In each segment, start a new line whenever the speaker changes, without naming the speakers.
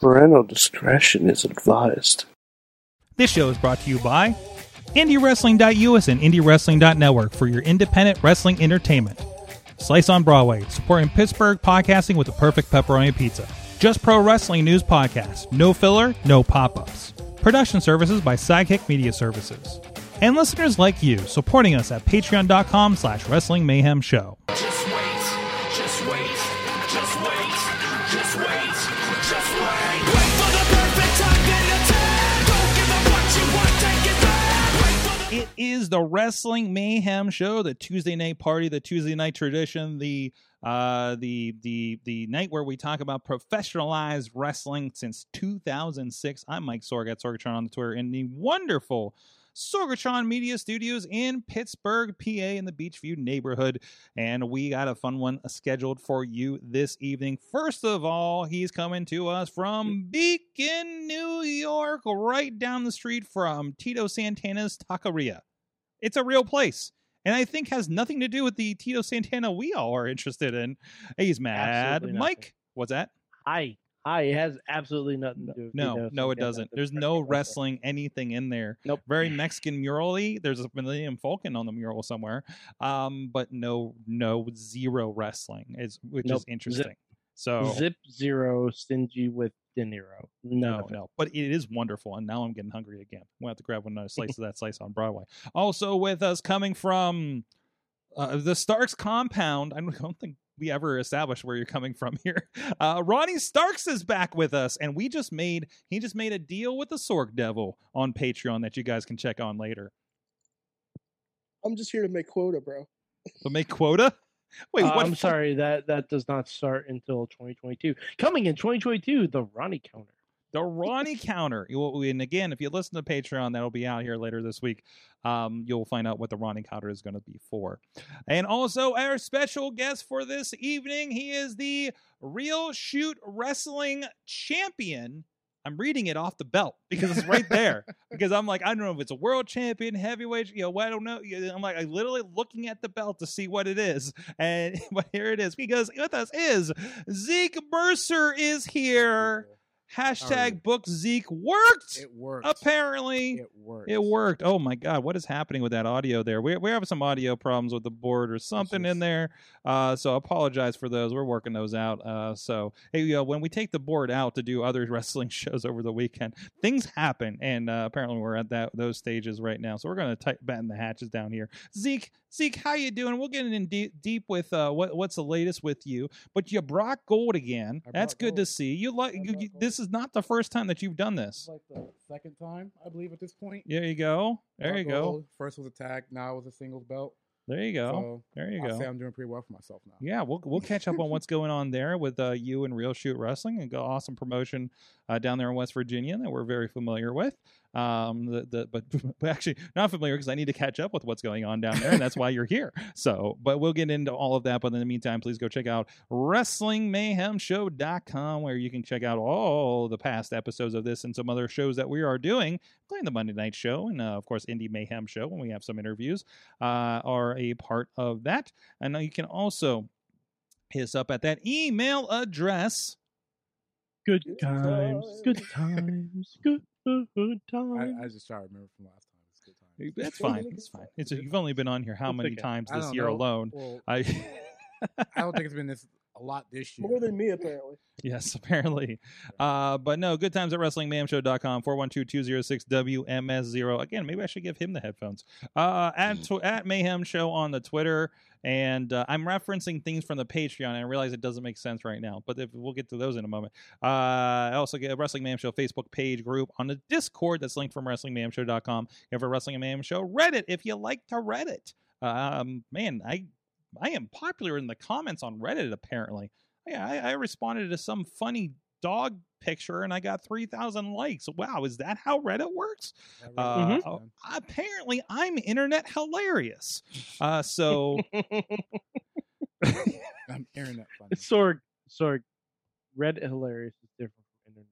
Parental discretion is advised.
This show is brought to you by IndieWrestling.us and IndieWrestling.network for your independent wrestling entertainment. Slice on Broadway, supporting Pittsburgh podcasting with the perfect pepperoni pizza. Just Pro Wrestling News Podcast. No filler, no pop ups. Production services by Sidekick Media Services. And listeners like you supporting us at patreon.com slash wrestling mayhem show.
Just wait, just wait, just wait, just wait, just wait. Wait for the perfect time to attack. Don't give up what you want, take it back. Wait for the
It is the Wrestling Mayhem Show, the Tuesday night party, the Tuesday night tradition, the uh the the the night where we talk about professionalized wrestling since 2006 i'm mike sorg at sorgatron on the twitter in the wonderful sorgatron media studios in pittsburgh pa in the beachview neighborhood and we got a fun one scheduled for you this evening first of all he's coming to us from beacon new york right down the street from tito santana's taqueria it's a real place and I think has nothing to do with the Tito Santana we all are interested in. He's mad.
Absolutely nothing.
Mike, what's that?
Hi. Hi. It has absolutely nothing to do with
No,
Tito
no, it
Santana.
doesn't.
The
There's
perfect
no
wrestler.
wressling anything in there.
Nope.
Very Mexican murally. There's a Millennium Falcon on the mural somewhere, um, but no, no zero wrestling is which
Nope.
is interesting. So
Zip zero stingy with De Niro. No.
no, no, but it is wonderful, and now I'm getting hungry again. We'll have to grab another slice of that slice on Broadway. Also with us coming from uh, the Starks compound. I don't think we ever established where you're coming from here. Uh, Ronnie Starks is back with us, and we just made he just made a deal with the Sorg Devil on Patreon that you guys can check on later.
I'm just here to make quota, bro.
But make quota. Wait,
Uh,
what?
I'm sorry that that does not start until 2022. Coming in 2022, the Ronnie counter.
the Ronnie counter. You will- And again, if you listen to Patreon, that'll be out here later this week. Um, you'll find out what the Ronnie counter is going to be for. And also, our special guest for this evening, he is the Real Shoot Wrestling Champion. I'm reading it off the belt because it's right there. because I'm like, I don't know if it's a world champion, heavyweight, you know, I don't know. I'm like, I'm literally looking at the belt to see what it is. And but here it is. Because with us is Zeke Mercer is here.
Already.
Hashtag book Zeke worked.
It worked.
Apparently,
It worked.
it worked. Oh my God, what is happening with that audio there? We're, we're having some audio problems with the board or something in
is-
there. Uh, so I apologize for those. We're working those out. Uh, so hey, you know, when we take the board out to do other wrestling shows over the weekend, things happen, and uh, apparently we're at that those stages right now. So we're gonna tight batten the hatches down here. Zeke, Zeke, how you doing? We'll get in deep, deep with uh, what what's the latest with you. But you brought gold again.
I
That's
brought
good to
gold.
see. You like
I
you,
brought
you-
gold.
this is not the first time that you've done
It's
this.
like the second time, I believe, at this point.
There you go. There
Got
you go.
gold. First was a tag, now it was a singles belt.
There you go.
So
There you
I say
go.
I'm doing pretty well for myself now.
Yeah, we'll we'll catch up on what's going on there with uh, you and Real Shoot Wrestling and go awesome promotion uh, down there in West Virginia that we're very familiar with. Um, the, the but, but actually not familiar because I need to catch up with what's going on down there, and that's why you're here. So, but we'll get into all of that. But in the meantime, please go check out WrestlingMayhemShow.com where you can check out all the past episodes of this and some other shows that we are doing, including the Monday Night Show and uh, of course Indie Mayhem Show when we have some interviews uh, are a part of that. And now you can also hit us up at that email address.
Good
Good
times.
times.
Good times. Good times.
I, I just try to remember from last time. It's good times.
That's fine. It's fine. It's, you've only been on here how
It's
many
okay.
times
I
this
don't
year
know.
alone?
Well,
I
I don't think it's been this a lot this year.
More than me, apparently.
yes, apparently. Uh, but no, good times at wrestlingmamshow.com 412-206-WMS0. Again, maybe I should give him the headphones. Uh, at tw- at Mayhem Show on the Twitter and uh, I'm referencing things from the Patreon and I realize it doesn't make sense right now, but if, we'll get to those in a moment. Uh, I also get a Wrestling Mayhem Show Facebook page group on the Discord that's linked from WrestlingMayhemShow.com. You have a Wrestling and Mayhem Show Reddit if you like to Reddit. Um, man, I I am popular in the comments on Reddit apparently. Yeah, I, I responded to some funny dog picture and I got 3,000 likes. Wow, is that how Reddit works?
That really
Uh,
makes
oh,
sense.
Apparently, I'm internet hilarious. Uh, so
I'm airing that funny.
Sorg. Sorg. Red hilarious is different from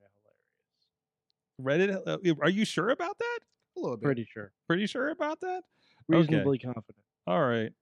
internet hilarious.
Reddit, uh, are you sure about that?
a little bit.
Pretty sure.
Pretty sure about that? Okay.
Reasonably confident.
All right.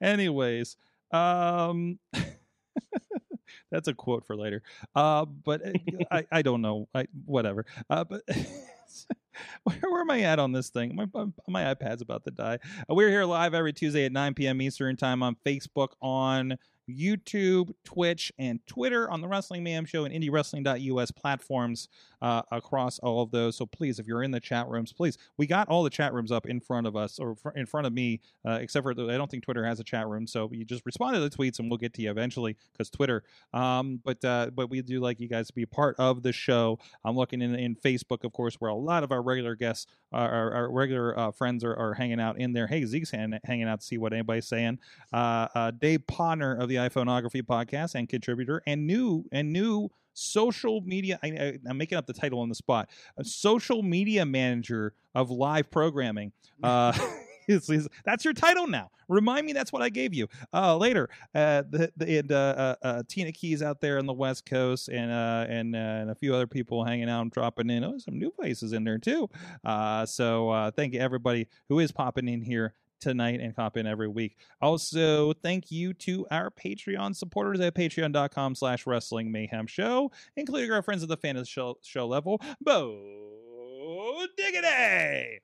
Anyways, um That's a quote for later. Uh, but uh, I, I don't know. I whatever. Uh, but where, where am I at on this thing? My my iPad's about to die. Uh, we're here live every Tuesday at 9 p.m. Eastern time on Facebook, on YouTube, Twitch, and Twitter on the Wrestling Mayhem Show and IndieWrestling.us platforms uh, across all of those. So please, if you're in the chat rooms, please. We got all the chat rooms up in front of us or fr- in front of me, uh, except for the, I don't think Twitter has a chat room. So you just respond to the tweets and we'll get to you eventually because Twitter. Um, but uh, but we do like you guys to be part of the show. I'm looking in, in Facebook, of course, where a lot of our regular guests our, our, our regular uh, friends are, are hanging out in there. Hey, Zeke's hang, hanging out to see what anybody's saying. Uh, uh, Dave Podner of the iPhoneography podcast and contributor and new and new social media. I, I, I'm making up the title on the spot. A social media manager of live programming. Uh, is- is- that's your title now. Remind me that's what I gave you uh, later. Uh, the, the, and uh, uh, uh, Tina Keys out there on the West Coast, and uh, and uh, and a few other people hanging out and dropping in. Oh, some new faces in there too. Uh, so uh, thank you everybody who is popping in here tonight and pop in every week. Also, thank you to our Patreon supporters at patreon.com slash wrestling mayhem show, including our friends at the fan of the show, show level, Bo Diggity!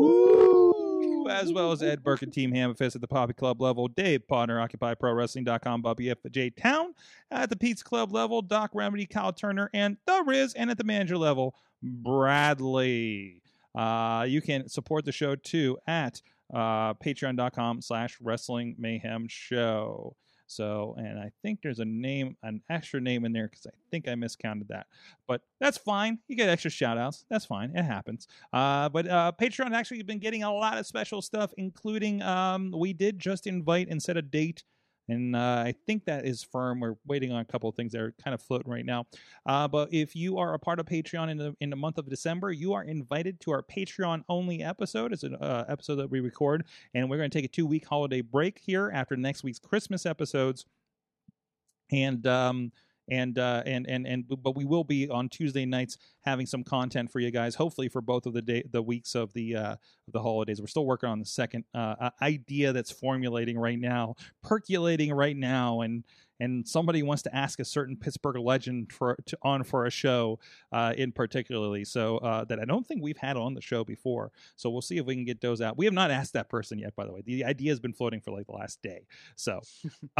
Woo! As well as Ed Burke and Team Hammerfist at the Poppy Club level, Dave Potter, OccupyProWrestling.com, Bobby F. J. Town at the Pete's Club level, Doc Remedy, Kyle Turner, and The Riz, and at the manager level, Bradley. Uh, you can support the show too at uh, patreon.com slash wrestling mayhem show. So, and I think there's a name, an extra name in there because I think I miscounted that, but that's fine. You get extra shout outs. That's fine. It happens. Uh, but uh, Patreon actually has been getting a lot of special stuff, including um, we did just invite and set a date. And uh, I think that is firm. We're waiting on a couple of things that are kind of floating right now. Uh, but if you are a part of Patreon in the in the month of December, you are invited to our Patreon only episode. It's an uh, episode that we record, and we're going to take a two week holiday break here after next week's Christmas episodes. And um and uh and and and but we will be on Tuesday nights having some content for you guys. Hopefully for both of the day the weeks of the uh of the holidays. We're still working on the second uh uh, idea that's formulating right now, percolating right now, and and somebody wants to ask a certain Pittsburgh legend for to, on for a show uh, in particularly, so uh, that I don't think we've had on the show before. So we'll see if we can get those out. We have not asked that person yet, by the way. The idea has been floating for like the last day. So,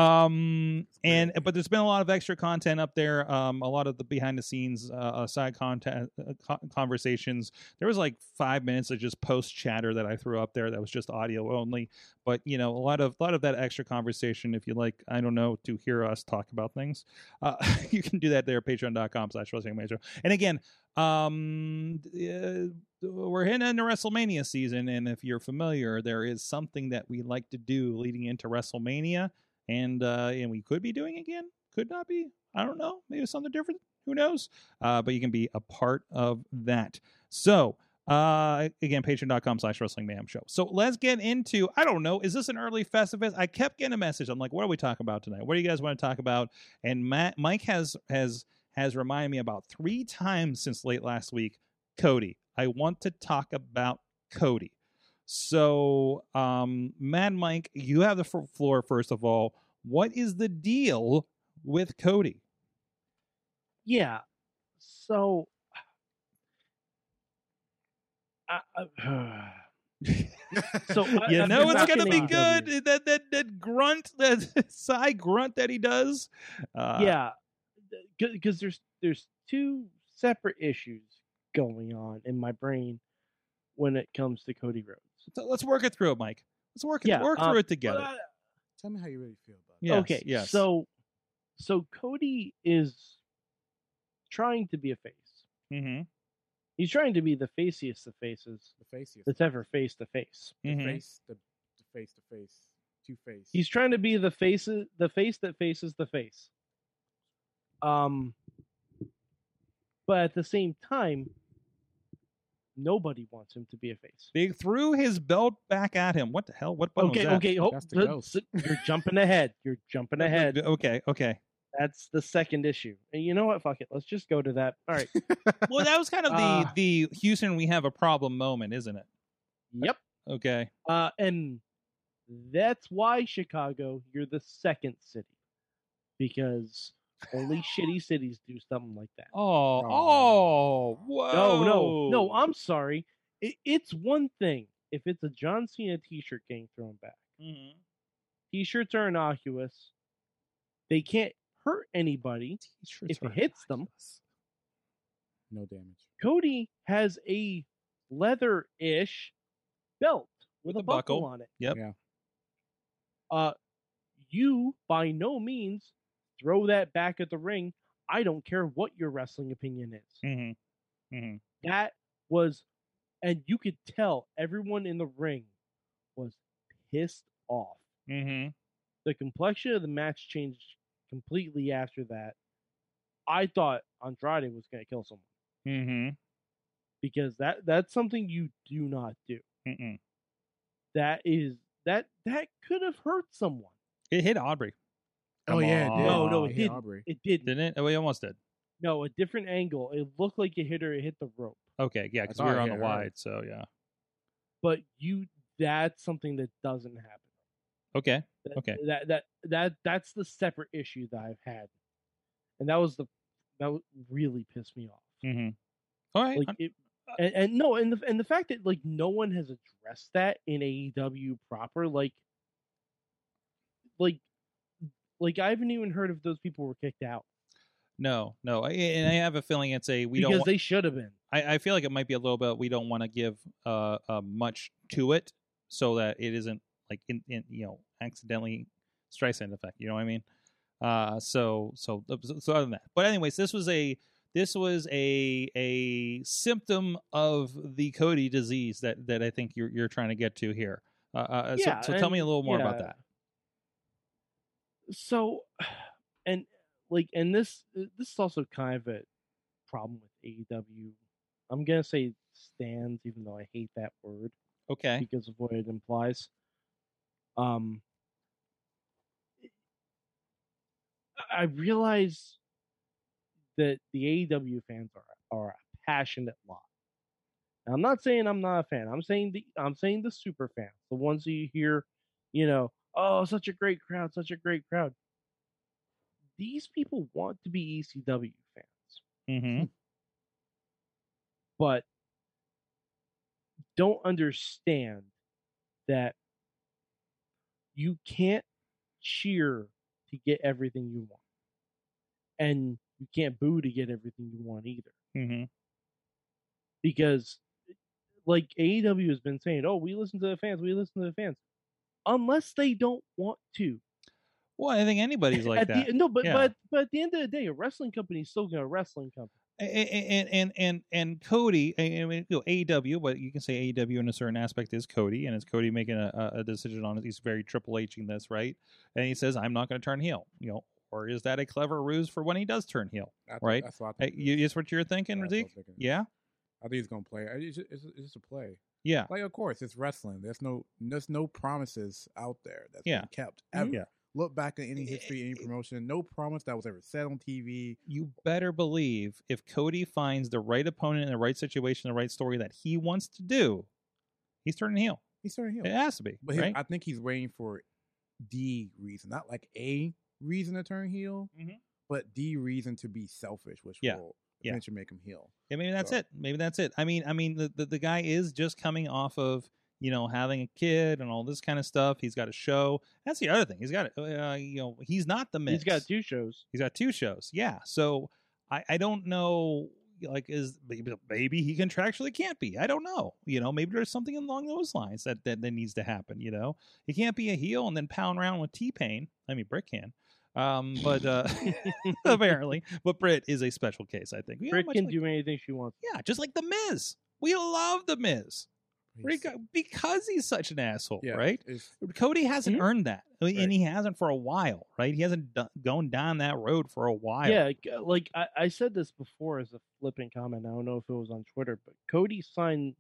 um, and but there's been a lot of extra content up there. Um, a lot of the behind the scenes uh, uh, side content uh, co- conversations. There was like five minutes of just post chatter that I threw up there that was just audio only but you know a lot of a lot of that extra conversation if you like i don't know to hear us talk about things uh, you can do that there patreon.com slash wrestling Mayhem Show. and again um uh, we're heading into wrestlemania season and if you're familiar there is something that we like to do leading into wrestlemania and uh and we could be doing again could not be i don't know maybe it's something different who knows uh but you can be a part of that so uh, again, patreon.com slash wrestling mayhem show. So let's get into, I don't know, is this an early festivus? I kept getting a message. I'm like, what are we talking about tonight? What do you guys want to talk about? And Matt, Mike has, has, has reminded me about three times since late last week, Cody. I want to talk about Cody. So, um, Mad Mike, you have the f- floor first of all. What is the deal with Cody?
Yeah. So. I, I, So, I-
you
I've
know
been
it's gonna be
watching, uh,
good. That that that grunt, that sigh grunt that he does. Uh,
yeah, because there's there's two separate issues going on in my brain when it comes to Cody Rhodes.
So let's work it through, Mike. Let's work it,
Yeah,
work
um,
through it
But
together.
I-
Tell me how you really feel about it.
yes,
okay,
Yes.
so so Cody is trying to be a face.
Mhm,
He's trying to be the faciest of faces
The face. is-
that's ever face to face.
The
mhm.
face. The, the face. The face. Two face.
He's trying to be the face the face that faces the face. Um but at the same time nobody wants him to be a face.
They threw his belt back at him. What the hell? What button
okay,
was that?
okay, ho-
That's the
th-
ghost.
th- you're jumping ahead. You're jumping ahead.
Okay, okay.
That's the second issue. And you know what? Fuck it. Let's just go to that. All right.
Well, that was kind of the
Uh,
the Houston, we have a problem moment, isn't it?
yep.
Okay.
Uh, and that's why Chicago, you're the second city because Only shitty cities do something like that.
Oh, oh,
Oh.
whoa.
No, no, no. I'm sorry. It, it's one thing if it's a John Cena T-shirt getting thrown back.
Mhm.
T-shirts are innocuous. They can't hurt anybody.
T-shirts
If it
are
hits them.
innocuous.
No damage.
Cody has a leather-ish belt with, a, buckle. on it.
Yep.
Yeah.
Uh, you by no means throw that back at the ring. I don't care what your wrestling opinion is.
Mhm. Mhm.
that was and you could tell everyone in the ring was pissed off
Mhm.
the complexion of the match changed completely after that i thought andrade was going to kill someone
Mhm.
because that that's something you do not do
Mm-mm.
that is that that could have hurt someone
It hit Aubrey,
Oh yeah, it
Come
did.
No, no,
It
it
hit
didn't.
Aubrey.
it didn't
didn't it? Oh, it almost did.
no a different angle it looked like it hit her it hit the rope
Okay, yeah,
I
because
thought
we were
it
on the
hit her.
wide, so yeah.
but you that's something that doesn't happen
Okay.
That-
Okay.
That that that that's the separate issue that I've had, and that was the that w- really pissed me off.
Mm-hmm. All right.
Like
I'm- uh
it, and, and no, and the and the fact that like no one has addressed that in AEW proper, like, like, like I haven't even heard if those people were kicked out
no, no, I, and I have a feeling it's a we
because
don't. wa-
they should have been.
I, I feel like it might be a little bit we don't want to give uh, uh much to it so that it isn't like in, in you know accidentally Streisand effect. You know what I mean? Uh, so so so other than that, but anyways, this was a this was a a symptom of the Cody disease that that I think you're you're trying to get to here. Uh, uh, so-
Yeah,
so, tell me a
and-
little more about
yeah.
that.
So, and like, and this this is also kind of a problem with AEW. I'm gonna say stands, even though I hate that word.
Okay.
because of what it implies. Um, I- I realize that the AEW fans are are a passionate lot. And I'm not saying I'm not a fan. I'm saying the I'm saying the super fans, the ones that you hear, you know, oh, such a great crowd, such a great crowd. These people want to be ECW fans
Mm-hmm.
but don't understand that you can't cheer to get everything you want. And you can't boo to get everything you want either.
Mm-hmm.
Because, like AEW has been saying, oh, we listen to the fans, we listen to the fans. Unless they don't want to.
Well, I think anybody's like
At
that.
the, no, but,
Yeah.
but but at the end of the day, a wrestling company is still going to wrestling company.
A- a- a- and and and and Cody, I I mean, you know, AEW, but you can say AEW in a certain aspect is Cody, and it's Cody making a, a- a decision on it. He's very Triple H-ing this, right? And he says, "I'm not going to turn heel," you know, or is that a clever ruse for when he does turn heel?
I think-
Right.
That's what I
Hey,
think. it
you,
is.
is what you're thinking,
Yeah, that's what I'm
Razik?
thinking.
Yeah,
I think he's gonna play. I- It's just, it's, it's just a play.
yeah,
Like, of course, it's wrestling. There's no there's no promises out there that's
Yeah. Eh,
been kept
Mhm.
ever.
Yeah.
Look back at any history, any promotion. No promise that was ever said on TV.
you better believe if Cody finds the right opponent in the right situation, the right story that he wants to do, he's turning heel.
He's turning heel.
It has to be,
But his,
right?
I think he's waiting for the reason, not like a reason to turn heel,
Mhm.
but the reason to be selfish, which
Yeah.
will
Yeah.
eventually make him heel.
Yeah, maybe that's
So-
it. Maybe that's it. I mean, I mean, the, the the guy is just coming off of you know having a kid and all this kind of stuff. He's got a show. That's the other thing. He's got uh, you know he's not the mix.
He's got two shows.
he's got two shows. Yeah. So I I don't know. Like is maybe maybe he contractually can't be. I don't know. You know, maybe there's something along those lines that that, that needs to happen. You know, he can't be a heel and then pound around with T Pain. I mean, Brick can. Um, but uh apparently, but Britt is a special case. I think. Yeah,
Britt
much
can
like-
do anything she wants.
yeah, just like the Miz. We love the Miz
He's-
Rico- because he's such an asshole,
yeah,
right?
it's-
Cody hasn't
Mhm.
earned that, I mean,
Right.
and he hasn't for a while, right? He hasn't do- gone down that road for a while.
Yeah, like- like I, I said this before as a flippant comment. I don't know if it was on Twitter, but Cody signed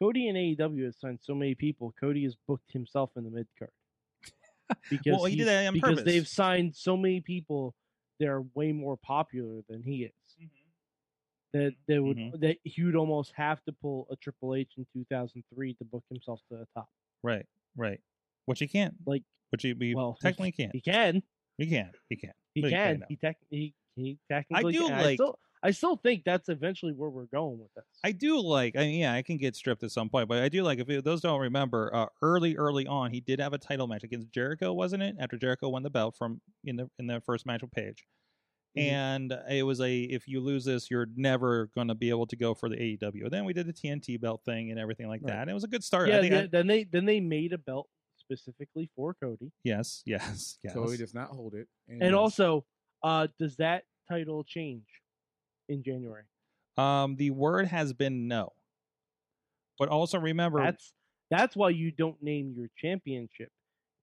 Cody and AEW has signed so many people. Cody has booked himself in the mid card because
Well, he did
he's-
that on
because
purpose.
they've signed so many people. They're way more popular than he is.
Mm-hmm.
That they would
Mhm.
that he'd almost have to pull a Triple H in 2003 to book himself to the top.
Right, right. Which he can't.
Like,
Which he, he
well,
technically can't.
He can.
He can. He can.
He
But he
can.
can
He, tec- he, he technically.
do
can.
like-
I still, I still think that's eventually where we're going with this.
I do like. I mean, yeah, I can get stripped at some point, but I do like. If you- those don't remember, uh, early, early on, he did have a title match against Jericho, wasn't it? After Jericho won the belt from in the in the first match with Page,
Mhm.
and it was a if you lose this, you're never going to be able to go for the AEW. Then we did the TNT belt thing and everything like
Right.
that. And it was a good start. I
yeah.
think
yeah,
I-
then they then they made a belt specifically for Cody,
yes. Yes. Yes.
So he does not hold it.
Mm-hmm.
and also, uh, does that title change in January?
Um, the word has been no. But also remember,
That's that's why you don't name your championship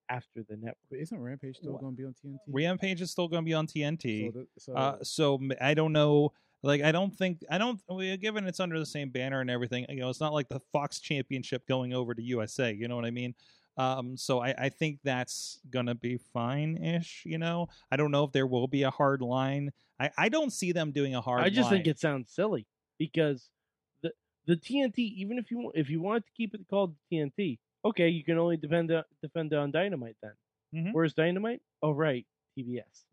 after the network.
But isn't Rampage still
What?
going to be on TNT?
Rampage is still going to be on TNT.
So, the, so
Uh, so m- I don't know. Like I don't think I don't. well, Given it's under the same banner and everything, you know, it's not like the Fox Championship going over to USA. You know what I mean? Um, so I, I think that's gonna be fine-ish. You know, I don't know if there will be a hard line. I, I don't see them doing a hard.
I just think
line.
it sounds silly because the the TNT, even if you wa- if you wanted to keep it called TNT, okay, you can only defend on- defend on Dynamite then.
Mhm.
Where's Dynamite? Oh right, TBS.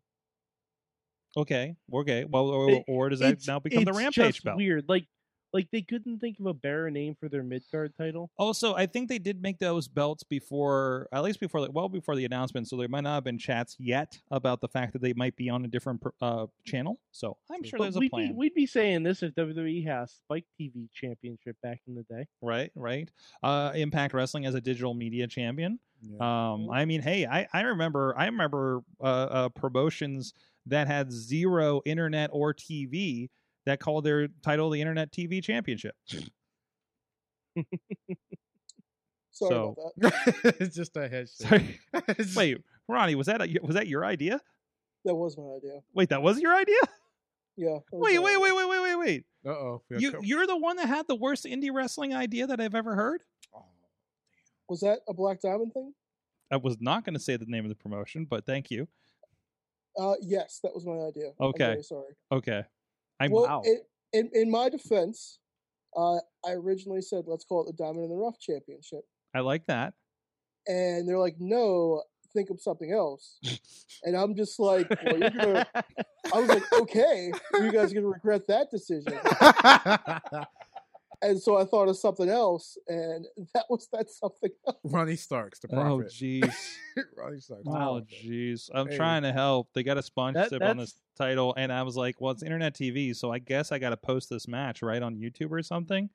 okay. Okay. Well, or,
It-
or does that
It's-
now become the
it's
Rampage
just
belt?
Weird, like like they couldn't think of a better name for their mid card title.
Also, I think they did make those belts before, at least before, like, well before the announcement. So there might not have been chats yet about the fact that they might be on a different pr- uh, channel. So I'm sure
But
there's a
we'd
plan,
Be, we'd be saying this if WWE has Spike TV Championship back in the day.
right? Right. Uh, Impact Wrestling as a digital media champion.
yeah.
Um, I mean, hey, I, I remember I remember uh, uh, promotions that had zero internet or TV that called their title the Internet TV Championship.
Sorry
So-
about that.
it's just a head shake.
Sorry.
It's-
Wait, Ronnie, was that a, was that your idea?
That was my idea.
Wait, that was your idea?
Yeah. that was
Wait,
my
wait,
idea.
wait, wait, wait, wait, wait.
Uh-oh. we got
You
co-
you're the one that had the worst indie wrestling idea that I've ever heard.
Oh,
Was that a Black Diamond thing?
I was not going to say the name of the promotion, but thank you.
Uh, yes, that was my idea.
Okay.
I'm very sorry.
Okay, I'm
well,
out.
in- in, in my defense, uh, I originally said let's call it the Diamond in the Rough Championship,
I like that.
and they're like, no, think of something else. and I'm just like, well, you're gonna. I was like, okay, you guys are gonna regret that decision.
oh.
And so I thought of something else, and that was that something else.
Ronnie Starks, the
Oh
prophet.
jeez.
Ronnie Starks. the
Oh
prophet.
jeez. I'm
Hey.
trying to help. They got a
That-
sponsorship on
that's-
this title, and I was like, "Well, it's internet TV, so I guess I got to post this match right on YouTube or something."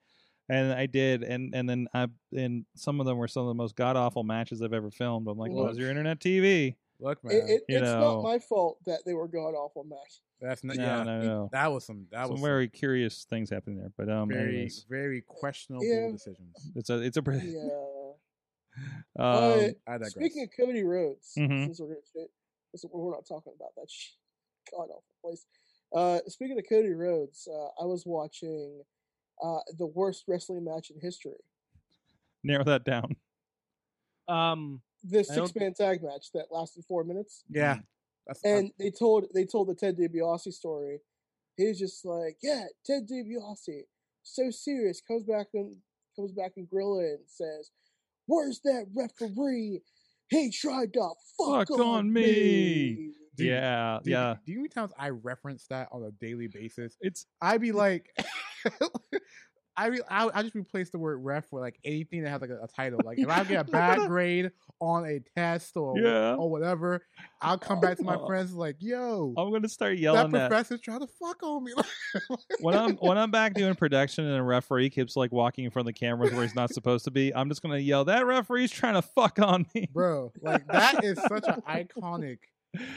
And I did, and and then I and some of them were some of the most god awful matches I've ever filmed. I'm like, "Well,
Look.
it's your internet TV."
Look, man.
It, it,
You
it's
know.
not my fault that they were god awful match.
that's not,
No,
yeah,
no,
he-
no.
That was some, that
Some
was some
very curious things happening there, but um,
very,
anyways.
very questionable
Yeah.
decisions.
It's a it's a pretty.
Yeah.
Um,
But-
I digress.
Speaking of Cody Rhodes,
Mhm.
since we're gonna shit- since we're not talking about that shit. god awful place. Uh, speaking of Cody Rhodes, uh, I was watching uh, the worst wrestling match in history.
narrow that down.
Um,
This
I don't-
six man tag match that lasted four minutes.
yeah.
Mm.
That's, uh, I-
And they told they told the Ted DiBiase story. He was just like, "Yeah, Ted DiBiase, so serious." Comes back and comes back in Gorilla and says, "Where's that referee? He tried to fuck,
Fuck on me."
Dude,
yeah,
dude,
yeah.
Do you know how many times I reference that on a daily basis?
It's
I'd be like, I, re- I I just replace the word ref with like anything that has like a, a title. Like if I get a bad grade on a test or
Yeah.
or whatever, I'll come back to my
Oh.
friends like, yo,
I'm gonna start
that
yelling that.
professor tried to fuck on me.
when I'm when I'm back doing production and a referee keeps like walking in front of the cameras where he's not supposed to be, I'm just gonna yell that referee's trying to fuck on me.
Bro, like that is such an iconic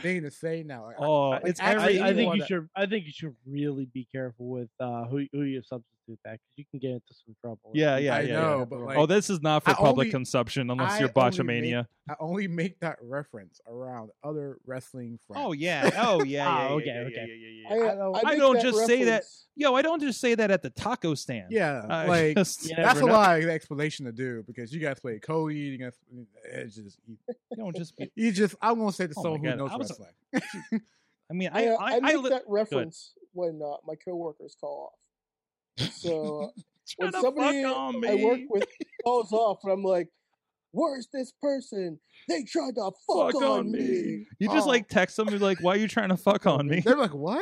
thing to say now. Like, I-
Oh,
like,
it's
I,
actually.
I think you
wanna-
should. I think you should really be careful with uh, who who you substitute that because you can get into some trouble. if
Yeah,
you-
yeah,
I
yeah,
know,
yeah.
but
oh,
like-
this is not for
I
public
only-
consumption unless
I
you're
only make-
botchamania.
I only make that reference around other wrestling friends.
Oh yeah. Oh yeah. yeah,
Oh,
yeah,
okay,
yeah,
okay.
yeah, yeah,
I, uh,
yeah.
don't-
I
I
make
don't
that
just say that-
reference-
Yo, I don't just say that at the taco stand.
Yeah,
I
like
just-
You
that's
never
a
know.
lot of explanation to do because you guys play Cody. You guys, it's just you,
you don't just be.
you just. I won't say to
Oh my
someone who
God,
knows
I was-
wrestling.
I mean, I
I,
I,
I make
li-
that reference when uh, my coworkers call off. So uh,
trying
when
to fuck
somebody
on me.
I work with calls off, and I'm like, Where's this person? They tried to fuck, on, me.
You just
Oh.
like text them, you're like, why are you trying to fuck on me?
They're like, what?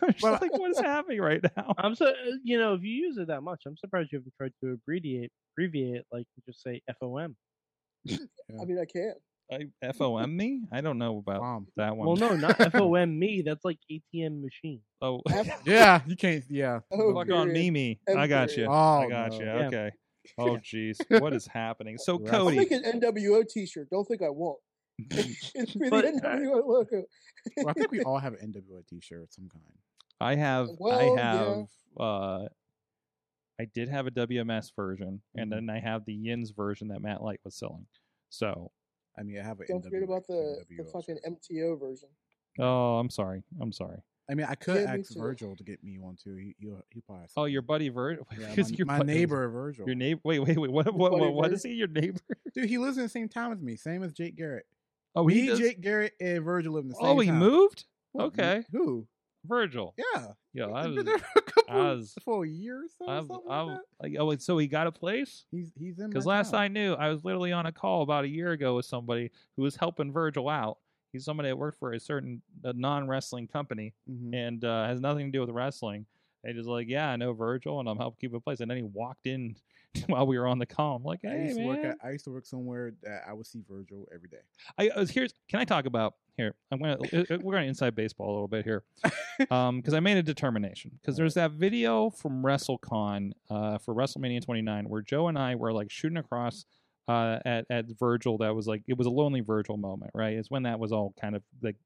I'm just
Well,
like, what is happening right now?
I'm so you know if you use it that much, I'm surprised you haven't tried to abbreviate abbreviate like you just say FOM.
I mean, I can't.
I, FOM me? I don't know about
Um,
that one.
Well, no, not FOM me. That's like ATM machine.
Oh,
F-
yeah, you can't. Yeah.
Oh,
fuck on me,
period.
me.
Oh,
I got you.
period.
I
Oh,
got
no.
you.
Yeah.
Okay. Oh, jeez. What is happening? So,
Right.
I'll
Cody.
make an NWO T-shirt. Don't think I won't. It's for
But, uh,
the NWO logo.
Well, I think we all have an NWA T-shirt of some kind.
I have
Well,
I
yeah.
have uh I did have a WMS version and then I have the Yins version that Matt Light was selling. So
I mean, I have an.
Don't forget
NWA
about the, the
NWO
fucking
shirt.
MTO version.
oh I'm sorry. I'm sorry.
I mean, I could
Yeah, me
ask
too.
Virgil to get me one too. He he, he probably. has
Oh
some.
your buddy Vir
Yeah,
because
my,
your
my
buddy-
neighbor Virgil.
Your neighbor wait, wait, wait, what what
buddy
what, what is
Vir-
he? Your neighbor?
Dude, he lives in the same town as me. Same as Jake Garrett.
Oh
me,
he does-
Jake Garrett, and Virgil live in the same
Oh he
town.
moved?
What,
Okay.
Who?
Virgil.
Yeah.
Yeah,
He's
I
been
was,
there for a couple
I was-
for a year or so,
I was,
something
I
like
was,
that.
like, oh, wait, so he got a place?
He's he's in
Because
my
last
town.
I knew, I was literally on a call about a year ago with somebody who was helping Virgil out. He's somebody that worked for a certain non wrestling company,
Mhm.
and uh, has nothing to do with wrestling. They just like, yeah, I know Virgil, and I'm helping keep it in place. And then he walked in while we were on the call. I'm like,
I
hey
used to work
man,
at, I used to work somewhere that I would see Virgil every day.
I, I was here's can I talk about here? I'm gonna uh, uh, we're gonna inside baseball a little bit here, um, because I made a determination because there's that video from WrestleCon uh for WrestleMania 29 where Joe and I were like shooting across. Uh, at at Virgil, that was like it was a lonely Virgil moment, right? It's when that was all kind of like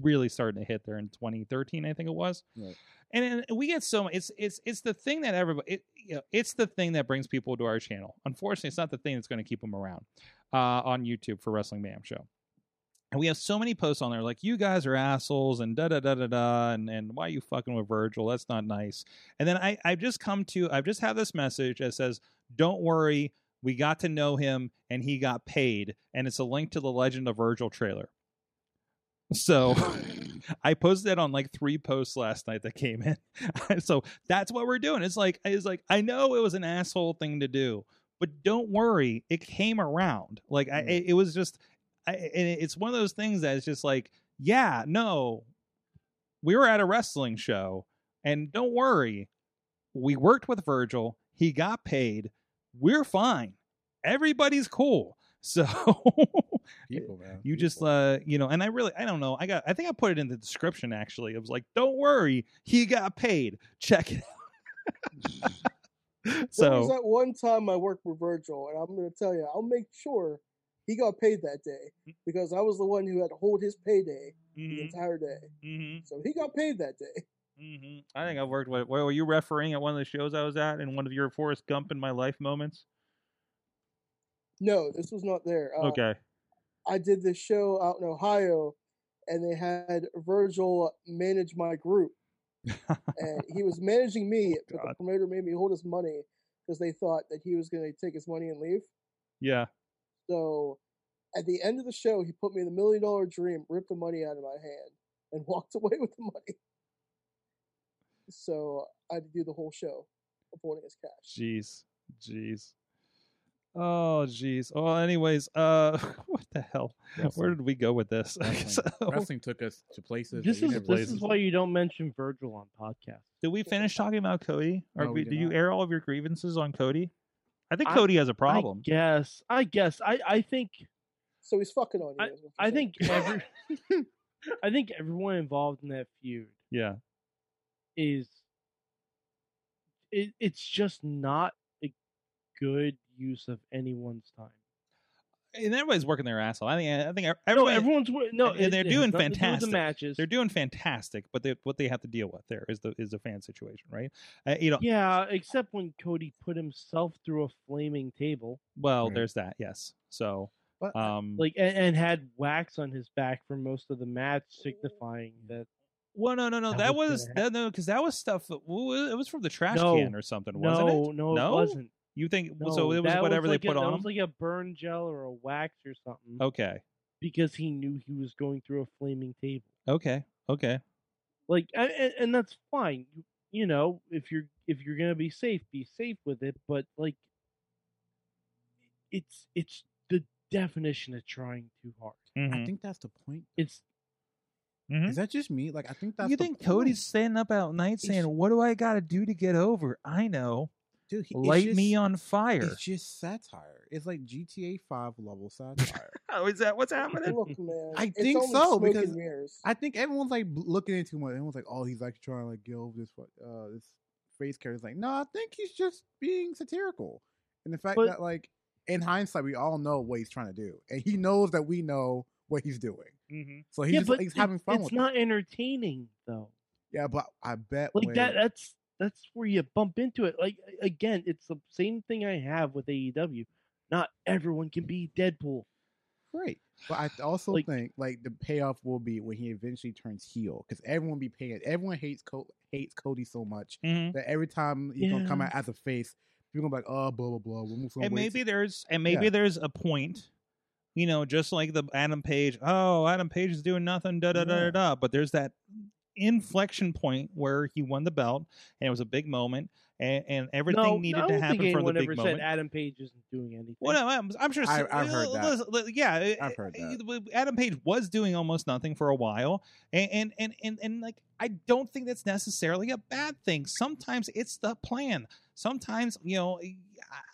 really starting to hit there in 2013, I think it was.
Right.
And, and we get so much. It's it's it's the thing that everybody. It, you know, it's the thing that brings people to our channel. Unfortunately, it's not the thing that's going to keep them around uh, on YouTube for Wrestling Mayhem Show. And we have so many posts on there like you guys are assholes and da da da da da and, and why are you fucking with Virgil? That's not nice. And then I, I've just come to I've just had this message that says, Don't worry, we got to know him and he got paid. And it's a link to the Legend of Virgil trailer. So I posted that on like three posts last night that came in. so that's what we're doing. It's like it's like I know it was an asshole thing to do, but don't worry, it came around. Like I, it, it was just I, and it- it's one of those things that's just like, yeah, no, we were at a wrestling show, and don't worry, we worked with Virgil. He got paid. We're fine. Everybody's cool. So
People, man.
you just,
people.
uh, you know, and I really, I don't know. I got, I think I put it in the description actually. It was like, don't worry, he got paid. Check it out.
There was
so
that one time I worked with Virgil, and I'm going to tell you, I'll make sure he got paid that
Mm.
day because I was the one who had to hold his payday the
mhm,
entire day.
mhm,
So he got paid that day.
mhm. I think I worked with, where were you refereeing at one of the shows I was at in one of your Forrest Gump in my life moments?
No, this was not there. Uh,
okay.
I did this show out in Ohio, and they had Virgil manage my group, and he was managing me, but the
Oh, God.
promoter made me hold his money because they thought that he was going to take his money and leave.
Yeah.
So at the end of the show, he put me in the million dollar dream, ripped the money out of my hand, and walked away with the money. So I had to do the whole show of holding his cash.
Jeez. Jeez. Oh, jeez. Oh, anyways, uh, what the hell? Where
Wrestling-
did we go with this?
Wrestling.
So-
wrestling took us to places.
This
that we
is
never
this
been.
is why you don't mention Virgil on podcasts.
did we finish talking about Cody? Or
No,
we,
we
did
did
you
not.
air all of your grievances on Cody? I think
I-
Cody has a problem.
I guess. I guess. I I think.
So he's fucking on you. is what you're
I
saying.
think every. I think everyone involved in that feud
yeah.
is. It, it's just not a good use of anyone's time.
And everybody's working their ass off. I think I think ev-
No,
everybody,
everyone's wor- no,
and- and
it-
they're
it has
doing
nothing to do with
fantastic.
The matches.
they're doing fantastic, but they, what they have to deal with there is the is the fan situation, right? Uh, you know,
yeah, except when Cody put himself through a flaming table,
well,
Right.
there's that. Yes. So,
But, uh,
um,
like and, and had wax on his back for most of the match, signifying that
well, no, no, no.
that
That
was
was
gonna
that, no, because that was stuff. That, it was from the trash
No.
can or something, wasn't it?
no, no, it
No?
wasn't.
You think well,
No,
so? It was
that
whatever
like
they put
a,
on
That
him. Oh.
was like a burn gel or a wax or something.
okay,
Because he knew he was going through a flaming table.
okay, okay.
Like, and, and, and that's fine. You, you know, if you're if you're gonna be safe, be safe with it. But like, it's it's the definition of trying too hard.
Mhm.
I think that's the point.
It's
Mhm.
mm-hmm.
Is that just me? Like I Mm-hmm. think that's
you
the
think
point.
Cody's standing up out night saying, "What do I got to do to get over?" I know,
Dude, he- it's
light me
just-
on fire.
It's just satire. It's like GTA Five level satire.
Oh, is that what's happening?
Look, man.
I
it's
think
only
so,
smoke and
because
mirrors.
I think everyone's like bl- looking into him. Everyone's like, "Oh, he's like trying to like get over this fu- uh this face character." It's like, no, I think he's just being satirical. And the fact
But-
that like in hindsight, we all know what he's trying to do, and he knows that we know what he's doing.
mm-hmm,
So he's
yeah,
just
but
like, he's
it-
having fun
It's
with
not
it.
entertaining though.
Yeah, but I bet
Like
when-
that. uh, That's that's where you bump into it. Like a- again, it's the same thing I have with AEW. Not everyone can be Deadpool.
great. But I th- also
Like-
think like the payoff will be when he eventually turns heel because everyone be paying. Everyone hates Co- hates Cody so much
mm-hmm.
Mhm.
that every time he's gonna come
Yeah.
out as a face, people gonna be like, oh, blah blah blah. We're gonna
And
wait
maybe there's and maybe
Yeah.
there's a point, you know, just like the Adam Page. Oh, Adam Page is doing nothing. Da da da da
Yeah.
da. But there's that inflection point where he won the belt, and it was a big moment, and, and everything
no,
needed
no, I
to
don't
happen
think
for the
anyone
big
ever
moment.
said Adam Page isn't doing anything.
Well, no, I'm, I'm sure.
I-
so-
I've heard
uh,
that.
listen, li- Yeah,
I've heard
uh, uh, Adam Page was doing almost nothing for a while, and and and and, and like I don't think that's necessarily a bad thing. Sometimes it's the plan. Sometimes you know.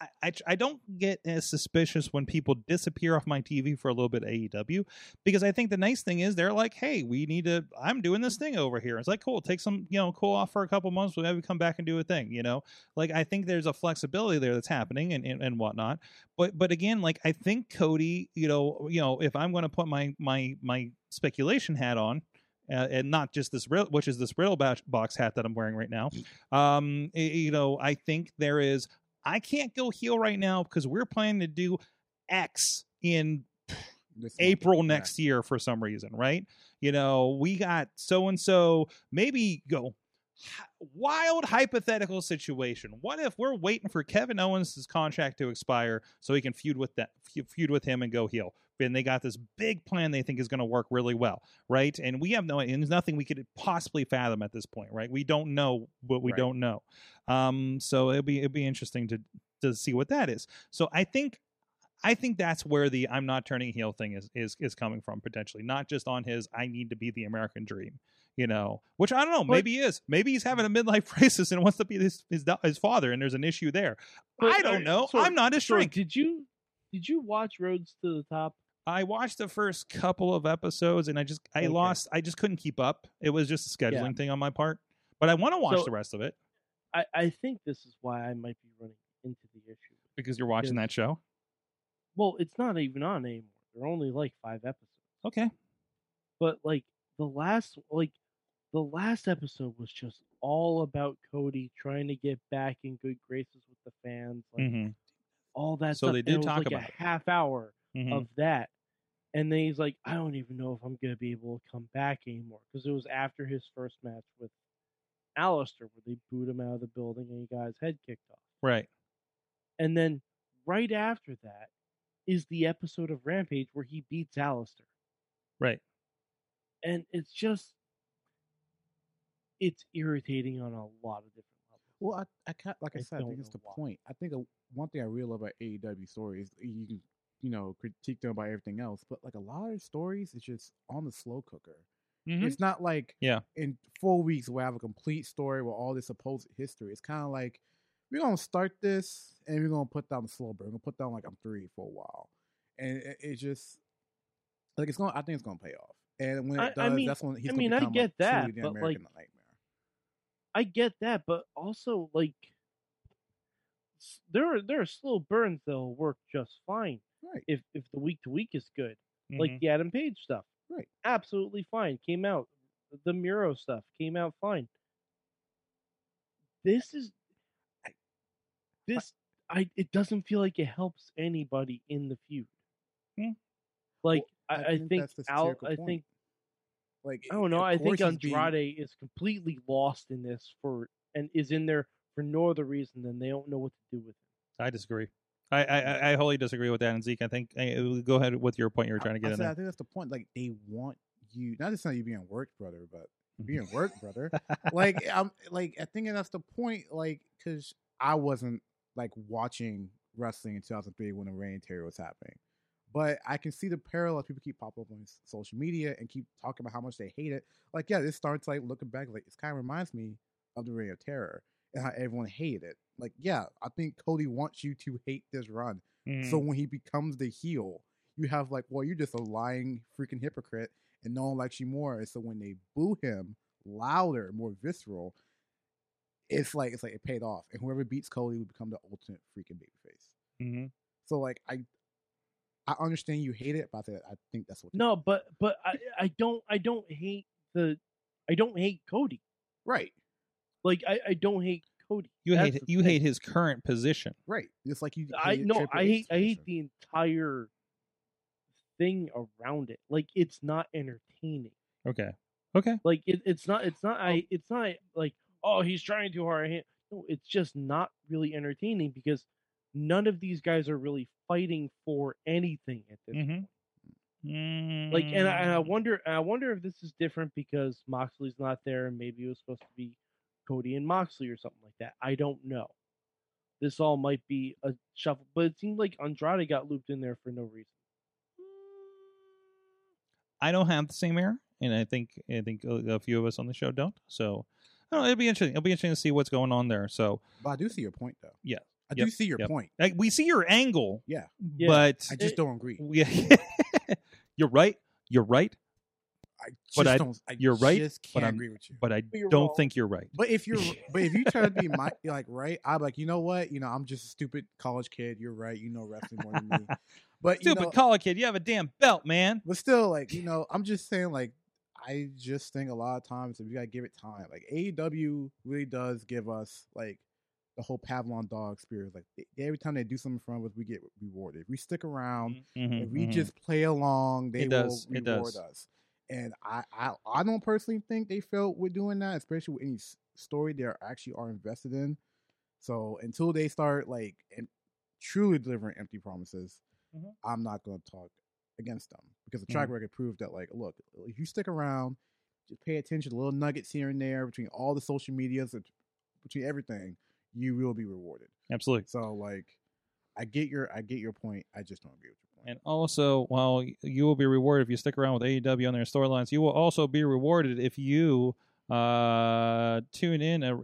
I, I I don't get as suspicious when people disappear off my TV for a little bit at AEW because I think the nice thing is they're like, hey, we need to. I'm doing this thing over here. It's like cool, take some you know cool off for a couple months. We'll maybe come back and do a thing. You know, like I think there's a flexibility there that's happening and and, and whatnot but but again like i think cody you know you know if i'm going to put my my my speculation hat on uh, and not just this real which is this riddle box, box hat that i'm wearing right now um y- you know i think there is i can't go heel right now because we're planning to do x in
this month.
April
Yeah.
next year for some reason, right? You know, we got so and so, maybe go hi- wild hypothetical situation. What if we're waiting for Kevin Owens' contract to expire so he can feud with that fe- feud with him and go heel? And they got this big plan they think is going to work really well, right? And we have no, and there's nothing we could possibly fathom at this point, right? We don't know what we
Right.
don't know. Um, so it'd be it'd be interesting to to see what that is. So I think I think that's where the I'm not turning heel thing is is is coming from potentially, not just on his I need to be the American dream, you know, which I don't know, maybe he is. Maybe he's having a midlife crisis and wants to be his his, da- his father and there's an issue there.
But,
I don't
alright,
know.
Sorg,
I'm not his
Sorg,
shrink.
Did you did you watch Roads to the Top?
I watched the first couple of episodes and I just I
Okay.
lost I just couldn't keep up. It was just a scheduling
Yeah.
thing on my part, but I want to watch
So-
the rest of it
I, I think this is why I might be running into the issue.
because you're watching
Yes.
that show.
Well, it's not even on anymore. There are only like five episodes.
Okay.
But like the last like the last episode was just all about Cody trying to get back in good graces with the fans, like
Mhm.
all that
So
stuff.
they
and
did
it was
talk
like
about
a
it.
half hour
Mhm.
of that. And then he's like, I don't even know if I'm gonna be able to come back anymore because it was after his first match with Alistair where they booed him out of the building and he got his head kicked off.
Right.
And then right after that is the episode of Rampage where he beats Alistair.
Right.
And it's just it's irritating on a lot of different levels.
Well, I, I ca- like I,
I
said, I
don't
think it's
know
the
why.
point. I think a, one thing I really love about E AEW stories, you can, you know, critique them about everything else, but like a lot of their stories, it's just on the slow cooker.
Mm-hmm.
Mhm.
It's not like
Yeah.
in four weeks we'll have a complete story with all this supposed history. It's kind of like we're gonna start this and we're gonna put down the slow burn. We're gonna put down like I'm three for a while, and it, it just like it's gonna. I think it's gonna pay off. And when it
I-
does,
I mean-
that's when he's
I
gonna
mean, I
become,
get
like,
that,
truly the
but,
American
like,
nightmare.
I get that, but also like s- there are there are slow burns that'll work just fine
Right. Mm-hmm.
if if the week to week is good.
Mhm.
Like the Adam Page stuff.
Right.
Absolutely fine. Came out. The Muro stuff came out fine. This is I- this I it doesn't feel like it helps anybody in the feud.
Hmm.
Like
Well, I
I, I
think
think
that's the
Al,
satirical
I
point.
think
Like
I don't know.
of
I think
course he's being-
Andrade is completely lost in this for and is in there for no other reason than they don't know what to do with him.
I disagree. I, I I- I wholly disagree with that. And Zeke, I think I, uh, go ahead with your point you were
I-
trying to get
I
in
said, I
there.
think that's the point. Like they want you not just not you being work brother, but
Mm-hmm.
being work brother. like I'm like I think that's the point. Like because I wasn't like watching wrestling in 2003 when the Rain Terror was happening, But I can see the parallels people keep popping up on s- social media and keep talking about how much they hate it. Like, yeah, this starts like looking back, like this kind of reminds me of the Ring of Terror and how everyone hated it. Like, yeah, I think Cody wants you to hate this run. So
Mm.
when he becomes the heel, you have like, well, you're just a lying freaking hypocrite, and no one likes you more. And so when they boo him louder, more visceral, it's like it's like it paid off, and whoever beats Cody would become the ultimate freaking babyface.
mm-hmm.
So like I, I understand you hate it, but I think, I think that's what.
No, but but I, I don't I don't hate the I don't hate Cody.
right,
Like I, I don't hate Cody.
you
That's
hate
the
you
thing.
hate his current position.
right. It's like you.
I
hated
no
Triple
I
H's
hate I hate
version.
the entire thing around it. Like it's not entertaining.
Okay. Okay.
Like it, it's not it's not I it's not like oh he's trying too hard. I hate- No, it's just not really entertaining because none of these guys are really fighting for anything at this
Mm-hmm.
like and I, and I wonder and I wonder if this is different because Moxley's not there and maybe it was supposed to be Cody and Moxley or something like that. I don't know. This all might be a shuffle, but it seemed like Andrade got looped in there for no reason.
I don't have the same error, and I think I think a, a few of us on the show don't. So, I don't know, it'll be interesting. It'll be interesting to see what's going on there. So,
But I do see your point though.
Yeah.
I
Yep.
do see your
Yep. Eh,
point.
like, we see your angle,
Yeah.
Yeah.
but
I just
It-
don't agree.
yeah, you're right. You're right,
I just
but I-
don't. I
you're right,
Just
but
can't
I'm-
agree with you.
but I
you're
don't
wrong.
think you're right.
But if you're, but if you try to be my like right, I'm like, you know what? You know, I'm just a stupid college kid. You're right. You know wrestling more than me. But you
Stupid
know,
collar kid, you have a damn belt, man.
but still, like you know, I'm just saying, like I just think a lot of times if you gotta give it time, like AEW really does give us like the whole Pavlon dog experience. Like they- every time they do something in front of us, we get rewarded. If we stick around, if we just play along, they
Mm-hmm. It does,
will
it
reward
does.
us. And I, I, I don't personally think they failed with doing that, especially with any s- story they are actually are invested in. So until they start like em- truly delivering empty promises,
Mhm.
I'm not going to talk against them because the
Mm-hmm.
track record proved that like, look, if you stick around, just pay attention to little nuggets here and there between all the social medias, bet- between everything, you will be rewarded.
absolutely.
So like, I get your, I get your point. I just don't agree with your point.
And also, while you will be rewarded if you stick around with AEW on their storylines, you will also be rewarded if you uh, tune in at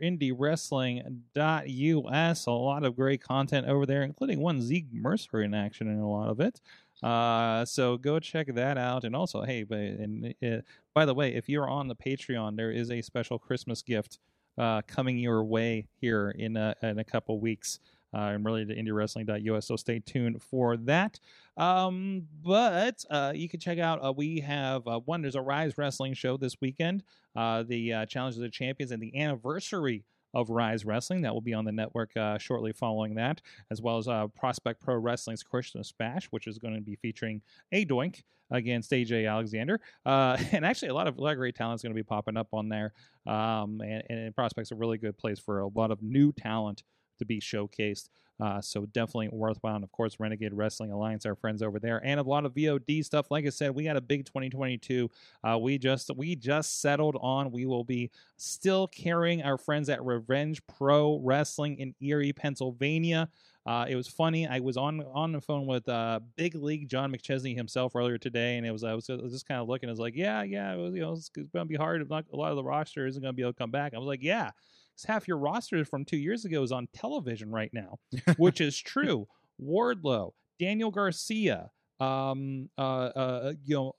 indiewrestling.us. A lot of great content over there, including one Zeke Mercer in action in a lot of it. Uh, so go check that out. And also, hey, but and uh, by the way, if you're on the Patreon, there is a special Christmas gift uh, coming your way here in a, in a couple weeks. Uh, and related to indiewrestling.us. So stay tuned for that. Um, but uh, you can check out uh, we have uh, one there's a Rise Wrestling show this weekend, uh, the uh, Challenge of the Champions and the anniversary of Rise Wrestling that will be on the network uh, shortly following that, as well as uh, Prospect Pro Wrestling's Christmas Bash, which is going to be featuring A Doink against AJ Alexander, uh, and actually a lot of, a lot of great talent is going to be popping up on there. Um, and, and Prospect's a really good place for a lot of new talent to be showcased. Uh, so definitely worthwhile. And of course, Renegade Wrestling Alliance, our friends over there, and a lot of VOD stuff. Like I said, we got a big 2022. Uh, we just we just settled on. We will be still carrying our friends at Revenge Pro Wrestling in Erie, Pennsylvania. Uh, it was funny. I was on on the phone with uh, Big League John McChesney himself earlier today, and it was I was just kind of looking. I was like, yeah, yeah, it was, you know, it's, it's going to be hard. Not, a lot of the roster isn't going to be able to come back. I was like, yeah, 'cause half your roster from two years ago is on television right now which is true. Wardlow, Daniel Garcia, um, uh, uh, you know,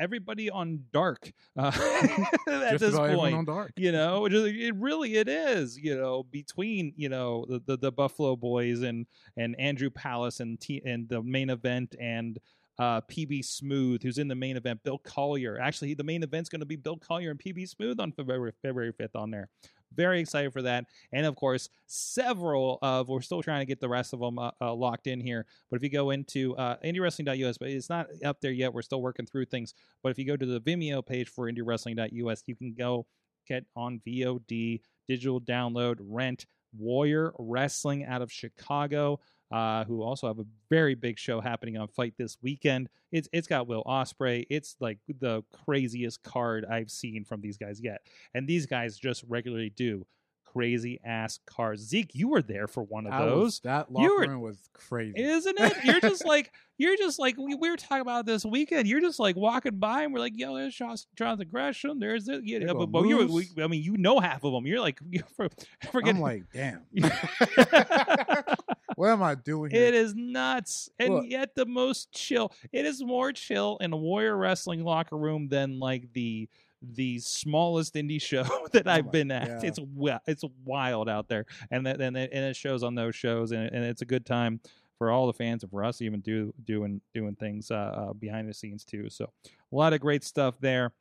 everybody on Dark uh, at
just
this
about everyone
point.
on dark.
you know, it, is- it really it is. You know, between you know the, the, the Buffalo Boys and and Andrew Palace and T- and the main event and uh, PB Smooth, who's in the main event, Bill Collier. Actually, the main event's going to be Bill Collier and PB Smooth on February February fifth on there. Very excited for that, and of course, several of we're still trying to get the rest of them uh, uh, locked in here. But if you go into uh, indiewrestling.us, but it's not up there yet. We're still working through things. But if you go to the Vimeo page for indiewrestling.us, you can go get on VOD, digital download, rent. Warrior Wrestling out of Chicago, uh, who also have a very big show happening on Fight this weekend. It's it's got Will Osprey. It's like the craziest card I've seen from these guys yet, and these guys just regularly do crazy ass cars. Zeke, you were there for one of
I
those.
was, that
You
locker
were-
room was crazy.
Isn't it? You're just like you're just like we, we were talking about this weekend. You're just like walking by and we're like, yo, there's Shos- Jonathan Gresham. There's it. Yeah,
There
but,
go
but you were, we,
Moose.
I mean, you know half of them. You're like, you for, I forget.
I'm like, damn,
it
what am I doing here?
is nuts, and
Look.
yet the most chill. It is more chill in a Warrior Wrestling locker room than like the the smallest indie show that
Oh
I've
my
been at.
God.
It's wi- it's wild out there, and that and it, and it shows on those shows, and, it- and it's a good time for all the fans and for us even do doing doing things uh, uh, behind the scenes too. So a lot of great stuff there.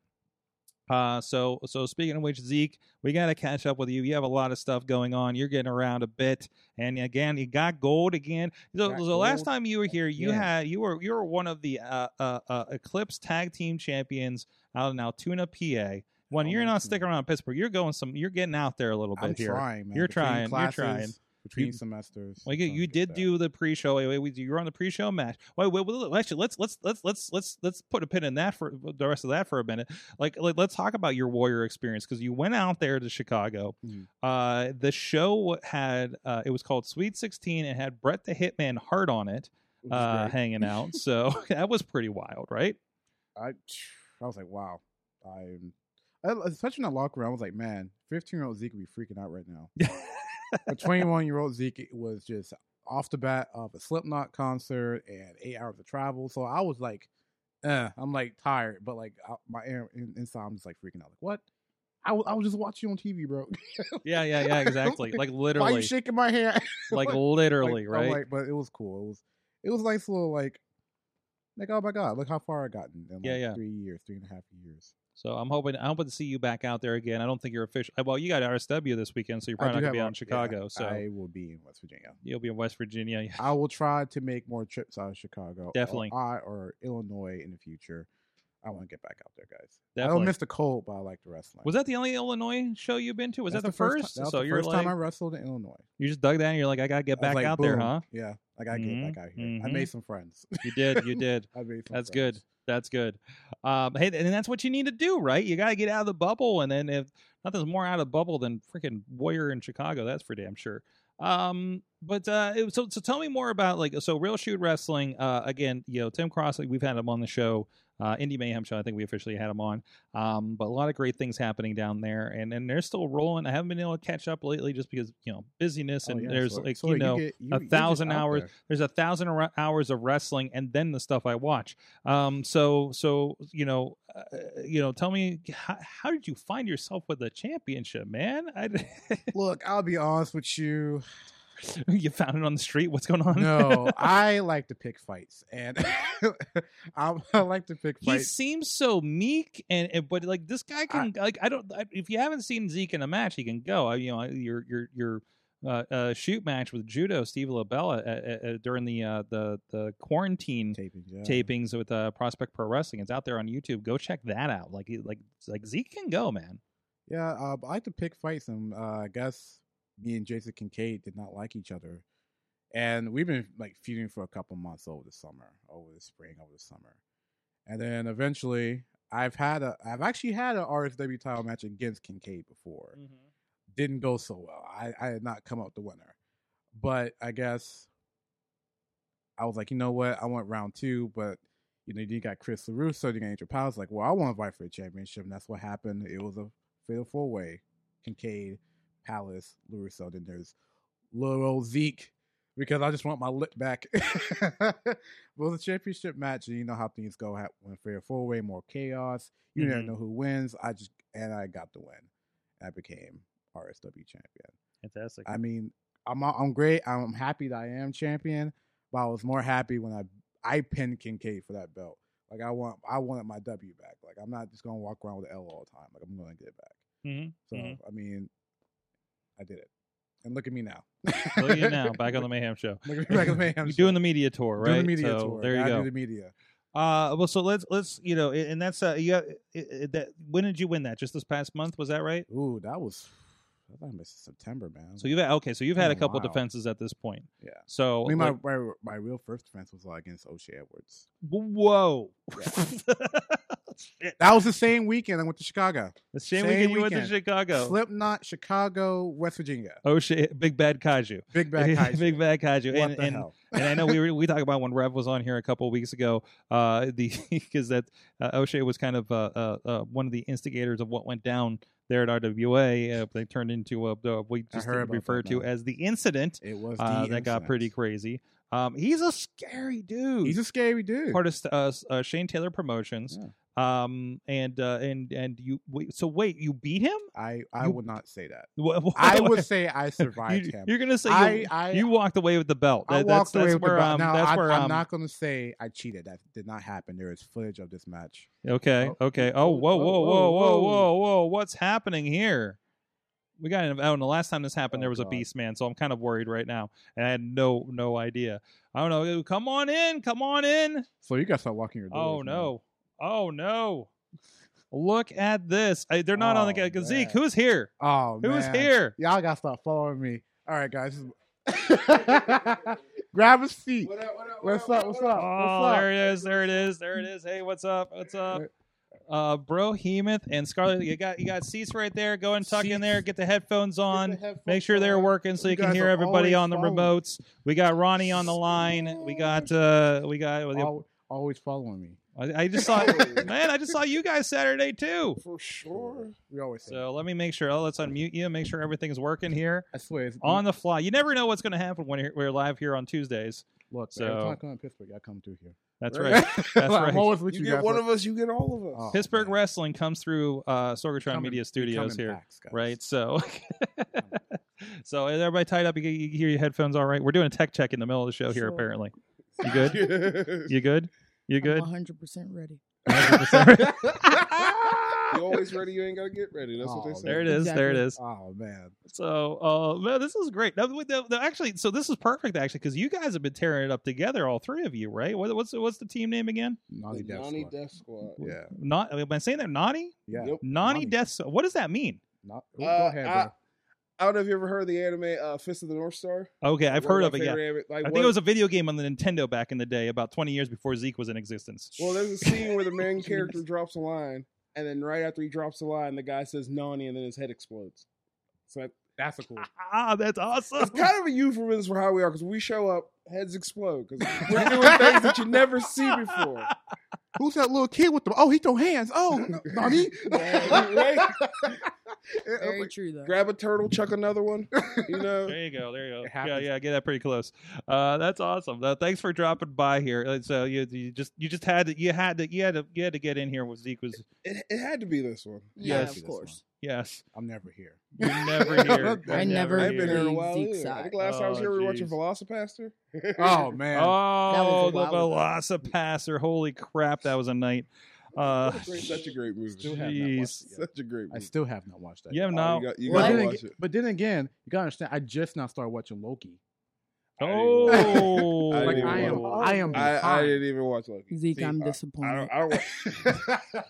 Uh, so so speaking of which, Zeke, we got to catch up with you. You have a lot of stuff going on. You're getting around a bit, and again, you got gold again. So,
Got
so last
gold.
time you were here, you
Yeah.
had you were you were one of the uh, uh, uh, Eclipse Tag Team Champions out in Altoona, PA. When you're not
Altoona.
sticking around Pittsburgh, you're going some. You're getting out there a little bit
Oh, I'm
here.
trying, man.
You're
Between
trying, you're
Classes,
trying.
Between
You-
semesters.
Like you,
trying to
you
get
did
that.
do the pre-show. Wait, wait, wait, you were on the pre-show match. Wait, wait, wait, wait, actually, let's let's let's let's let's let's put a pin in that for the rest of that for a minute. Like, like let's talk about your warrior experience because you went out there to Chicago.
Mhm.
Uh, the show had uh, it was called Sweet Sixteen. It had Brett the Hitman Hart on it,
It was
uh,
great.
hanging out. So that was pretty wild, right?
I, I was like, wow. I'm, I, especially in the locker room, I was like, man, 15 year old Zeke would be freaking out right now. But 21 year old Zeke was just off the bat of a Slipknot concert and eight hours of travel. So I was like, eh, I'm like tired, but like I, my air in, inside, I'm just like freaking out. Like, what? I was, I was just watching you on TV, bro.
yeah, yeah, yeah, exactly. Like
Why you
literally,
shaking my hair?
like
Like,
literally,
Like, oh I'm
right?
like, but it was cool. It was it was a nice little like like oh my god, look how far I gotten in like
Yeah, yeah.
three years, three and a half years.
So I'm hoping I'm hoping to see you back out there again. I don't think you're official. Well, you got RSW this weekend, so you're
I
probably not
do
gonna be
have
out
a-
in Chicago.
yeah,
so
I will be in West Virginia.
you'll be in West Virginia. Yeah.
I will try to make more trips out of Chicago. or
Definitely.
I or Illinois in the future. I want to get back out there, guys. I
Definitely.
don't miss the cold, but I like the wrestling.
Was that the only Illinois show you've been to? Was
That's
that the first?
ti- that was
so
the
you're
first
like
time I wrestled in Illinois.
you just dug that and you're like I gotta get
I was
back
like,
out there,
boom.
huh?
Yeah, I gotta
Mhm,
get back out here. I made some friends.
You did. You did.
I made some
That's
friends. Oh,
good. That's good. Um, hey, and that's what you need to do, right? You got to get out of the bubble, and then if nothing's more out of bubble than freaking Warrior in Chicago, that's for damn sure. Um, but uh, it, so so tell me more about like so Real Shoot Wrestling. Uh, again, you know Tim Cross, like, we've had him on the show, uh, Indie Mayhem show. I think we officially had him on. Um, but a lot of great things happening down there, and and they're still rolling. I haven't been able to catch up lately just because you know busyness,
Oh,
and
yeah,
there's
Sawyer-
like
Sawyer,
you know.
get- you-
a
you get
thousand
out
hours
there.
there's a thousand ar- hours of wrestling and then the stuff I watch. Um, so so you know, uh, you know, tell me how, how did you find yourself with the championship, man? I,
Look, I'll be honest with you.
you found it on the street. What's going on?
No, I like to pick fights, and I'm, I like to pick
He
fights.
seems so meek, and, and but like this guy
I-
can like I don't. I, if you haven't seen Zeke in a match, he can go. I, you know, your your your uh, uh, shoot match with Judo Steve LaBella uh, uh, uh, during the uh, the the quarantine
Taping, yeah.
tapings with uh, Prospect Pro Wrestling. It's out there on YouTube. Go check that out. Like like like Zeke can go, man.
Yeah, uh, I like to pick fights, and uh, I guess me and Jason Kincaid did not like each other, and we've been like feuding for a couple months over the summer, over the spring, over the summer, and then eventually, I've had a, I've actually had an RSW title match against Kincaid before,
Mm. Mm-hmm.
didn't go so well. I, I did not come out the winner. But I guess I was like, you know what? I want round two, but you know, you got Chris LaRusso, you got Angel Powers. Like, well, I want to fight for the championship. And that's what happened. It was a fatal four way Kincaid, Palace, LaRusso. Then there's little Zeke because I just want my lip back. but it was a championship match. And you know how things go ha- when fatal four way, more chaos. You never
Mhm.
know who wins. I just, and I got the win. I became RSW champion.
Fantastic.
I mean, I'm I'm great. I'm happy that I am champion, but I was more happy when I I pinned Kincaid for that belt. Like I want I wanted my W back. Like I'm not just gonna walk around with the L all the time. Like I'm gonna get it back.
Mhm,
So
mhm.
I mean, I did it. And look at me now.
Look at you now, back on the Mayhem Show.
Look at me back on the Mayhem
You're
Show.
doing the media tour, right?
Doing the media
so
tour.
There you
Gotta do
go.
the media.
Uh, well, so let's let's you know, and that's uh, you got, that. When did you win that? Just this past month, was that right?
Ooh, that was I thought I missed September, man.
So you've had okay, so you've had a
Been a
couple
while.
defenses at this point.
Oh, Yeah.
So
I mean, my,
like-
my my real first defense was uh, against O'Shea Edwards.
whoa, Shit.
That was the same weekend I went to Chicago.
The same,
Same
weekend you went to
weekend.
Chicago.
Slipknot, Chicago, West Virginia.
Oh shit! Big bad kaiju.
Big bad Kaiju.
Big bad kaiju.
What
and,
the
and,
hell?
and I know we were, we talked about when Rev was on here a couple of weeks ago. Uh, the because that uh, O'Shea was kind of uh, uh, uh, one of the instigators of what went down there at RWA. Uh, they turned into a, uh, we
I
just
heard about
refer
that,
to
man.
as the incident
It was
uh, that
the
got
incident.
pretty crazy. Um, he's a scary dude.
He's a scary dude.
part of uh, uh, Shane Taylor Promotions. Um, and uh, and and you wait, so wait, you beat him?
I I
You-
would not say that.
Wha- wha-
I would say I survived
you,
him.
You're gonna say you-
I I
you walked away with the belt.
I
That-
walked
that's,
away
that's
with
where,
the
Um,
belt. Now,
that's
I,
where
I'm
um,
not going to say I cheated. That did not happen. There is footage of this match.
Okay.
Oh,
Okay.
oh,
Oh, whoa,
oh,
whoa, whoa,
oh,
whoa,
oh.
whoa, whoa! What's happening here? We got an, oh, and the last time this happened,
Oh,
there was a
God.
beast man, so I'm kind of worried right now, and I had no no idea. I don't know. Come on in. Come on in.
So you got to start walking your doors.
Oh
man.
no. Oh no. Look at this. I, they're not on the
Oh,
ca- Zeke.
man.
Who's here?
Oh man.
Who's here?
Y'all got to stop following me. All right, guys. Grab a seat. What's up? What's up?
Oh,
What's
there
up?
it is. There it is. There it is. Hey, what's up? What's up? Uh, Bro Hemoth and Scarlet, you got you got seats right there. Go and tuck in there.
Seats.
Get the headphones on. Make sure they're working so
You
you can
guys
hear
are
everybody
always
on the
following.
remotes. We got Ronnie on the line. We got uh we got
Al- always following me.
I I just saw man, I just saw you guys Saturday too.
For sure.
We always say.
So let me make sure. let's unmute you. Make sure everything's working here
I swear. It's,
on the fly. You never know what's going to happen when you're- we're live here on Tuesdays.
look.
so-
Every time I come to Pittsburgh, I come through here.
That's right. That's right.
I'm always with
You
you,
get
guys.
one
like-
of us, you get all of us.
Oh,
Pittsburgh
man.
Wrestling comes through uh,
Come
Sorgatron
in-
Media
come
Studios
in
here.
packs, guys.
right? So, so is everybody tied up? You, you hear your headphones all right? We're doing a tech check in the middle of the show here.
Sure.
Apparently, you good? You good? You good?
I'm 100% ready.
you always ready, you ain't gotta get ready. That's what
Oh,
they say.
There it is. There it
Exactly.
is.
Oh man.
So, uh, man, this is great. Now, with the- the- actually, so this is perfect actually because you guys have been tearing it up together, all three of you, right? What, what's what's the team name again?
Naughty
The
Death
Nani
Squad.
Death Squad.
Yeah.
Not am I saying that Nani?
Yeah.
Yep.
Nani
Nani.
Death. Squad. What does that mean?
Not,
Uh,
go ahead,
I,
bro.
I don't know if you ever heard of the anime uh, Fist of the North Star.
Okay, I've
One
heard
my
of it. Yeah.
favorite anime- like,
I think
one-
it was a video game on the Nintendo back in the day, about 20 years before Zeke was in existence.
Well, there's a scene where the main character drops a line, and then right after he drops the line, the guy says "Nani," and then his head explodes. So that-
That's a cool.
Ah, that's awesome.
it's kind of a euphemism for how we are because we show up, heads explode because we're doing things that you never see before.
Who's that little kid with the? Oh, he throw hands. Oh, Nani.
Right?
Very true, though.
Grab a turtle, chuck another one. You know,
There you go. There you go.
It
Yeah,
happens.
yeah, get that pretty close. Uh, that's awesome. Uh, thanks for dropping by here. Uh, So you, you just you just had to you had to you had to you had to get in here with Zeke was
it, it had to be this one.
yeah,
Yes.
of course.
yes.
I'm never here.
You're never here.
I
You're
never
I ain't been here in a
Really
while.
Zeke
Either. I
side.
think last time I was
Oh,
here, we were watching
jeez.
Velocipaster.
Oh man.
Oh,
was a
the
while
Velocipasser! Holy crap, that was a night. Uh,
What a great- such a great movie.
Still have not watched it
Jeez.
yet.
Such a great
I
movie.
still have not watched that.
you
yet.
have
Oh,
not.
you got, you
Well,
got
But
to
then,
watch
aga-
it.
but then again, you gotta understand. I just now started watching Loki.
Oh,
I
Like
didn't
I am,
watch
I am
I, I
behind.
didn't even watch Loki.
Zeke,
See,
I'm
I- I
I
disappointed.
don't. I don't watch,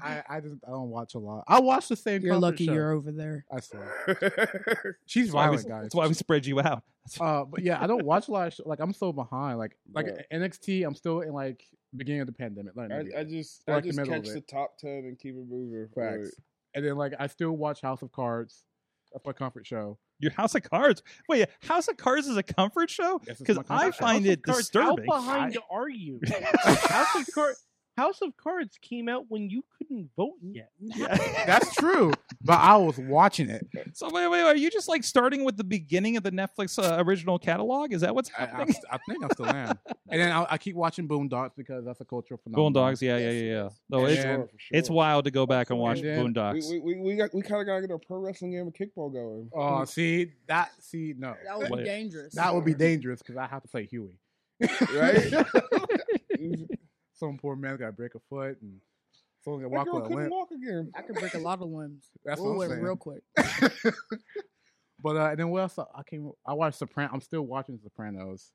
I, I just I don't watch a lot. I watch the same.
you're
concert
lucky
show.
you're over there.
I swear. She's
That's why we-
violent, guys.
That's why we spread you out.
Uh, but yeah, I don't watch a lot of. Show. Like I'm so behind. Like like
Bruh.
NXT, I'm still in like beginning of the pandemic. Like,
I, I just,
Like
I
the
just
middle
catch
of
the
it.
top ten and keep it moving.
Facts. And then like I still watch House of Cards. That's my comfort show.
Your House of Cards. Wait, House of Cards is a comfort show?
Yes, it's
Because
my
I
comfort show.
find
House
it
of Cards, How
disturbing.
behind are you? House of Cards. House of Cards came out when you couldn't vote yet.
Yeah.
That's true. but I was watching it.
so wait, wait, wait, are you just like starting with the beginning of the Netflix uh, original catalog? Is that what's
I, I,
happening?
I think I still am. And then I, I keep watching Boondocks because that's a cultural phenomenon.
Golden Dogs, yeah, yeah, yeah, yeah. No, Oh, it's
And-
it's wild to go back and watch
And then-
Boondocks.
We, we, we got, we kind of got to get a pro wrestling game of kickball going.
Oh, see that? See no,
That would
Wait.
be dangerous.
that would be dangerous because I have to play Huey.
right?
Some poor man got to break a foot and someone got
My
walk
girl
with a
couldn't
limp.
walk again.
I could break a lot of limbs.
That's
We'll
what
win
I'm saying.
real quick.
but uh, and then what else? I I came. I watched Sopran. I'm still watching Sopranos.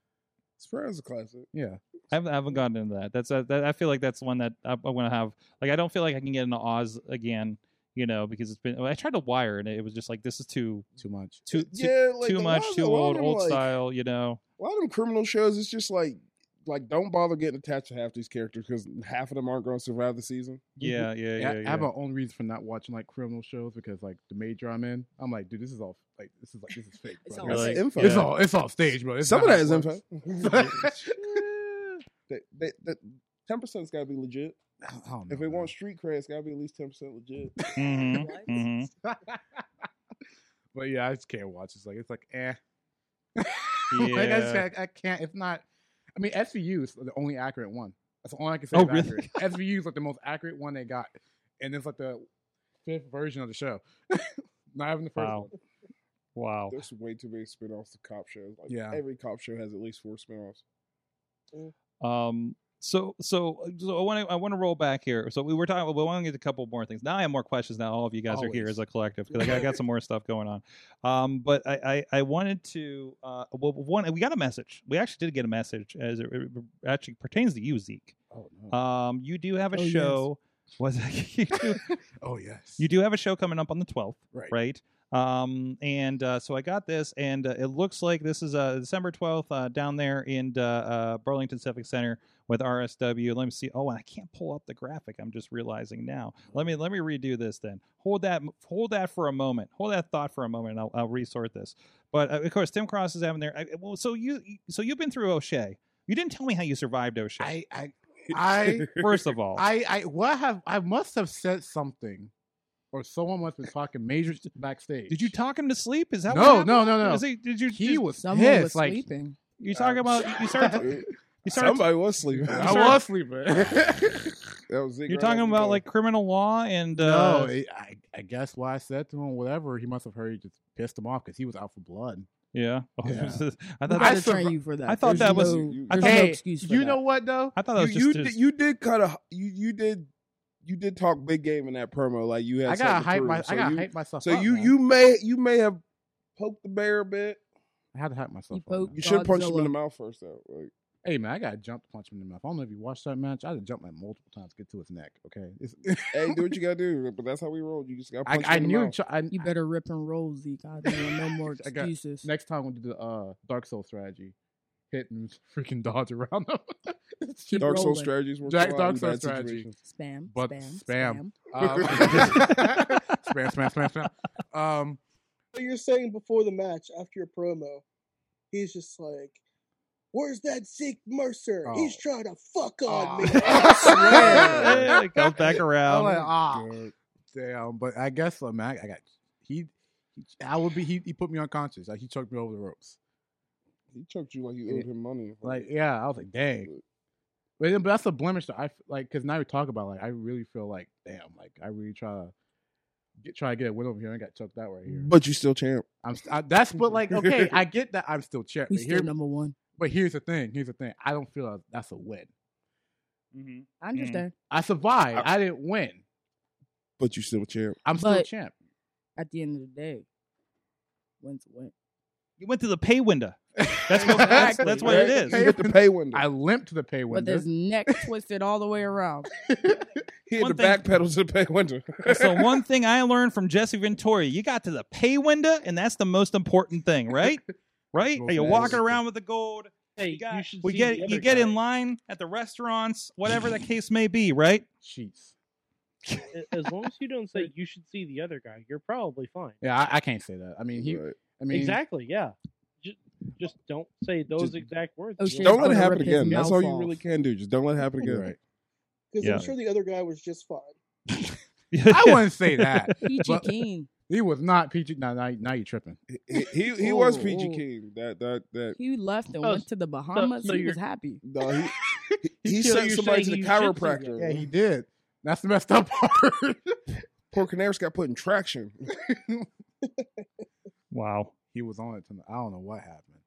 Sopranos a classic.
Yeah,
I haven't, I haven't gotten into that. That's a, that, I feel like that's one that I, I want to have. Like I don't feel like I can get into Oz again, you know, because it's been. I tried to wire and it was just like this is too
too much.
too too,
yeah, like
too
a
much,
lot of-
too
a lot of
old,
them,
old
like-
style, you know.
A lot of them criminal shows, it's just like like don't bother getting attached to half these characters because half of them aren't going to survive the season.
Yeah, yeah, yeah.
I,
yeah.
I have my own reason for not watching like criminal shows because like the major I'm in, I'm like, dude, this is all like this is like this is fake.
It's
bro.
all
Like,
Really?
That's info.
It's all it's all stage, bro. It's
Some of that
not how
is
it
info.
works.
They- they- they- Ten percent's got to be legit.
I don't know,
If it
man.
wants street cred, it's got to be at least ten percent legit.
Mhm,
What?
mhm.
but yeah, I just can't watch. It's like it's like eh. like I, just,
Yeah.
can't- I can't. It's not. I mean, SVU is the only accurate one. That's all I can say.
Oh,
is
really?
accurate. SVU is like the most accurate one they got, and it's like the fifth version of the show. not even the first
Wow.
one.
Wow.
There's way too many spinoffs to cop shows. Like
Yeah.
every cop show has at least four spinoffs.
Um. So so so I want to I want to roll back here. So we were talking. We want to get a couple more things. Now I have more questions. Now all of you guys are here
Always.
as a collective because I got, I got some more stuff going on. Um. But I I, I wanted to. Uh. Well, one we got a message. We actually did get a message as it, it actually pertains to you, Zeke.
Oh no.
Um. You do have a
Oh, yes.
show. Was you do,
oh yes.
you do have a show coming up on the twelfth.
right.
right? Um, and uh, so I got this, and uh, it looks like this is uh, December 12th uh, down there in uh, uh, Burlington Civic Center with RSW. Let me see. Oh, and I can't pull up the graphic. I'm just realizing now. Let me let me redo this then. Hold that hold that for a moment. Hold that thought for a moment. And I'll, I'll resort this. But uh, of course, Tim Cross is having there. I, well, so you so you've been through O'Shea. You didn't tell me how you survived O'Shea.
I I I
First of all,
I I what have I must have said something, or someone must have been talking major s- backstage.
did you talk him to sleep? Is that
No,
what happened?
no, no, no.
Is he, did you?
He
did-
was
Someone
pissed.
was
like
sleeping.
you talking about? You started. You started.
Somebody was sleeping.
I
started-
was sleeping.
That was Zeke
You're
right
talking
after
about
Joe.
like criminal law and
no,
uh,
I I- I guess why I said to him whatever he must have heard. He just pissed him off because he was out for blood.
yeah. Oh,
Yeah.
I
I
thought
I
gotta
that,
sur-
train you for that.
I thought
There's
that was-
no-
I
there's
thought-
no
Hey,
excuse for
you
that.
know what though?
I thought that was
you, you,
just,
did,
just
you did kind of you you did you did talk big game in that promo like you had
I
something
gotta hype
to
my
prove.
I gotta
you,
hype myself.
so
up,
you
man.
you may you may have poked the bear a bit.
I had to hype myself.
You
up, man.
poke-
You should punch him in the
Godzilla.
mouth first though. Like,
Hey man, I got to jump to punch him in the mouth. I don't know if you watched that match. I had to jump like multiple times to get to his neck. Okay, It's-
hey, do what you gotta do. But that's how we rolled. You just got
I,
punched
I
in the
knew.
mouth.
Ch- I,
You better rip and roll, Zeke. I don't want no more
I got-
excuses.
Next time we'll do the uh, Dark Soul strategy. Hit and freaking dodge around them. It's just-
Dark Soul
rolling.
strategies work a
Dark-
lot
Dark
in
Soul
bad
strategy.
situations.
spam,
But spam.
spam, spam, Uh,
Um, spam, spam, spam, spam. Um,
So you're saying before the match, after your promo, he's just like, "Where's that Zeke Mercer? He's
Oh.
trying to fuck on
aw.
me."
I
Yeah, it goes back
am
around.
like, ah, damn. But I guess uh, man, I I got he. he- I would be. He, he put me unconscious. Like he choked me over the ropes.
He choked you like you owed him money.
Like yeah, I was like, dang. But, then- but that's a blemish that I f- like because now we talk about like I really feel like damn like I really try to get try to get a win over here and got choked out right here.
but you still champ.
I'm st- I, that's but like okay I get that I'm still champ.
We
But,
still
here,
number one.
but here's the thing. Here's the thing. I don't feel like that's a win.
Mm-hmm.
I
Mm.
understand.
I
Uh,
survived. I didn't win.
But you still champ.
I'm still
But-
champ.
At the end of the day, wins a win.
You went through the pay window. That's what that's,
Exactly,
that's what it
right?
is.
He hit the pay window.
I limped to the pay
But
window.
his neck twisted all the way around.
he hit
one thing-
the back pedal to the pay window.
So one thing I learned from Jesse Ventura, you got to the pay window, and that's the most important thing, right? Right?
Well,
Are you
that
walking
is-
around with the gold?
Hey,
You
you,
got-
should
We
see
get
the
you
other
get
guy.
in line at the restaurants, whatever the case may be, right?
Jeez.
A- As long as you don't say you should see the other guy, you're probably fine.
Yeah, I, I can't say that. I mean, he.
Right.
I mean,
exactly. Yeah. Just, just don't say those
Just-
exact words.
Oh,
You'll-
shit.
Don't let
gonna
it happen
rip his
again. That's
mouth
all you
off.
really can do. Just don't let it happen
you're
again.
right.
Because
Yeah.
I'm sure the other guy was just fine.
I wouldn't say that.
Peachy
But-
Keen.
He was not peachy. Now, now, now you're tripping.
He he, he was
Oh,
PG
oh.
King. That that that.
He left and
Oh,
went to the Bahamas.
so
he was
you're-
happy.
No, he he, he
So
sent
you're
somebody to
saying
the
you should see
chiropractor.
Yeah, he did. That's the messed up part.
Poor Canaris got put in traction.
Wow.
he was on it tonight. I don't know what happened,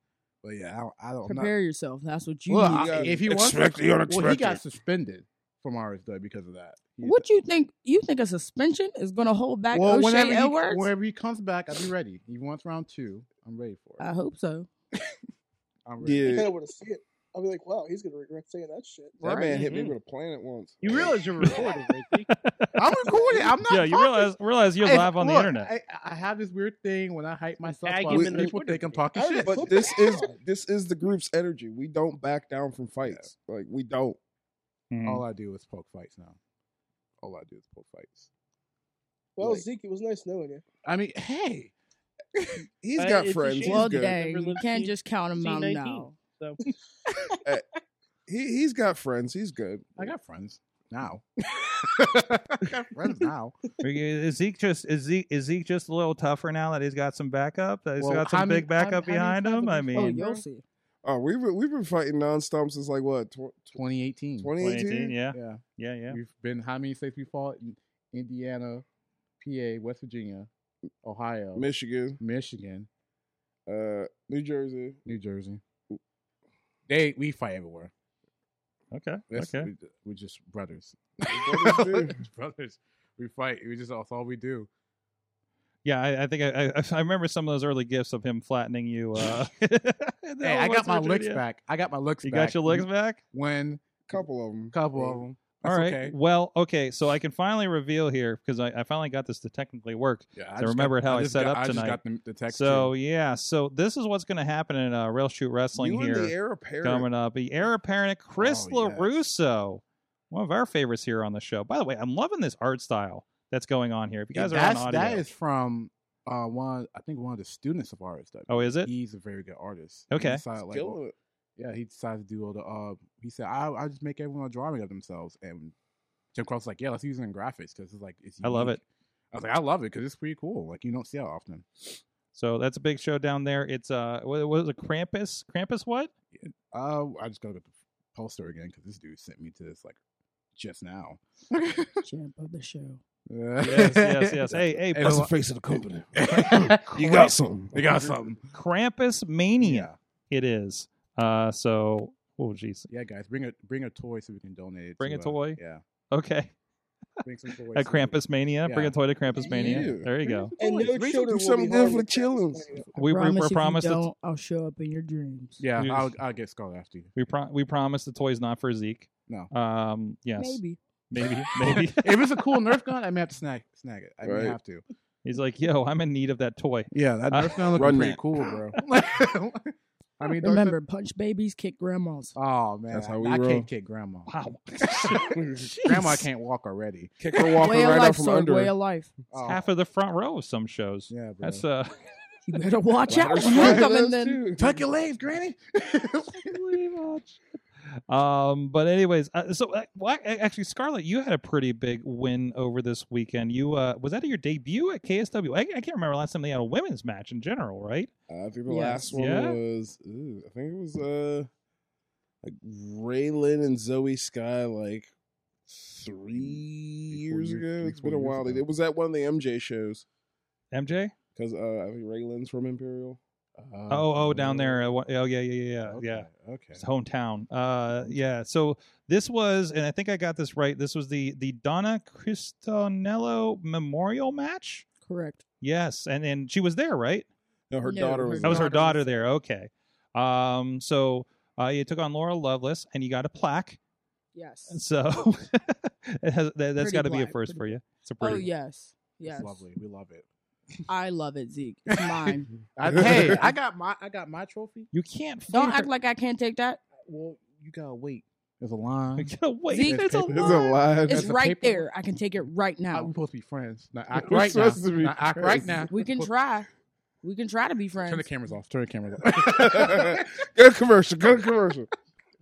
but yeah, I don't. I don't know.
Prepare yourself. That's what you
Well,
need.
I,
gotta
if he wants,
expect the
well, he got
unexpected.
suspended from RSW because of that. He-
what you think? You think a suspension is going to hold back
Well,
O'Shea
whenever he,
Edwards?
whenever he comes back, I'll be ready. He wants round two. I'm ready for it.
I hope so.
I'm ready.
I kind
Uh, Yeah,
of want to see it. I'll be like, wow, he's gonna regret saying that shit.
That man hit me
Mhm.
with a planet once.
You realize you're recording, right? Zeke?
I'm recording. I'm not.
yeah, you
talking.
realize realize you're
If-
live on the
look,
internet.
I, I have this weird thing when I hype myself
Tag
up.
him
in the
people
Twitter
think I'm
feed.
talking
I
shit.
remember-
But this is this is the group's energy. We don't back down from fights. Like we don't.
Mhm.
All I do is poke fights now. All I do is poke fights.
Well,
Like-
Zeke, it was nice knowing you.
I mean, hey,
He's
Uh,
got
it's a
friends. He's
shame
Well,
good.
dang,
Never
you
lived
can't
to
just count them out
19.
now.
So
He he's got friends. He's good.
I got friends now. I got friends now.
Is Zeke just is Zeke is Zeke just a little tougher now that he's got some backup? That he's
Well,
got
how
some
many-
big backup
how- how many
behind
times
him. I
have we
Oh,
mean,
fucked?
you'll
bro.
see.
Oh, we've been, we've been fighting nonstop since like what
2018.
2018,
2018?
yeah,
Yeah.
yeah, yeah.
We've been how many states we fought? In Indiana, PA, West Virginia, Ohio,
Michigan,
Michigan,
uh, New Jersey.
New Jersey. They we fight everywhere.
Okay,
That's,
okay.
we, we're just brothers.
Brothers do.
brothers. We fight. We just that's all we do.
Yeah, I, I think I, I I remember some of those early gifts of him flattening you. Uh,
Hey, I got my licks back. I got my licks
You
back.
got your legs back.
When
Couple of them.
couple of them.
All right. Well, okay. So I can finally reveal here because I, I finally got this to technically work.
Yeah,
I
just
remembered how I
just
set
got-
up
I
tonight.
just got the, the text.
so
too.
yeah. So this is what's going to happen in uh, Rail Shoot Wrestling
you
here.
and the heir apparent.
coming up. The heir apparent Chris
Oh, yes.
LaRusso, one of our favorites here on the show. By the way, I'm loving this art style that's going on here. If you guys are on
that's,
audio,
that is from uh, one. I think one of the students of ours. That
oh, is it?
he's a very good artist.
Okay.
He decided, like,
Killing it.
yeah, he decided to do all the. Uh, he said, "I I just make everyone a drawing of themselves." And Jim Cross was like, "Yeah, let's use it in graphics because it's like it's."
I love
unique." I was like, "I love it because it's pretty cool. Like you don't see that often."
So that's a big show down there. It's uh, what what was it? Krampus? Krampus? What?
Uh, I just gotta get the poster again because this dude sent me to this like just now. Uh,
Champ of the show.
Yes, yes, yes. hey, hey,
That's the
face of the company.
you
You got something.
You got something.
Krampus
Yeah.
Mania. It is. Uh, so oh jeez.
Yeah, guys, bring a bring a toy so we can donate it.
Bring
to,
a
uh,
toy?
yeah,
Okay,
bring some toys.
at
so we can-
Krampus Mania. Bring a
Yeah.
toy to Krampus Mania.
Yeah.
There you go.
And no
Bring some-
children
do
will
something
be
good
harmed
for the
with Krampus
chillins.
Mania.
We we,
promise
we
if you
promised the
don't, I'll show up in your dreams.
Yeah,
Yeah.
I'll I'll get Scarlet after you.
we pro- we promised the toys not for Zeke.
No.
Um. Yes.
Maybe.
Maybe. Maybe.
if it's a cool Nerf gun, I may have to snag snag it. I
Right.
may have to.
He's like, yo, I'm in need of that toy.
Yeah, that
Uh,
Nerf gun looks
Run
pretty
that.
cool, bro. I mean, don't-
Remember, punch babies, kick grandmas.
Oh man,
That's how
I-
we
I
roll.
can't kick grandma.
Wow.
grandma can't walk already.
Kick her walking
way of
right out
life,
from
sword,
under.
way
her.
of life.
Oh,
Half of the front row of some shows.
yeah, bro.
That's uh
You better watch out
Ladder
when you're
strap.
coming
That's
in.
true.
Tuck your legs, Granny.
um but anyways uh, so uh, well, ac- actually scarlett you had a pretty big win over this weekend you uh was that your debut at ksw i, I can't remember last time they had a women's match in general right
I think the
Yes.
last one
Yeah?
was ooh, I think it was uh like Raylan and Zoe Sky like three years,
years-
ago.
three,
It's been
four
a
years
while. They
ago.
did- It was at one of the MJ shows
mj
because uh, I think Raylan's from Imperial.
oh oh down there uh, wha- oh yeah yeah yeah yeah yeah
Uh, Okay.
His hometown. Uh, yeah. So this was, and I think I got this right. This was the the Donna Cristanello Memorial Match.
Correct.
Yes, and and she was there, right?
No, her
No,
daughter
her
was.
That was her
Daughter
daughter
was-
there. Okay. Um. So uh, you took on Laura Lovelace, and you got a plaque.
Yes.
So it has, that, that's
Pretty
got to be a
plaque,
first for
pretty
you. It's a pretty.
Oh yes.
It's
Yes.
lovely. We love it.
I love it, Zeke. It's mine.
I, hey, I got my I got my trophy.
You can't.
Don't
fire-
act like I can't take that.
Well, you gotta wait. There's a line.
Get away.
Zeke,
There's
it's a
paper.
There's
lot.
a lot.
It's
That's a
right
paper.
there. I can take it right
I-
now.
we're supposed to be friends. Not act
We're
right now.
supposed to be
Not act right
friends.
now.
We can
We're-
try. We can try to be
Turn the
friends.
cameras off. Turn the cameras off.
Good commercial. Good commercial.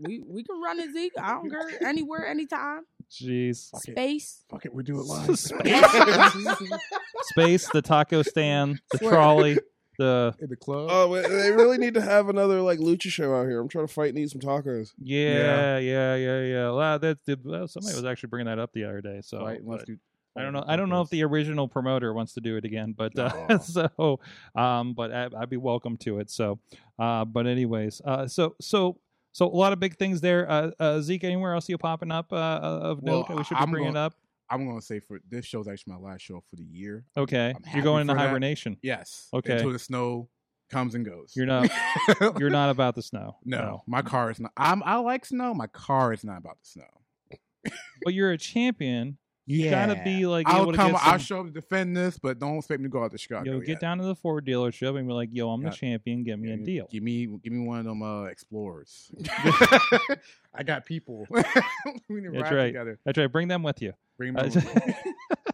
We we can run it, Zeke. I don't care. Anywhere, anytime.
Jeez.
Fuck it.
Space.
Fuck it. We do it
Space,
live.
space, the taco stand, the
Swear.
trolley, the
In the club.
Oh, but they really need to have another like lucha show out here. I'm trying to fight and eat some tacos.
Yeah, yeah, yeah, yeah. Well, that's the, well, somebody was actually bringing that up the other day. So
Right, let's
but
do-
I don't know. I don't know if the original promoter wants to do it again, but uh,
Aw.
so, um, but I, I'd be welcome to it. So, uh, but anyways, uh, so so so a lot of big things there. Uh, uh Zeke, anywhere else you popping up uh, of
Well,
note that we should
I-
be
I'm
bringing
gonna-
up?
I'm gonna say for this show's actually my last show for the year.
Okay,
I'm
you're
happy
going
for
into
that.
hibernation.
Yes.
Okay.
Into the snow. comes and goes.
You're not- You're not about the snow.
no, my car is not. I'm. I like snow. My car is not about the snow.
But you're a champion. You gotta be like
I'll
able to
come.
get
I'll
some-
show up to defend this, but don't expect me to go out to Chicago.
yo, get
yet.
down to the Ford dealership and be like, yo, I'm
Yeah.
the champion, give me a
Give-
deal.
Give me, give me one of them uh, explorers. I got people. we need to
That's
ride
right.
together.
That's right, bring them with you.
Bring
Uh,
them over.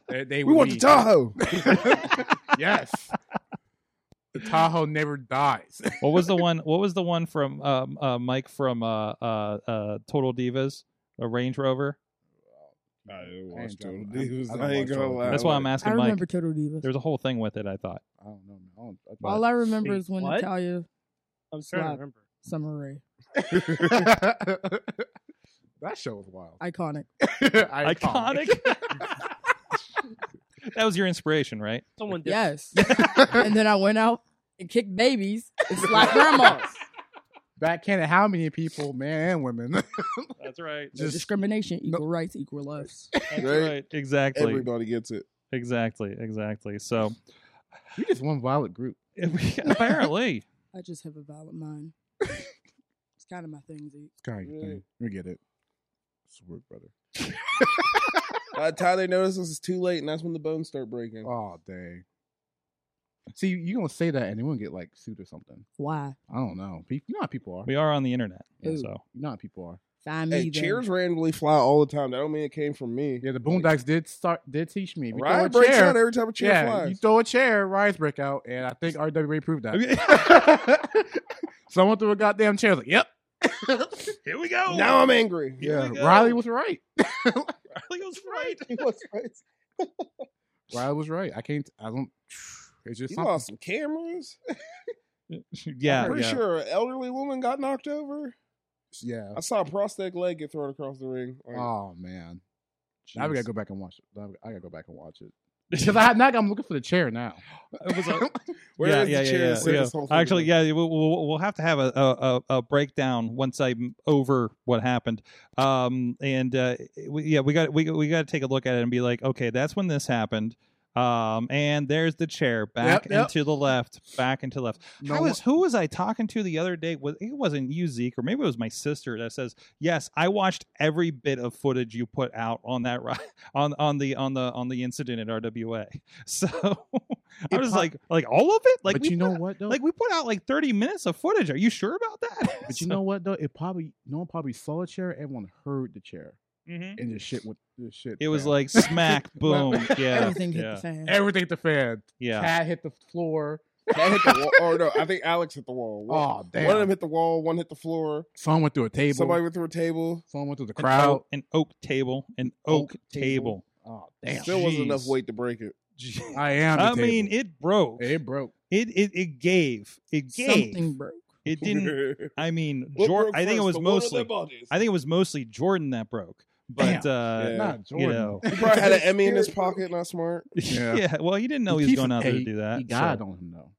they, they
We
will
want the
be-
Tahoe.
yes. The Tahoe never dies.
What was the one what was the one from um, uh, Mike from uh, uh, uh, Total Divas? A Range Rover?
I ain't
watch Total
gonna-
Divas.
I
I
ain't
watch
gonna
Total
lie.
Divas.
That's why I'm
like-
I
asking Uh, Mike.
remember Total Divas.
There was a whole thing with it, I thought.
I don't know. man. I don't, I
All I remember is when
What?
Natalia
I'm
Slap.
trying to remember.
Summer Rae.
that show was wild.
Iconic.
that was your inspiration, right?
Someone did.
Yes. and then I went out and kicked babies and slapped grandmas.
Backhanded how many people, men and women?
That's right.
No
Just-
discrimination,
no-
equal rights, equal loves.
That's
Right.
right. Exactly.
Everybody gets it.
Exactly. Exactly. So
you just one violent group.
apparently.
I just have a violent mind. it's kind of my thing, Z.
Kind
Right.
thing. We get it. It's work, brother.
By the time Uh, they notice this is too late, and that's when the bones start breaking.
Oh dang. See, you gonna say that and you won't get like sued or something.
Why?
I don't know. Pe- You know how people are.
We are on the internet.
Ooh.
So
You know how people are.
Find me.
hey,
then.
chairs randomly fly all the time. That don't mean it came from me.
Yeah, the Boondocks did start did teach me. If you throw
Ryan
a
breaks
chair-
out every time a chair
yeah, you
flies.
throw a chair, rise break out, and I think RWA proved that.
Okay.
Someone threw a goddamn chair. I was Like, yep.
here we go.
Now I'm angry.
Yeah,
go.
Riley was right.
was right.
What's right?
Riley was right. I can't. I don't. It's just
You
something.
lost some cameras.
Yeah.
I'm
yeah.
pretty sure an elderly woman got knocked over.
Yeah.
I saw a prosthetic leg get thrown across the ring. Like,
Oh man. Now we gotta go back and watch it. Now we- I gotta go back and watch it because I now I'm looking for the chair now.
It was a-
where
yeah,
is
yeah,
the
yeah,
chair?
yeah,
that set
yeah.
this whole thing
Actually,
up?
yeah, we'll, we'll, we'll have to have a, a, a a breakdown once I'm over what happened. Um, and uh, we, yeah, we got we we got to take a look at it and be like, okay, that's when this happened. Um, and there's the chair back
Yep, yep.
into the left, back into the left.
No
I
one-
was who was I talking to the other day? Was it wasn't you, Zeke, or maybe it was my sister that says, "Yes, I watched every bit of footage you put out on that ri- on on the on the on the incident at RWA." So I
It
was
po-
like, like all of it, like
but
we
you know
put,
what though?
like we put out like thirty minutes of footage. Are you sure about that?
but you know what though? It probably no one probably saw the chair. Everyone heard the chair,
Mhm.
and the shit with the shit.
it was
fell.
like smack, boom, yeah,
Everything hit
yeah,
the fan.
everything hit the fan.
yeah.
Cat hit the floor.
That hit the wall. Or no, I think Alex hit the wall. One-
Oh damn!
One of them hit the wall. One hit the floor.
Someone went through a table.
Somebody went through a table.
Someone went through the
An
crowd.
oak- an oak table, an oak,
Oak
table.
table. Oh damn!
Still wasn't enough
Jeez.
weight to break it.
I am. The
I mean,
table.
it broke.
it, broke.
It it it gave. It gave.
Something broke.
It didn't. I mean,
What
Jordan.
broke
I think it
first,
was
the wood or
mostly.
their bodies?
I think it was mostly Jordan that broke. But uh,
Yeah.
Not Jordan.
know.
He probably had an Emmy in his pocket. Not smart.
yeah.
Yeah.
Well, he didn't know he, was
keeps-
going out there
hey,
to do that.
He died
so-
on him though.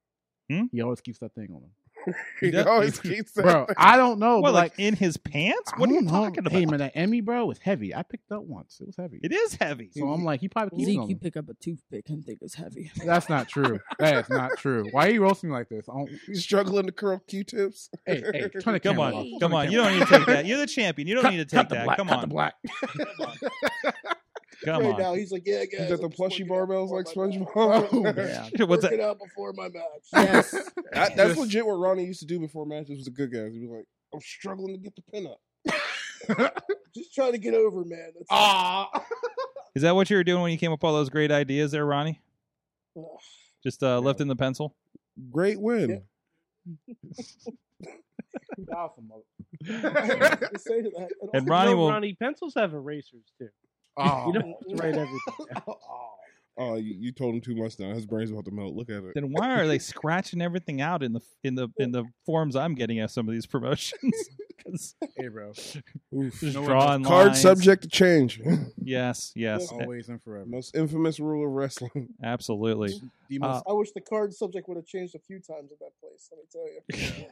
Hmm?
He always keeps that thing on him,
He
does-
always keeps that.
bro. I don't know,
What,
but
like,
Oh, like,
in his pants?
I
What are you
don't know.
talking about?
Hey man, that Emmy bro was heavy. I picked up once. It was heavy.
it is heavy.
So I'm like, he probably keeps it
Zeke,
on
you
him.
pick up a toothpick and think it's heavy.
That's not true. That is not true. Why are you roasting me like this? I don't,
struggling to curl Q-tips.
hey, hey, turn the
Come
camera
on,
off. Turn
come
the
on. You don't
camera
need to
off.
take that. You're the champion. You don't
Cut-
need to take
cut the
that.
black,
come,
cut
on.
the black.
come
right
on,
now, he's like, yeah, guys.
He's at the
I'm just
plushy
working out
barbells
before
like
my match.
SpongeBob.
Yeah.
What's
Working
that?
out before my match.
yes.
That- that's
Just-
legit what Ronnie used to do before matches was a good guys. He'd be like, I'm struggling to get the pin up.
Just trying to get over, man. That's
Ah. Aw.
Is that what you were doing when you came up with all those great ideas there, Ronnie?
Ugh.
Just uh, lifting the pencil.
Great win.
Yeah. to say to that. at
And
all.
Ronnie
You know,
will. Oh.
Ronnie, pencils have erasers too.
Aw.
You don't have to write everything. down.
Oh, you, you told him too much now. His brain's about to melt. Look at it.
Then why are they scratching everything out in the in the in the forms I'm getting at some of these promotions? 'Cause
Hey, bro.
just
No one
drawing
Card
lines.
subject to change.
Yes, yes, a-
Always and forever.
Most infamous rule of wrestling.
absolutely.
The
Uh,
most
I wish the card subject would have changed a few times at that place. Let me tell you.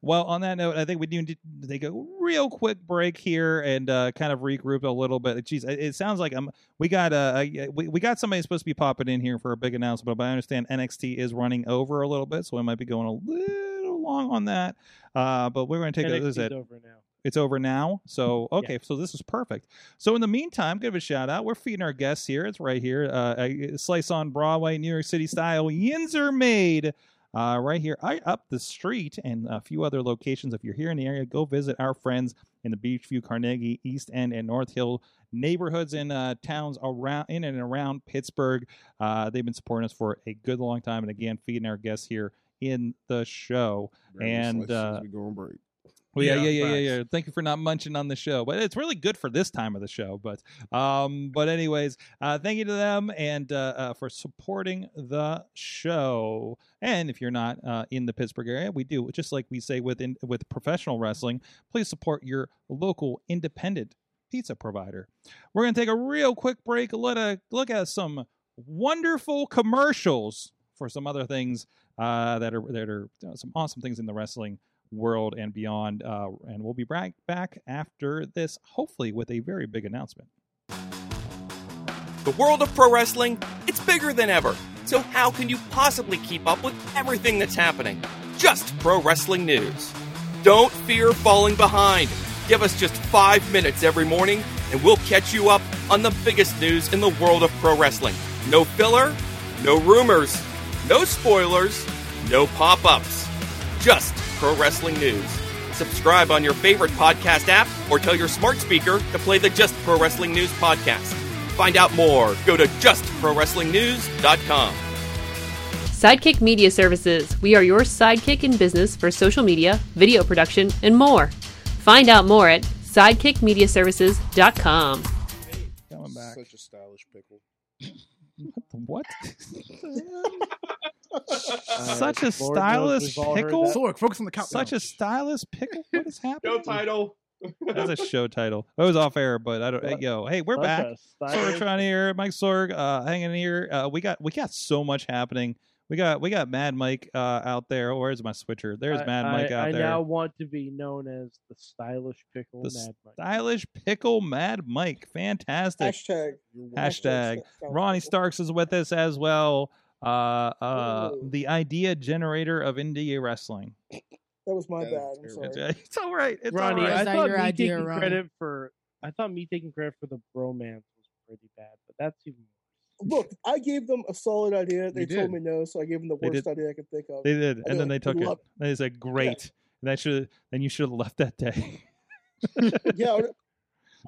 Well, on that note, I think we need to take a real quick break here and uh, kind of regroup a little bit. Jeez, it, it sounds like I'm. We got uh, I- we, we got somebody supposed to be popping in here for a big announcement, but I understand NXT is running over a little bit, so we might be going a little long on that. Uh, but we're going to take a, this
NXT's
is it.
over now.
It's over now. So okay, so this is perfect. So in the meantime, give a shout out. We're feeding our guests here. It's right here. Uh, uh, Slice on Broadway, New York City style. Yinzer made. Uh, right here, I, up the street, and a few other locations. If you're here in the area, go visit our friends in the Beachview, Carnegie, East End, and North Hill neighborhoods and uh, towns around in and around Pittsburgh. Uh, they've been supporting us for a good long time, and again, feeding our guests here in the show. And, uh,
we go on break.
Well, yeah,
Yeah,
yeah, yeah, yeah,
facts.
yeah. Thank you for not munching on the show, but it's really good for this time of the show. But, um, but anyways, uh, thank you to them and uh, uh, for supporting the show. And if you're not uh, in the Pittsburgh area, we do just like we say with in, with professional wrestling. Please support your local independent pizza provider. We're gonna take a real quick break. Let a look at some wonderful commercials for some other things uh, that are that are you know, some awesome things in the wrestling world and beyond. Uh, and we'll be right back after this, hopefully, with a very big announcement.
The world of pro wrestling, it's bigger than ever. So how can you possibly keep up with everything that's happening? Just pro wrestling news. Don't fear falling behind. Give us just 5 minutes every morning and we'll catch you up on the biggest news in the world of pro wrestling. No filler, no rumors, no spoilers, no pop-ups. Just pro wrestling news. Subscribe on your favorite podcast app or tell your smart speaker to play the Just Pro Wrestling News podcast. Find out more. Go to justprowrestlingnews.com.
Sidekick Media Services. We are your sidekick in business for social media, video production, and more. Find out more at sidekickmediaservices.com.
Coming back.
Such a stylish pickle.
What?
Uh,
Such
Lord
a
knows
stylist
we've all heard
pickle.
that.
Sorg, focus on the count.
Such a stylist pickle. What is happening?
Show title.
That's a show title. That was off air, but I don't. hey, yo, hey, we're
Such
back.
a
Sorg
stylist-
trying here. Mike Sorg, uh, hanging here. Uh, we got we got so much happening. We got we got Mad Mike uh, out there. Oh, where's my switcher? There's
I-
Mad
I-
Mike out
I
there.
now want to be known as the stylish pickle
The
Mad Mike.
Stylish pickle, Mad Mike. Fantastic.
Hashtag.
Hashtag Ronnie Starks is with us as well. Uh, uh,
Ooh.
the idea generator of indie wrestling.
That was my
That
bad.
is
I'm
terrible.
sorry.
It's, uh, it's all right. It's
Ronnie,
all
Was
I
right.
that
thought
your
me
idea,
taking
Ronnie?
credit for I thought me taking credit for the bromance was pretty bad, but that's even
Look, I gave them a solid idea. They
You
told
did.
me no, so I gave them the
They
worst
did.
idea I could think of.
They did, and then
know.
they took it.
Love
They said, "Great." That should then you should have left that day.
yeah, I-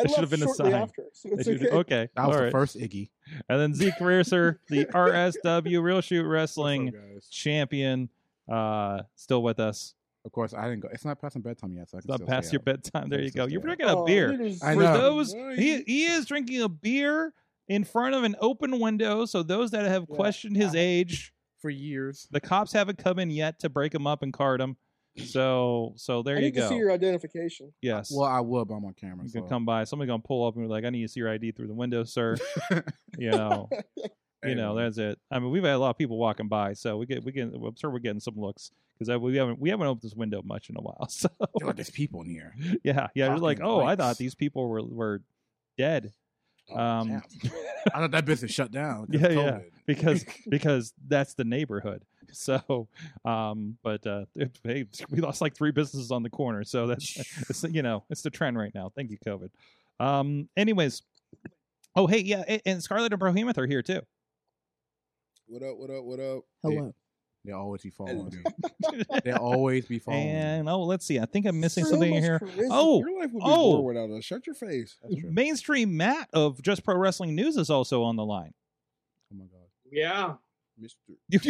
I
It should
left
have been a
shortly
sign.
after. So
They
it's
should-
okay.
okay,
That was
all
the
right.
first Iggy.
And then Zeke Rearser, the RSW Real Shoot
What's up,
Wrestling
guys?
champion, uh, still with us.
Of course, I didn't go. It's not past my bedtime yet, so I can
It's not
still
past
stay
your
up.
bedtime. There
Can
you
still
go. You're
stay up.
drinking a
Oh,
beer.
it is
I
for
know.
those
Nice.
he, he is drinking a beer in front of an open window so those that have
Yeah.
questioned his age
for years.
the cops haven't come in yet to break him up and card him so so there
I
you
need to
go
see your identification.
yes
Well, I would, but I'm on camera.
you
So.
can come by somebody's gonna pull up and be like i need to see your id through the window sir you know you know
Anyway.
that's it i mean we've had a lot of people walking by so we get we get i'm sure we're getting some looks because we haven't we haven't opened this window much in a while so
Yo, like, there's people in here.
yeah yeah you're like
Fucking
oh i
breaks.
thought these people were were dead um
Damn. I thought that business shut down. 'cause
Yeah,
of
yeah.
COVID.
because because that's the neighborhood. So, um, but uh, it- hey, we lost like three businesses on the corner. So that's it's, you know it's the trend right now. Thank you, COVID. Um, anyways, oh hey, yeah, a- and Scarlet and Behemoth are here too.
What up? What up? What up?
Hello.
They always be following me. They always be following me.
And oh, let's see, I think I'm missing
So
something
much
here.
charisma.
Oh,
Your life would be
Oh.
boring without us. Shut your face.
That's true.
mainstream Matt of Just Pro Wrestling News is also on the line.
Oh my god.
Yeah.
Mister.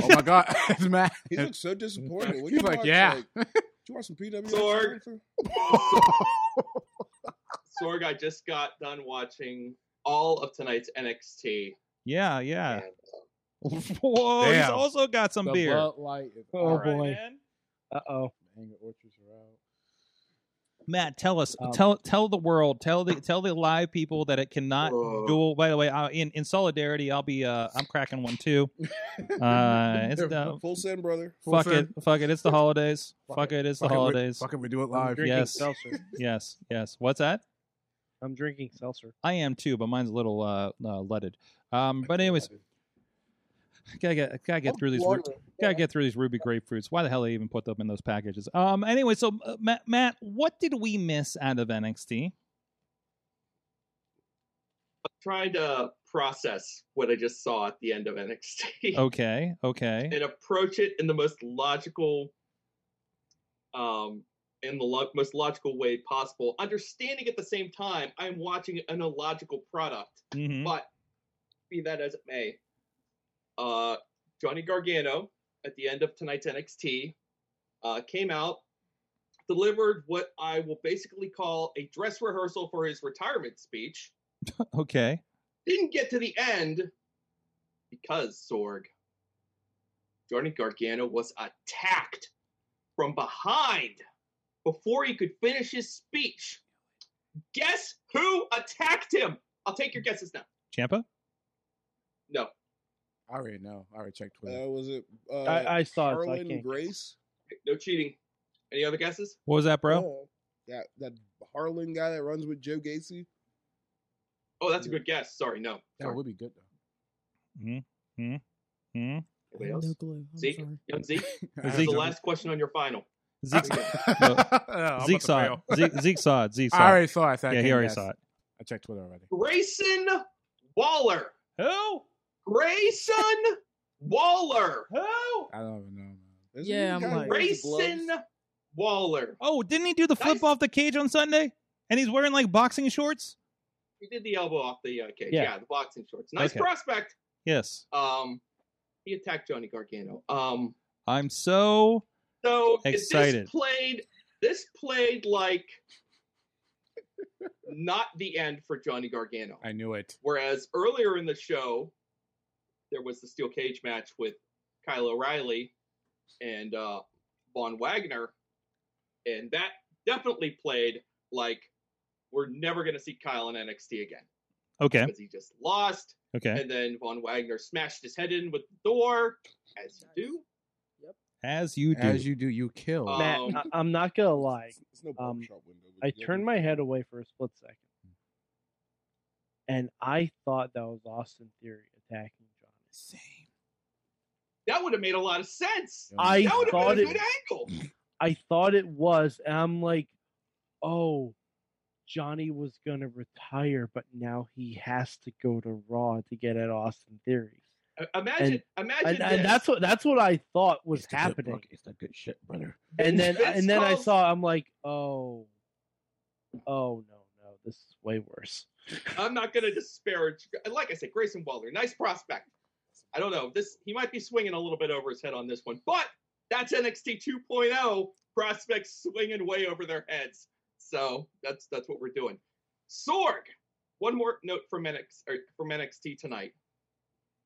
Oh my god. it's Matt.
He looks so disappointed. What
He's
you
like,
watch,
yeah.
like, do you want some PW?
Sword. Sorg, I just got done watching all of tonight's NXT.
yeah, yeah.
and, uh,
Whoa, he's
Damn.
also got some
The
beer.
Bud Light is
Oh,
alright.
boy.
man.
Uh oh.
Hang the orchards are out.
Matt, tell us,
Um,
tell tell the world, tell the tell the live people that it cannot
Whoa.
duel. By the way, I, in in solidarity, I'll be uh, I'm cracking one too. Uh, it's the
Full send, brother.
fuck it, fuck it. It's the holidays.
Fuck
Fuck it, it's the
Fuck it, we-
holidays.
Fuck it, we do it
I'm
live.
drinking
yes.
seltzer.
Yes, yes. What's that?
I'm drinking seltzer.
I am too, but mine's a little uh, uh leaded. Um, but anyways, gotta get gotta get through these. ru- Gotta get through these ruby grapefruits. Why the hell they even put them in those packages? Um. Anyway, so uh, Matt, Matt, what did we miss out of NXT?
trying to process what I just saw at the end of
Oh,
NXT
Okay, okay.
and approach it in the most logical, um, in the lo- most logical way possible. Understanding at the same time, I'm watching an illogical product.
hmm
But be that as it may, uh, Johnny Gargano at the end of tonight's NXT uh, came out, delivered what I will basically call a dress rehearsal for his retirement speech.
Okay.
Didn't get to the end because Sorg, Johnny Gargano was attacked from behind before he could finish his speech. Guess who attacked him? I'll take your guesses now.
Champa.
No,
I already know. I already checked Twitter.
Uh, was it uh,
I, I saw it. So I
Harlan
can't.
Grace?
no cheating. Any other guesses?
What was that,
Oh.
bro?
That that Harlan guy that runs with Joe Gacy?
Oh, that's a good guess. Sorry, no.
that would be good though.
Hmm?
Anybody else?
No clue. I'm
Zeke?
sorry.
Young Zeke,
I
this is
Zeke-
the last question on your final.
Zeke's-
No,
No.
I'm about
Zeke
to
saw
fail.
it. Zeke, Zeke saw it. Zeke saw
I
it.
already saw it. so I
Yeah, he
can't
already
guess.
saw it.
I checked Twitter already.
Grayson Waller.
Who?
Grayson Waller. Who?
I don't even know. Man.
Isn't
Yeah,
he
I'm
kinda
like-
wearing the gloves?
Grayson Waller.
Oh, didn't he do the flip
Nice.
off the cage on Sunday? And he's wearing like boxing shorts.
He did the elbow off the uh, cage.
Yeah.
Yeah. the boxing shorts. Nice
Okay.
prospect.
Yes.
Um, he attacked Johnny Gargano. Um,
I'm so
so
Excited.
this played. This played like not the end for Johnny Gargano.
I knew it.
Whereas earlier in the show, there was the steel cage match with Kyle O'Reilly and uh, Von Wagner, and that definitely played like we're never going to see Kyle in NXT again
okay.
because he just lost,
Okay.
and then Von Wagner smashed his head in with the door, as you do.
As you do.
As you do, you kill.
Uh,
Matt,
Um,
I, I'm not gonna lie.
It's- it's no
Um,
barbershop window, but
I
yeah,
turned
we-
my head away for a split second, and I thought that was Austin Theory attacking Johnny.
Same.
That would have made a lot of sense.
I
that would have
thought
been a
it-
good angle.
I thought it was, and I'm like, oh, Johnny was gonna retire, but now he has to go to Raw to get at Austin Theory,
I- Imagine, imagine,
and, and
this.
that's what that's what I thought was
It's the good
happening.
book. It's the good shit, brother.
and then
Vince
and then I
calls-
saw I'm like, oh, oh no, no, this is way worse.
I'm not going to disparage. Like I said, Grayson Waller, nice prospect. I don't know. This he might be swinging a little bit over his head on this one, but that's NXT 2.0 oh, prospects swinging way over their heads. So that's that's what we're doing. Sorg, one more note from NXT or from NXT tonight.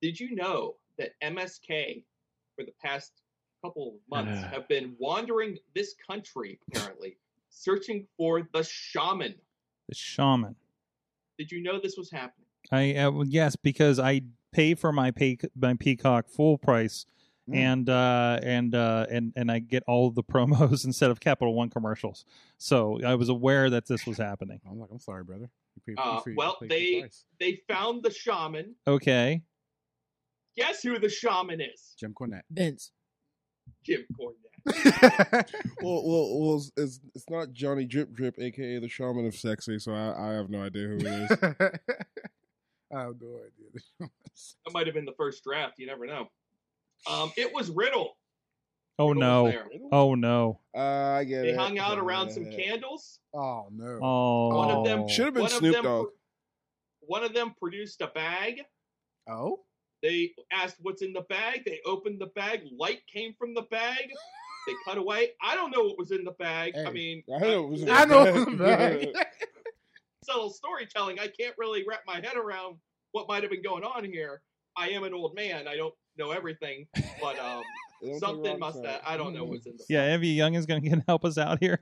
Did you know that MSK for the past couple of months have been wandering this country apparently searching for the shaman?
the shaman.
Did you know this was happening?
I uh, well, yes, because I pay for my pay, my Peacock full price,
Mm.
and uh, and uh, and and I get all of the promos instead of Capital One commercials. So I was aware that this was happening.
I'm like, I'm sorry, brother. You pre-
Uh,
pre-
well,
played
they-
twice.
They found the shaman.
Okay.
Guess who the shaman is?
Jim Cornette.
Vince.
Jim Cornette.
Well, well, well it's, it's, it's not Johnny Drip Drip, aka the Shaman of Sexy, so I, I have no idea who it is.
I have no idea.
That might have been the first draft. You never know. Um, it was Riddle.
Oh
Riddle was
no.
there.
Oh no.
Uh, I get
They
it.
hung out around some
Yeah.
candles.
oh no.
Oh.
One of them
Should have been
one
Snoop
of them,
Dogg.
pro- One of them produced a bag.
Oh.
They asked what's in the bag. They opened the bag. Light came from the bag. They cut away. I don't know what was in the bag. I
Hey,
mean,
I know it was. in
I
the
know
bag.
the bag.
subtle storytelling. I can't really wrap my head around what might have been going on here. I am an old man. I don't know everything, but um,
Don't take
something
wrong
must
side.
have. I don't know what's in the.
Yeah, Evie Young is going to help us out here.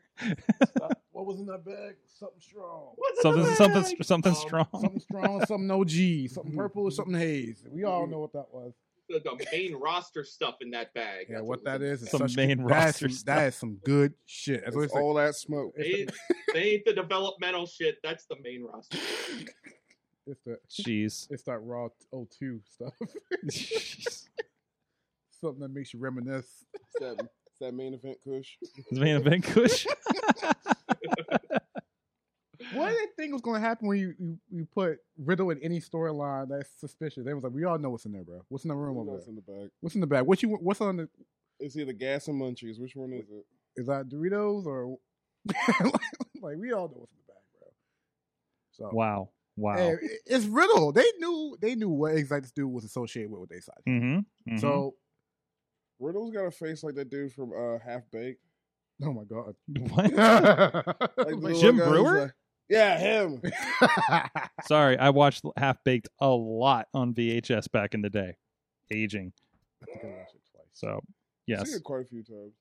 What was in that bag? Something strong.
What's in the
Something, something,
bag?
str- something
Um,
Oh.
strong.
Something strong, something no G, something purple, or something haze. We all know what that was.
The, the main roster stuff in that bag.
Yeah,
That's
what
was
that
in
is is
Some
such
main
good, that is
roster
some-
stuff.
That is some good shit. That's
It's
what it's like.
all that smoke.
They ain't, they ain't the developmental shit. That's the main roster.
It's the
Jeez.
it's that raw O2 stuff.
Jeez.
something that makes you reminisce.
It's that, it's that main event Kush.
Is main event Kush?
What did they think was going to happen when you, you, you put Riddle in any storyline that's suspicious? They was like, we all know what's in there, bro. What's in the room
Who
over
knows
there?
in the back?
What's in the bag? What you what's on the
It's either gas and munchies. Which one is it?
is that Doritos or like we all know what's in the bag, bro. So
wow. Wow.
hey, it- it's Riddle. They knew they knew what exactly this dude was associated with with their side.
Mm-hmm.
So
Riddle's got a face like that dude from uh, Half Baked.
oh my god.
what?
Like the
Like,
little
Jim
guy who's
Brewer?
like- yeah, him.
Sorry, I watched Half Baked a lot on VHS back in the day. Aging. So
I've seen
yes.
it quite a few times.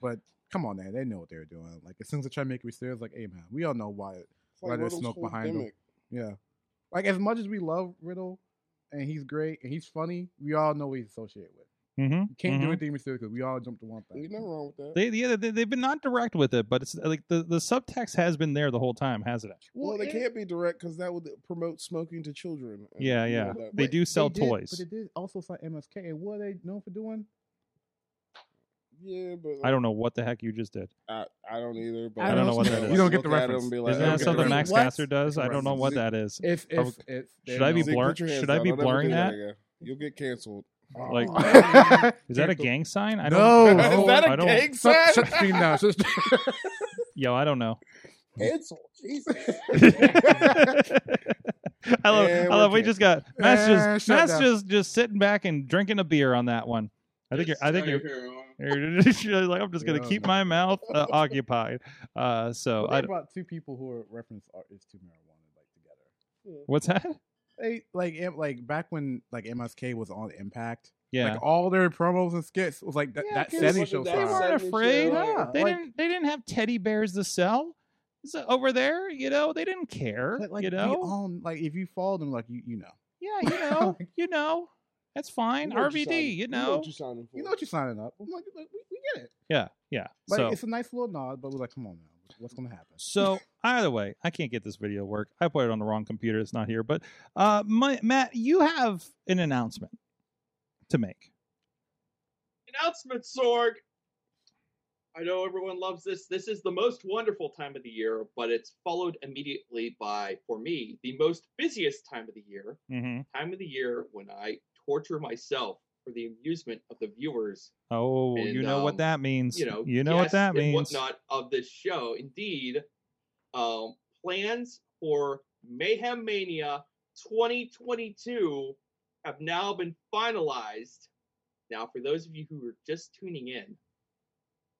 but come on, man, they know what they were doing. Like as soon as they try to make it serious, like, hey man, we all know why.
It's
Why
like
there's
Riddle's
smoke
whole
behind him?
gimmick.
Yeah, like as much as we love Riddle and he's great and he's funny, we all know what he's associated with.
Mm-hmm.
You can't do anything mysterious because we all jump to one
Ain't
thing.
nothing wrong with that.
They, yeah, they, they've been not direct with it, but it's uh, like the, the subtext has been there the whole time, hasn't it?
well, they
it-
can't be direct because that would promote smoking to children. And
Yeah,
you know
yeah.
that-
They do sell
did-
toys.
but they did also sign MSK. And what are they known for doing?
yeah, but
I don't know what the heck you just did.
I, I don't either. But
I don't know what that
just
is.
look
You
don't get the
at 'em
reference.
and be
Like,
Isn't that
okay,
something
right.
Max
What?
Gaster does? I don't know what that is.
It's it's
Okay.
it's.
Should
they
I be
know-
Zeke,
blur-
put your hands
should I
down.
be
Don't ever
blurring
do
that?
again. You'll get canceled.
like-
Oh.
Is that a
Cancel.
gang sign? I
No.
don't,
Is
that a
I don't,
gang sign?
Shut, shut the screen down. Shut the
Yo, I don't know.
Cancel. Jesus.
I love, I
And we're
love. We
canceled.
just got Matt's
And
just
Eh, shut
Matt's
down.
just just sitting back and drinking a beer on that one. I think you're. I think you're. you're just- you're like I'm just gonna
Yeah,
keep
no.
my mouth uh, occupied. Uh, so
Well,
I,
they brought two people who are reference artists to marijuana like together.
what's that?
They like am- like back when like MSK was on Impact.
Yeah,
Like all their promos and skits was like that,
Yeah,
that
'cause
setting
look
show
at that
they
Wow.
style.
weren't
Seventy
afraid.
show,
yeah.
They
Like-
didn't. They didn't have teddy bears to sell So over there. You know, they didn't care.
But, like
you
we
know,
all- like if you follow them, like you you know,
yeah, you know, you know. That's fine.
You know what
RVD,
signing-
you
You know
know.
what you're signing for.
you know what you're signing up. I'm like, like, we, we get it.
yeah, yeah.
Like
so
it's a nice little nod, but we're like, come on now, what's gonna happen?
So either way, I can't get this video to work. I put it on the wrong computer. It's not here. But uh, my, Matt, you have an announcement to make.
Announcement, Sorg. I know everyone loves this. This is the most wonderful time of the year, but it's followed immediately by, for me, the most busiest time of the year.
Mm-hmm.
Time of the year when I torture myself for the amusement of the viewers
Oh,
And,
you know what
um,
that means.
you know,
what
guests
that
and
means.
whatnot of this show. Indeed, um, plans for Mayhem Mania 2022 have now been finalized. Now, for those of you who are just tuning in,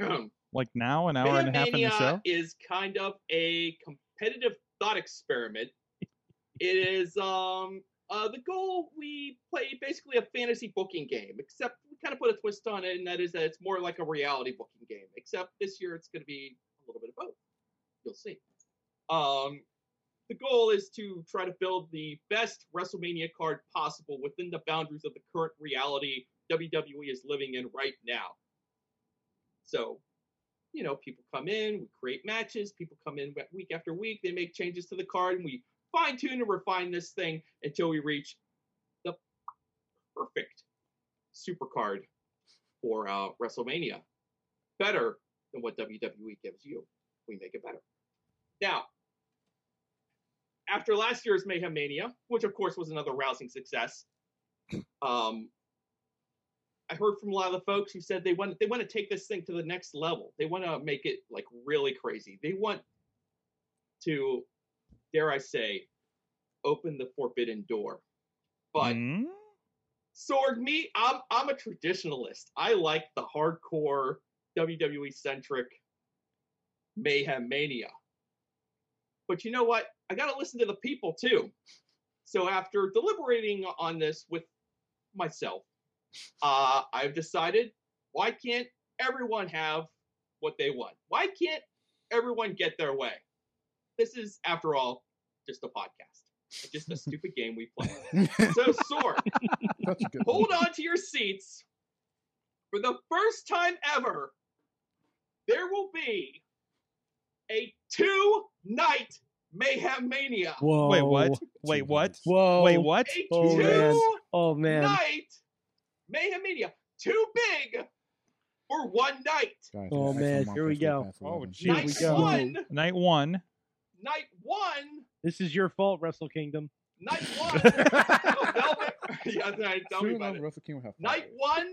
um,
Like now, an hour and
Mayhem
a half in the show.
Mania is kind of a competitive thought experiment. it is um uh the goal we play basically a fantasy booking game, except we kind of put a twist on it, and that is that it's more like a reality booking game. Except this year it's going to be a little bit of both. You'll see. Um, the goal is to try to build the best WrestleMania card possible within the boundaries of the current reality WWE is living in right now. So, you know, people come in, we create matches, people come in we- week after week, they make changes to the card, and we fine tune and refine this thing until we reach the perfect super card for uh, WrestleMania. Better than what WWE gives you. We make it better. Now, after last year's Mayhem Mania, which of course was another rousing success, um, I heard from a lot of the folks who said they want they want to take this thing to the next level. They want to make it like really crazy. They want to, dare I say, open the forbidden door. But
Mm?
Sorg, me, I'm I'm a traditionalist. I like the hardcore WWE centric mayhem mania. But you know what? I gotta listen to the people too. So after deliberating on this with myself, uh, I've decided why can't everyone have what they want? Why can't everyone get their way. This is, after all, just a podcast. It's just a stupid game we play. So, Sword,
Such a good
hold on to your seats. For the first time ever, there will be a two night Mayhem Mania.
Whoa.
Wait, what? Wait, what?
Oh, Whoa.
Wait, what?
A
Oh, man.
two
Oh man.
night Mayhem Mania. Too big for one night.
Guys,
Oh,
excellent
man,
month
here we
for State
go.
Pass
Oh,
11.
Here
night
we go.
one.
Night one.
Night one.
This is your fault, Wrestle Kingdom.
Night one. the Velvet. Yeah, that's right, tell me
Soon
about
enough,
it.
Russell King will have
Night
five.
one.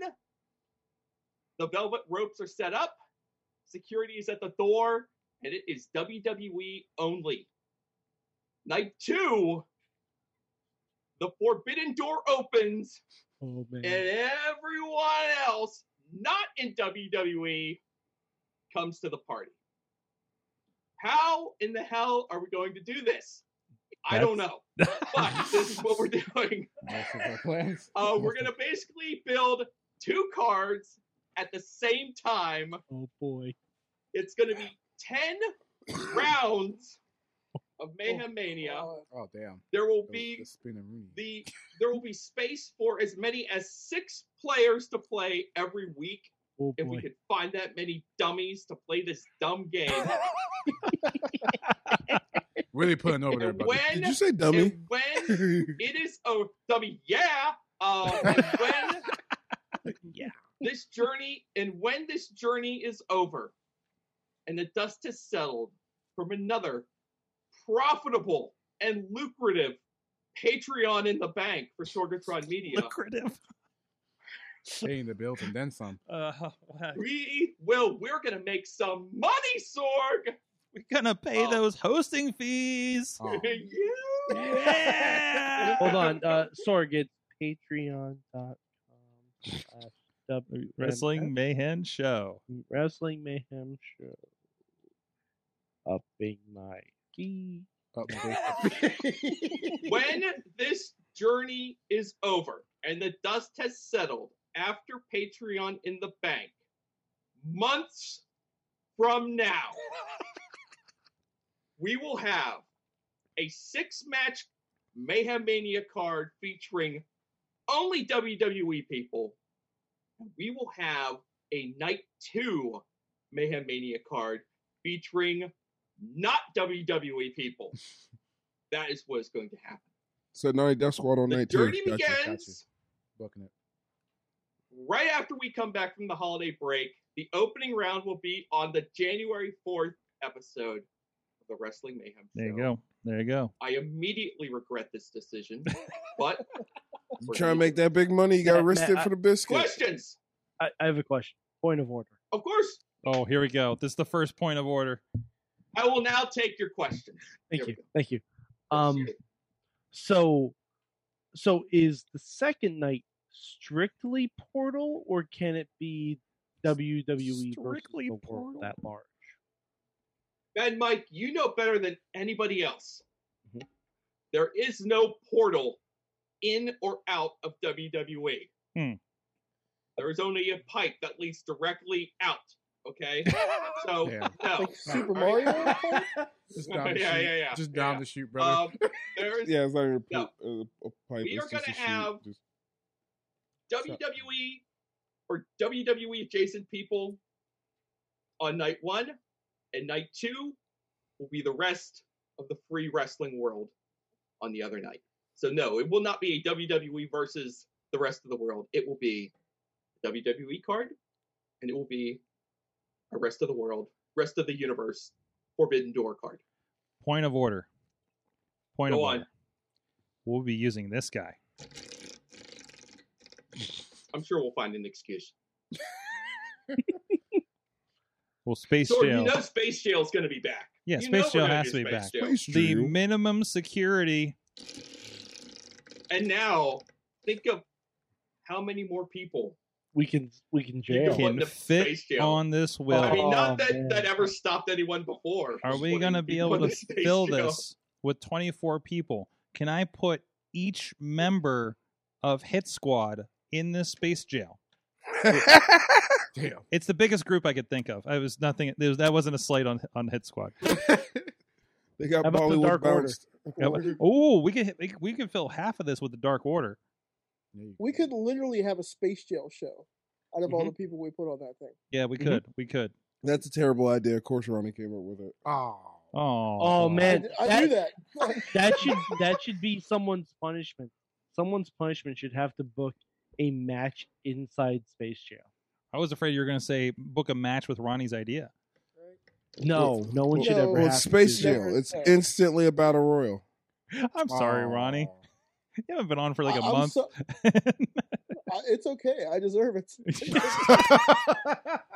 The Velvet ropes are set up. Security is at the door, and it is WWE only. Night two. The forbidden door opens.
Oh man.
and everyone else not in WWE comes to the party. How in the hell are we going to do this? I don't know, but this is what we're doing.
Most of our plans.
Uh,
Most
we're
of-
going to basically build two cards at the same time.
Oh boy.
It's going to be 10 rounds of Mayhem Mania.
God.
Oh damn!
There will
That was
be
just spinning room.
the there will be space for as many as six players to play every week
Oh
if we
boy.
could find that many dummies to play this dumb game.
really putting over there,
and
buddy.
when
Did you say dummy?
and when it is a dummy, yeah. Uh, and when
Yeah.
this journey and when this journey is over, and the dust has settled from another profitable and lucrative Patreon in the bank for Sorgatron Media.
Lucrative.
Paying the bills and then some.
Uh,
Uh-huh.
wow.
We will. We're gonna make some money, Sorg.
We're gonna pay
Oh.
those hosting fees.
Oh,
yeah.
Yeah.
Hold on. Uh Sorg, it's patreon.com slash WMF. uh,
Wrestling Mayhem Show.
Wrestling Mayhem Show. Upping my key.
up there.
when this journey is over and the dust has settled after Patreon in the bank, months from now, we will have a six match Mayhem Mania card featuring only WWE people. And we will have a night two Mayhem Mania card featuring not WWE people. That is what is going to happen.
So now Death Squad on
The
night
journey
two.
begins
Booking it.
right after we come back from the holiday break. The opening round will be on the January 4th episode of the Wrestling Mayhem Show.
There you go. There you go.
I immediately regret this decision, but
You trying to make that big money? You got to
Matt,
risk
Matt,
it
I-
for the biscuit.
questions.
I, I have a question. Point of order.
Of course,
Oh, here we go. This is the first point of order.
I will now take your questions.
Thank
There we
you.
go.
Thank you. Um so so is the second night strictly portal or can it be WWE
Strictly
versus the world
Portal?
that large?
Ben, Mike, you know better than anybody else.
Mhm.
There is no portal in or out of WWE.
Hmm.
There is only a pipe that leads directly out. Okay, so
Damn.
no.
Like Super
All right.
Mario. Party?
Just
Yeah,
down the
yeah,
chute.
yeah,
Just
yeah.
down the chute, brother.
Um, there is
Yeah, it's not even a,
No.
poop, uh, a pipe.
We
it's
are
just
gonna
a shoot.
have-
Just-
WWE E or WWE adjacent people on night one, and night two will be the rest of the free wrestling world on the other night. So, no, it will not be a WWE versus the rest of the world. It will be a WWE card, and it will be a rest of the world, rest of the universe, Forbidden Door card.
Point of order. Point
Go
of
on.
order. We'll be using this guy.
I'm sure we'll find an excuse.
Well, Space
So,
Jail.
you know, Space Jail is going to be back.
Yeah,
You
Space
know we're
Jail
gonna
has
do
to be
Space
back.
Jail.
Space
the
Jam.
minimum security.
And now think of how many more people.
We can we can
You
jail.
can
Can
the
fit
Space Jam.
on this will.
I mean,
Oh,
not that
man.
that ever stopped anyone before.
Are
Just
we
putting
going to be able
people in
to
the Space
fill
Jam.
this with 24 people? Can I put each member of Hit Squad in this space jail?
Damn.
It's the biggest group I could think of. I was nothing. There was, that wasn't a slate on on Hit Squad.
They got
How about the
Bollywood
Dark Order?
bounced.
oh, we could we could- we could fill half of this with the Dark Order.
We could literally have a space jail show out of all
Mm-hmm.
the people we put on that thing.
Yeah, we
Mhm.
could. We could.
That's a terrible idea. Of course, Ronnie came up with it.
Oh.
Oh,
Oh man,
I, I knew that. Like,
that should that should be someone's punishment. Someone's punishment should have to book a match inside space jail.
I was afraid you were going to say book a match with Ronnie's idea.
No, no one should
No.
ever.
Well,
have
it's
to
Space
do that.
Jam.
Never
It's
said.
instantly a battle royal.
I'm
Oh.
sorry, Ronnie.
Aw.
You haven't been on for like a
I- I'm
month.
so- I, it's okay. I deserve it.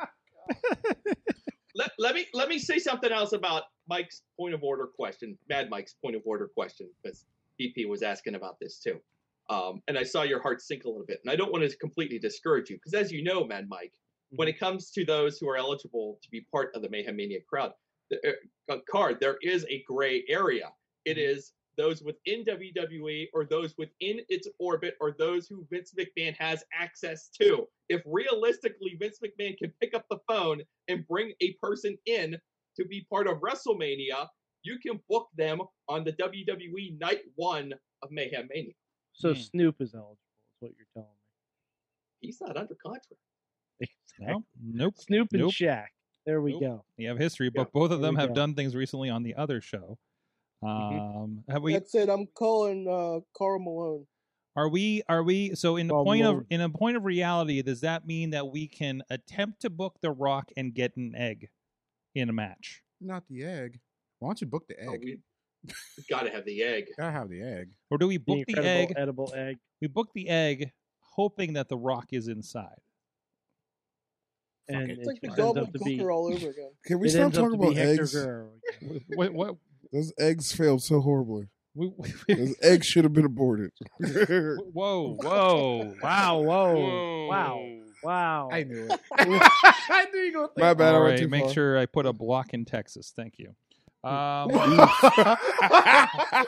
Let, let me let me say something else about Mike's point of order question, Mad Mike's point of order question, because BP was asking about this too. Um, and I saw your heart sink a little bit, and I don't want to completely discourage you, because as you know, Mad Mike, when it comes to those who are eligible to be part of the Mayhem Mania crowd, the, uh, card there is a gray area. It is those within WWE or those within its orbit or those who Vince McMahon has access to. If realistically Vince McMahon can pick up the phone and bring a person in to be part of WrestleMania, you can book them on the WWE Night One of Mayhem Mania.
So
Hmm.
Snoop is eligible. Is what you're telling
He's not under contract.
me?
No, nope.
Snoop and
Nope.
Shaq. There we
Nope.
go.
You have history,
Yeah,
but both of
there
them
we
have
go. Mm-hmm.
done things recently on the other show. Um, have we?
That's it. I'm calling uh, Carl Malone.
Are we? Are we? So in the
Well,
point of
we'll-
in a point of reality, does that mean that we can attempt to book The Rock and get an egg in a match?
Not the egg. Why don't you book the
Oh,
egg?
we gotta have the egg.
Gotta have the egg.
Or do we
The
book the,
incredible
egg?
edible egg.
We book the egg, hoping that the rock is inside.
Fuck
And
it.
It's like the
it ends
double
up to be.
cooker all over again.
Can we
It
stop
ends up
talking
to be
about
Hector
eggs?
Guerrero. again.
What? What?
Those eggs failed so horribly.
we- we-
Those eggs should have been aborted.
whoa! Whoa!
Wow! Whoa!
Oh.
Whoa.
Wow! Wow!
I knew it. I knew you were
My
gonna
bad. I
All
went
right,
too
make
far.
sure I put a block in Texas. Thank you. Um,
think.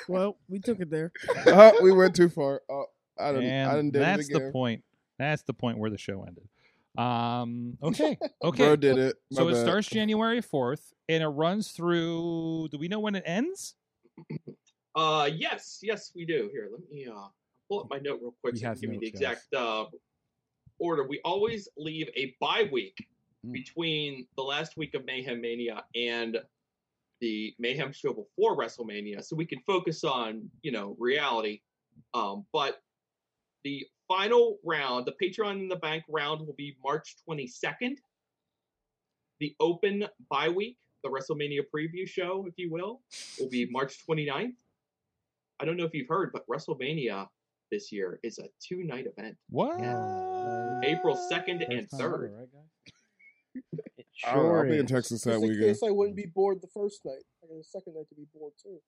Well, we took it there.
Uh, we went too far. Uh, I didn't. I didn't
and
did
that's
it again.
the point. That's the point where the show ended. Um, okay. Okay.
Bro did it. My
So it
bad.
starts January 4th and it runs through. Do we know when it ends?
Uh, yes, yes, we do. Here, let me uh, pull up my note real quick.
He
So you can
has
give me the
notes, guys.
exact uh, order. We always leave a bye week
Mm.
between the last week of Mayhem Mania and the Mayhem show before WrestleMania, so we can focus on you know reality. Um, but the final round, the Patreon in the Bank round, will be March 22nd. The open bye week, the WrestleMania preview show, if you will, will be March 29th. I don't know if you've heard, but WrestleMania this year is a two night event.
What?
uh, April 2nd and
First time ever,
3rd.
right, guys?
It
I don't know,
sure
I'll be in
is.
Texas that
Just in
weekend.
case I wouldn't be bored the first night. I got a second night to be bored too.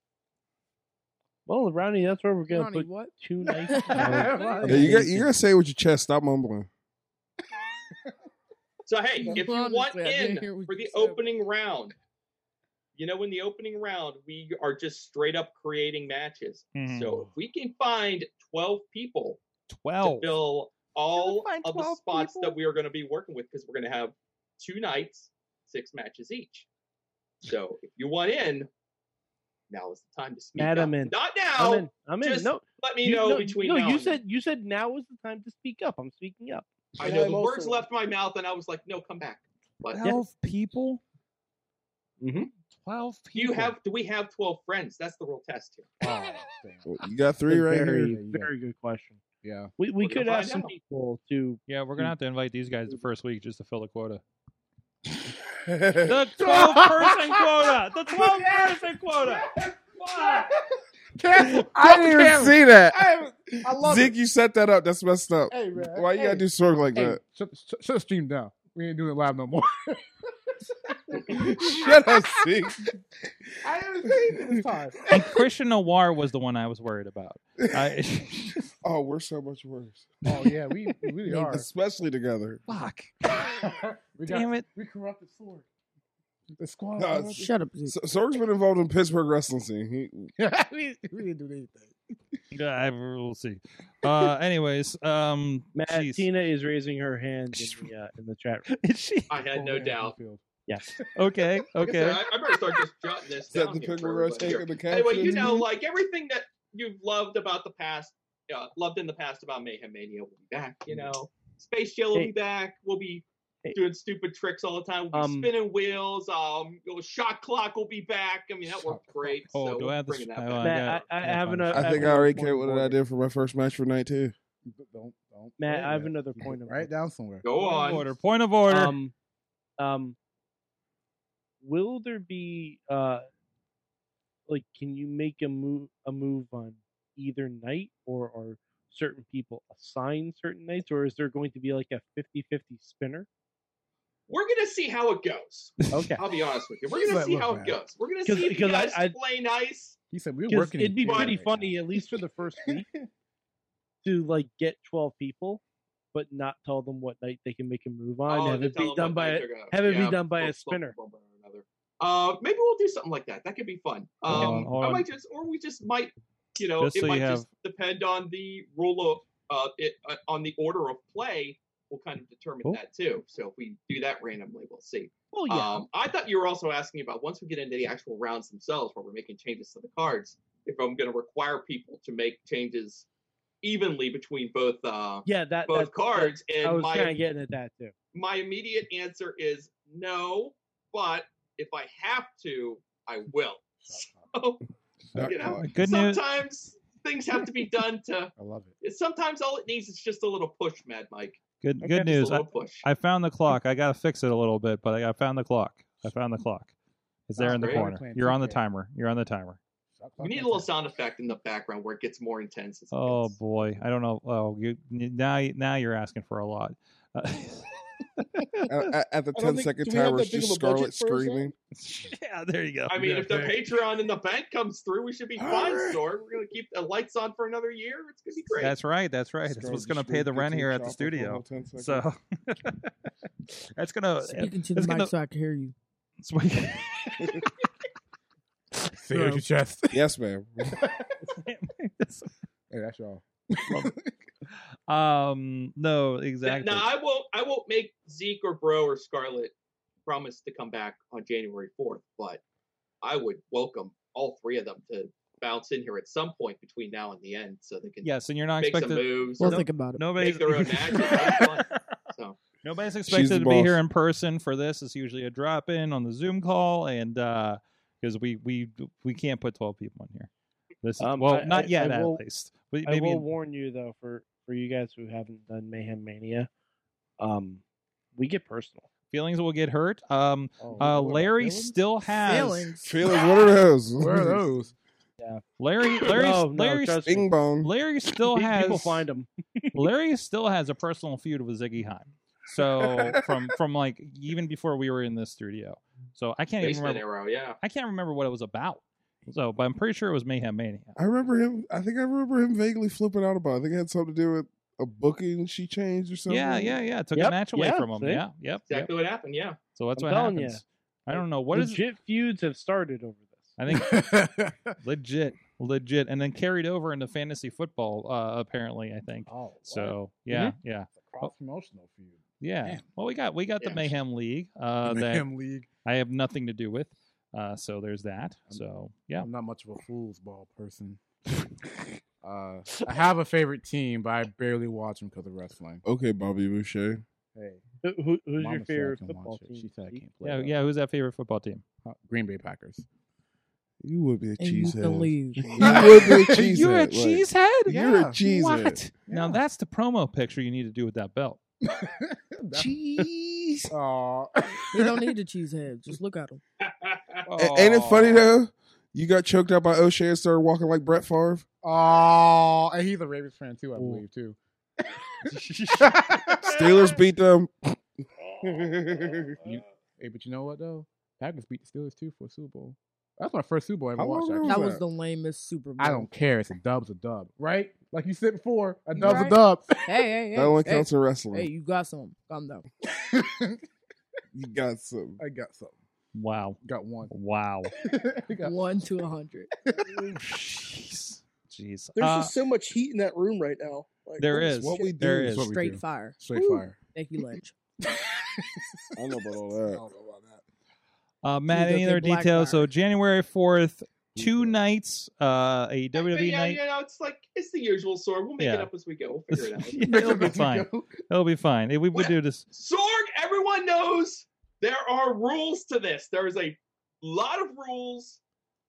Well, Ronnie, that's where we're gonna
Ronnie,
put
what?
two nights.
Yeah, you got. You gotta say it with your chest. Stop mumbling.
So, hey,
No,
if you
honestly,
want
I didn't
in
hear what
for
you
the
said.
opening round, you know, in the opening round, we are just straight up creating matches. So, if we can find 12 people
12.
to fill
Can
all
we find
of the
12
spots
people?
that we are going to be working with because we're going to have two nights, six matches each. So if you want in, now is the time to speak
Madam
up.
in.
Not
I'm
now.
in. I'm in.
just
No,
Let me
you-
know
no,
between
no.
now
you
and then.
said you said now is the time to speak up. I'm speaking up.
I
And
know
I'm
the
also
words
in.
left my mouth, and I was like, "No, come back." But
12 people?
Mhm.
12
do
people.
you have? Do we have twelve friends? That's the real test here.
Oh, damn.
Well, You got three right
very
here.
Yeah, you
very good question.
Yeah.
We we
We're gonna
could ask
find
some
out.
people to
Yeah, we're going to have to invite these guys the first week just to fill the quota.
Can
The 12 person quota. The 12 person quota.
Cancel.
I didn't even see that.
I, I love
Zeke,
it.
you set that up. That's messed up.
Hey, man.
Why you
hey,
gotta do sort like
hey,
that?
Shut, shut, shut the stream down. We ain't doing it live no more.
Shut up, Zeke.
I didn't see it this time.
And Christian Noir was the one I was worried about. I,
Oh, we're so much worse.
Oh yeah, we we really are.
Especially together.
fuck.
we got,
Damn it.
We corrupted sword. The squad.
Nah,
bro.
Shut up.
S- Sorg's been involved in Pittsburgh wrestling scene. He,
we, we didn't do anything.
Yeah, I- we'll see. Uh, anyways, um,
Matt,
jeez.
Tina is raising her hand in the, uh, in the chat room.
Is she
I had no
Over
doubt.
Anfield.
Yes.
okay?
Like I,
Okay.
said, I, I better start just jotting this
is that
down
the
here
picture
for
where I
everybody
take
here.
the caption?
Anyway, you know, like everything that you've loved about the past, uh, loved in the past about Mayhem Mania will be back. You know, Space Jail will
Hey.
be back. We'll be
Hey.
doing stupid tricks all the time. We'll be
Um,
spinning wheels. Um, you know, shot clock will be back. I mean, that worked
Shot
great.
Oh,
so
do I
we're
have this-
bringing that
oh, I
back.
Matt, I, I
got-
have
fine.
another.
I think I
have
already
another
cared what
point
I
of
did for my first match for night two.
D- Don't don't.
Matt,
play
I have
that.
another point of
Write down somewhere.
Go
Point
on.
of order. Point of order.
Um, um, will there be uh, like, can you make a move a move on either night, or are certain people assigned certain nights, or is there going to be like a 50-50 spinner?
We're gonna see how it goes.
Okay,
I'll be honest with you. We're
He's
gonna
like,
see
"Look,
how
man."
it goes. We're gonna
'Cause-
see if you
because I-
guys
I-
play nice.
He said we were
'Cause
working. in
it'd be
jail
pretty
right now.
funny, at least for the first week, to like get twelve people, but not tell them what night they can make a move on.
Oh,
have
to
it
tell
be
them
done
what
by
night
a-
they're gonna-
have it be
yeah,
done by
one-
a spinner.
one way or another. Uh, maybe we'll do something like that. That could be fun.
Hold
Um,
on, hold
I
on.
might just, or we just might, you know,
Just
it
so you
might just depend on the rule of, uh, it, uh, on the order of play. We'll kind of determine
Cool.
that too. So if we do that randomly, we'll see.
Well, yeah,
Um, I thought you were also asking about once we get into the actual rounds themselves, where we're making changes to the cards, if I'm going to require people to make changes evenly between both uh,
yeah, that
both
that's- that-
cards.
I
and
was kind
my
of getting at that too.
my immediate answer is no, but if I have to, I will. So,
Shot
you know,
clock.
Good news.
sometimes things have to be done to.
I love it.
Sometimes all it needs is just a little push, Mad Mike.
Good.
Okay.
Good news.
Just a
I,
little push.
I found the clock. I gotta fix it a little bit, but I, I found the clock. I found the clock. It's there
Oh,
in the
great.
corner.
Playing
You're on the
2K.
timer. You're on the timer.
Shot
we
clock
need a
right
little
now.
sound effect in the background where it gets more intense. As it
Oh
gets.
boy, I don't know. Oh, you now now you're asking for a lot. Uh,
At, at- at the
I don't
10
think-
second
do we have
timer,
that
it's
big
just
of a
Scarlet
budget for a sound?
screaming.
yeah, there you go.
I mean,
Yeah,
if the
thank-
Patreon and the bank comes through, we should be fine,
Hurry!
Storm. We're gonna keep the lights on for another year. It's gonna be great.
That's right. That's right. That's
Scarlet
what's gonna
just
pay the
screaming,
rent
"Continue
here at the
shopping for a
studio.
whole 10 seconds."
So that's gonna.
Speaking to the
That's
mic
gonna.
so I can hear you.
Feel your chest.
Yes, ma'am.
Hey, that's y'all.
um. No. Exactly.
Now I won't. I won't make Zeke or Bro or Scarlet promise to come back on January fourth, but I would welcome all three of them to bounce in here at some point between now and the end, so they can
yes, and you're not
make some
expected.
moves.
We'll
or-
think about it.
Nobody's
Make their own magic. Have fun. so
Nobody's
the
expected to be
boss.
here in person for this. It's usually a drop in on the Zoom call, and because we we we can't put twelve people in here. This is,
Um,
well,
I-
not
I-
yet
I
at
will-
least. We-
I
Maybe
will warn you though, for for you guys who haven't done Mayhem Mania, um, we get personal.
feelings will get hurt. Um,
Oh,
uh,
what about
Larry
feelings?
still has
Feelings.
Feelings, what are those?
Where are those?
Larry. Larry.
no, no,
Larry.
trust me.
Bing bong.
Larry still
Pe-
has
people find them.
Larry still has a personal feud with Ziggy Heim. So from from like even before we were in this studio. So I can't even
basement
remember.
arrow, yeah.
I can't remember what it was about. So, but I'm pretty sure it was Mayhem Mania.
I remember him. I think I remember him vaguely flipping out about. It. I think it had something to do with a booking she changed or something.
Yeah, yeah, yeah. Took a
Yep,
match away
yeah,
from him.
see?
Yeah, yep, yep.
Exactly what happened. Yeah.
So that's
I'm
what
telling
happens. I
It-
don't know what is.
Legit feuds have started over this.
I think legit, legit, and then carried over into fantasy football. Uh, apparently, I think.
oh, wow.
So yeah, yeah,
It's a cross promotional feud.
yeah.
Damn.
Well, we got we got the
Yeah.
Mayhem League uh,
the
that
Mayhem League.
I have nothing to do with. Uh, so there's that. So yeah,
I'm not much of a fool's ball person. uh, I have a favorite team, but I barely watch them because of wrestling.
Okay, Bobby Boucher.
Hey,
Who, who- who's
Mama
your
said I
favorite
can
football
watch it.
team?
She said I
Zeke?
can't play.
yeah,
it.
yeah. Who's that favorite football team?
Huh, Green Bay Packers.
You would be a
And you can
cheesehead.
leave.
You would be a cheesehead.
You're a
like,
cheesehead.
You're a
Yeah.
cheesehead.
What? Now
Yeah.
that's the promo picture you need to do with that belt.
Cheese.
Aw.
He don't need the cheese head. Just look at him.
A- Ain't it funny
Aw.
though? You got choked out by O'Shea and started walking like Brett Favre.
Aw. And he's a Ravens fan too, I believe too.
Steelers beat them.
You- hey, but you know what though? Packers beat the Steelers too for a Super Bowl. That's my first Super Bowl I ever
How
watched.
long ago
actually.
was
That was
that?
the lamest Super Bowl.
I don't care. It's a dub's a dub, right? Like you said before, a dub's a
Right.
dub.
Hey, hey, hey.
that one
hey.
counts in wrestling.
Hey, you got some. Calm down.
I
You got some.
got something.
Wow.
Got one.
Wow.
Got-
One to a hundred.
Jeez. Jeez.
There's
Uh,
just so much heat in that room right now. Like,
there
holy
is.
What
shit.
we do
There
is
is.
what we
Straight
do.
fire.
Straight
Woo.
fire.
Thank you, Lynch.
I don't know about all
I
that.
don't know about that.
Uh, Matt,
go
any
take
other
Blackfire.
details? So January fourth, two
Yeah.
nights, uh, a
But
WWE
yeah,
night.
you know, it's like it's the usual sword. We'll make it
Yeah.
up as we go. We'll figure it out.
Yeah, it'll be fine. It'll be fine. If We would
What?
do this.
Sorg, everyone knows there are rules to this. There is a lot of rules,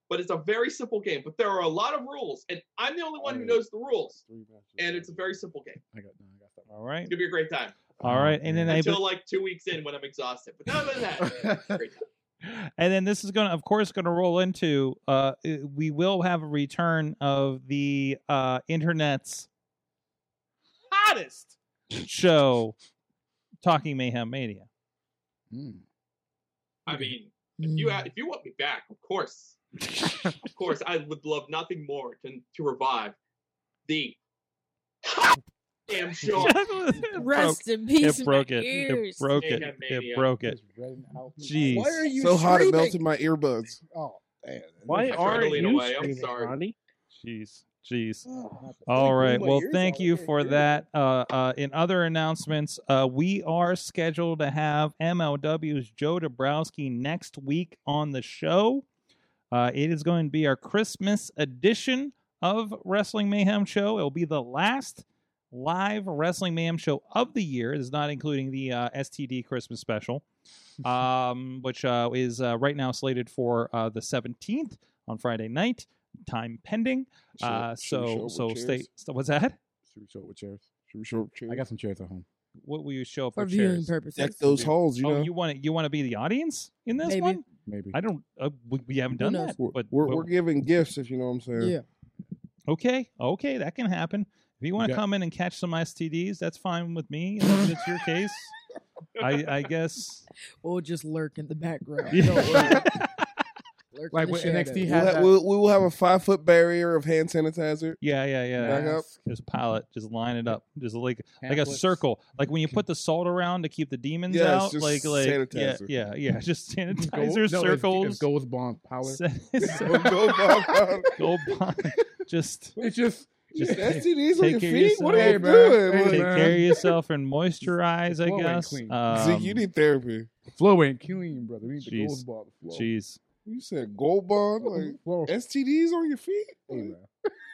but it's a very simple game. But there are a lot of rules, and I'm the only one who knows the rules.
Three matches.
And it's a very simple game.
I got, no, I got that.
All right.
It's gonna be a great time
All right. And then I,
until like two weeks in when I'm exhausted. But other than that, it's a great time.
and then this is going to, of course, going to roll into. Uh, i- we will have a return of the uh, internet's hottest show, Talking Mayhem Mania.
Mm.
I mean, if
Mm.
you if you want me back, of course, of course, I would love nothing more than to revive the damn show.
It
Rest in peace.
It broke
in my
it. It
Ears.
broke it.
Mayhem
It
Mania.
broke it.
Just reading out.
Jeez.
Why are you
So hot it
screaming?
melted my earbuds.
Oh, damn.
Why
I tried to
aren't
lean
you
away, I'm
screaming,
sorry.
Ronnie?
Jeez. Jeez.
Ugh.
All
Like, blew
right.
my
Well,
ears
thank
out.
you
Yeah,
for
good.
that. Uh, uh, in other announcements, uh, we are scheduled to have MLW's Joe Dabrowski next week on the show. Uh, it is going to be our Christmas edition of Wrestling Mayhem Show. It will be the last live Wrestling Mayhem Show of the year. It is not including the uh, STD Christmas special, um, which uh, is uh, right now slated for uh, the 17th on Friday night. Time pending.
Should-
uh,
should we show
so
up
so
with
stay.
chairs?
So what's that?
Should we show it with chairs?
Should we show up with chairs?
I got some chairs at home.
What will you show up
For
for
viewing
chairs?
deck
purposes.
those halls, you
oh,
know.
you want to you want to be the audience in this
Maybe.
one?
Maybe.
I don't. Uh, we, we haven't
Who
done
knows?
that.
we're,
But,
we're,
but-
we're giving gifts, if you know what I'm saying.
Yeah.
okay, okay, that can happen. If you want to
Yeah.
come in and catch some STDs, that's fine with me. If it's your case. I, I guess.
Or just lurk in the background.
Yeah.
Don't worry. Lurk
Like
in the
what NXT
shadows.
We'll,
had
ha-
that.
we'll, we will have a five foot barrier of hand sanitizer.
yeah, yeah, yeah.
Back up.
Just pile it. Just line it up. Just like like a
Pamphlets.
circle. Like when you put the salt around to keep the demons
Yes,
out.
just
like like yeah,
sanitizer.
yeah, yeah. Just
Gold-
sanitizer
no, it's-
circles.
It's gold bond power.
Go, go, go, go.
gold bond. Just
It's just
Just
That's STDs on
take
your
care of
feet? What are you
yourself. Hey,
doing?
man. Hey,
Like,
take
man.
care of yourself and moisturize. I
Flow ain't
guess.
clean.
Zeke, you
Um,
need therapy.
flow ain't clean, brother. We need the
Jeez.
gold bond flow.
Jeez.
You said gold bond, like
Flow.
STDs on your feet?
Hey,
Like,
man.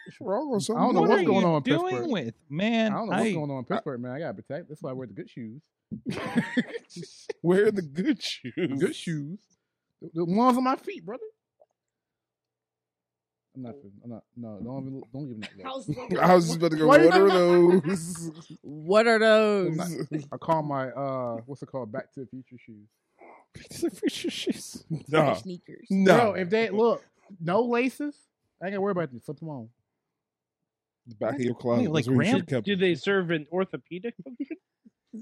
What's wrong with something?
I don't know
what
what's
are
going
you
on in
doing
Pittsburgh.
with man?
I don't know what's going on in Pittsburgh, man. I gotta protect. That's why I wear the good shoes.
Wear the good shoes.
good shoes. The, the ones on my feet, brother. I'm not. fin- I'm not. No, don't even. Don't give me that. look.
I was just about to go,
Why
what,
did I-
are those?
What are
I'm
those?
not- I call my uh, what's it called? Back to the Future shoes.
uh,
nah.
Sneakers.
No.
Bro, if they look no laces, I ain't gotta worry about them. Flip them on.
the back of your closet.
Wait, like
That's where you
Ram-
should kept
Do
it.
they serve an orthopedic function?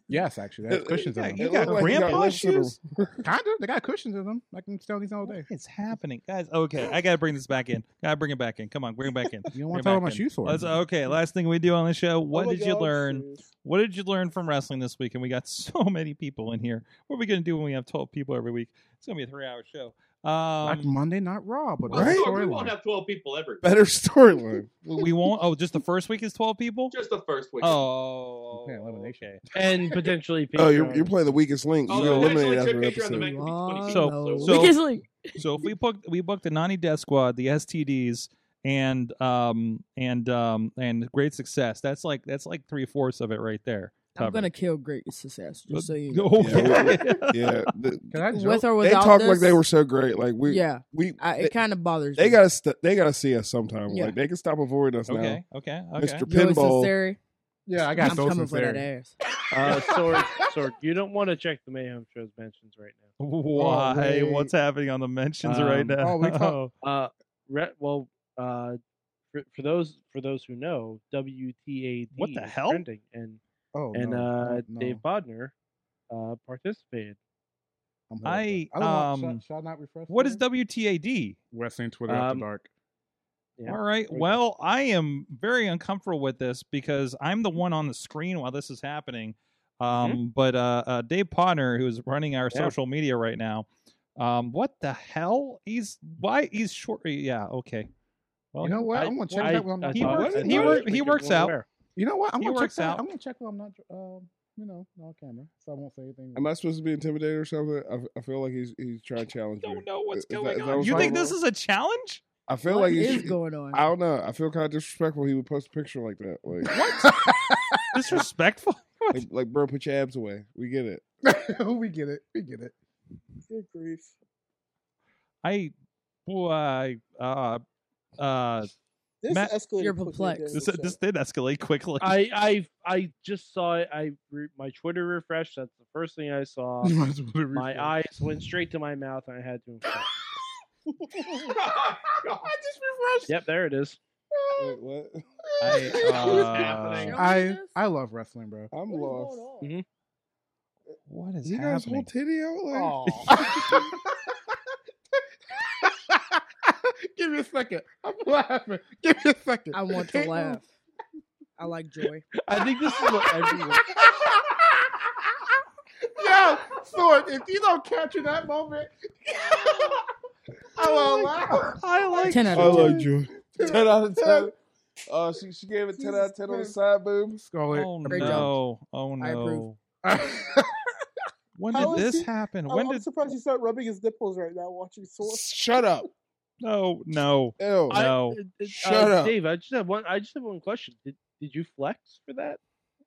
Yes, actually, they have cushions in
Yeah,
them.
you
It
got
looked like he got
grandpa
left to the-
shoes.
Kind of. They got cushions in them. I can sell these all
What
day.
is happening, guys? Okay, I gotta bring this back in. Gotta bring it back in. Come on, bring it back in.
You don't want to
Bring
tell
it
them my
back in.
shoes for?
Let's, uh,
man.
okay, last thing we do on the show. What
Oh my
did you
God,
learn?
shoes.
What did you learn from wrestling this week? And we got so many people in here. What are we gonna do when we have twelve people every week? It's gonna be a three-hour show.
Not
Um,
Monday, not Raw, but
Well,
Right?
Sorg, we won't
storyline.
have 12 people ever.
Better storyline.
we won't. Oh, just the first week is twelve people.
Just the first week.
Oh,
Okay, elimination.
okay.
And potentially
Oh, you're,
Patreon.
you're playing the weakest link.
Oh,
You're eliminated
eventually
after an
Joe Patreon, the
episode.
man- could be 20
So-
Lalo.
so-
Because, like,
So if we booked we booked the Nani Death Squad, the STDs, and um and um and great success. That's like that's like three fourths of it right there.
I'm
covered.
gonna kill great success. Just so you know.
Okay.
Yeah, th-
Can I joke?
With or
they
without
talk
this,
like they were so great. Like we,
yeah,
we,
I,
they,
it kind of bothers me.
gotta, st- they gotta see us sometime.
Yeah.
Like they can stop avoiding us now.
okay, okay, okay.
Mr.
Yo,
Pinball,
sincere,
yeah, I got
I'm
so
coming for that
sincere.
ass.
Uh, Sorg, Sorg, you don't want to check the Mayhem Show's mentions right now.
Why?
wait.
What's happening on the mentions right
Um,
now?
oh, we talk-
Uh, re- well, uh, for, for those for those who know, WTAD
What the
is
hell?
trending, and
Oh,
and
no,
uh,
no, no.
Dave Bodner uh, participated.
I'm horrible.
I,
I don't want,
um,
should, should I not refresh?
What is
Twitter?
WTAD?
Wrestling Twitter
Um,
after dark?
Yeah.
All right.
There we go.
Well, I am very uncomfortable with this because I'm the one on the screen while this is happening. Um, But uh, uh, Dave Potter, who is running our
Yeah.
social media right now, Um, what the hell? He's why he's short. Yeah, okay. Well,
You know what? I'm gonna check
I-
that when I'm
I
not
he
thought-
drunk.
works.
I
He,
thought
wor-
it was
he
like
works
you're
out.
aware.
You know what? I'm
He
gonna
works
check that.
out.
I'm gonna check when I'm not. Um, you know, no camera, so I won't say anything.
Am I supposed to be intimidated or something? I, I feel like he's he's trying to challenge me.
Don't know what's
Is that-
going
is that
on.
what's
You think
going
this
on?
is a challenge?
I feel
What
like he
is
should,
going on?
I don't know. I feel kind of disrespectful. He would post a picture like that. Like,
Disrespectful. What?
like, like, bro, put your abs away. We get it.
we get it. We get it.
Good grief.
I, boy, uh, uh,
This
Matt,
escalated.
you're
quickly
perplexed.
during
this
the
this
show.
did escalate quickly.
I I I just saw it. I re- my Twitter refreshed. That's the first thing I
Um,
saw.
You might as well
my
refresh.
eyes went straight to my mouth, and I had to.
Oh
yep, there it is.
Wait, what?
I, uh,
happening?
I I love wrestling, bro.
I'm
What is
lost.
going on?
Mm-hmm. what is
You guys whole
happening?
titty out? Like,
Give me a second. I'm laughing. Give me a second.
I want to
Can't move.
laugh. I like joy.
I think this is what everyone.
Yo, Sword, if you don't capture that moment, I will laugh.
I like.
Ten out
I
of ten.
like you. 10 out of 10. Uh, she, she gave it 10 out of 10 on the
Jesus
side boob.
Scarlet.
Oh
great
no! Oh
I approve.
no!
job.
When
How
did
is
this
he-
happen?
Oh, I'm,
When
I'm
did?
surprised he's not rubbing his nipples right now watching Sword.
Shut up.
No! No!
Ew.
I-
No!
it- it-
Shut
uh,
up.
Dave. I just have one. I just have one question. Did Did you flex for that?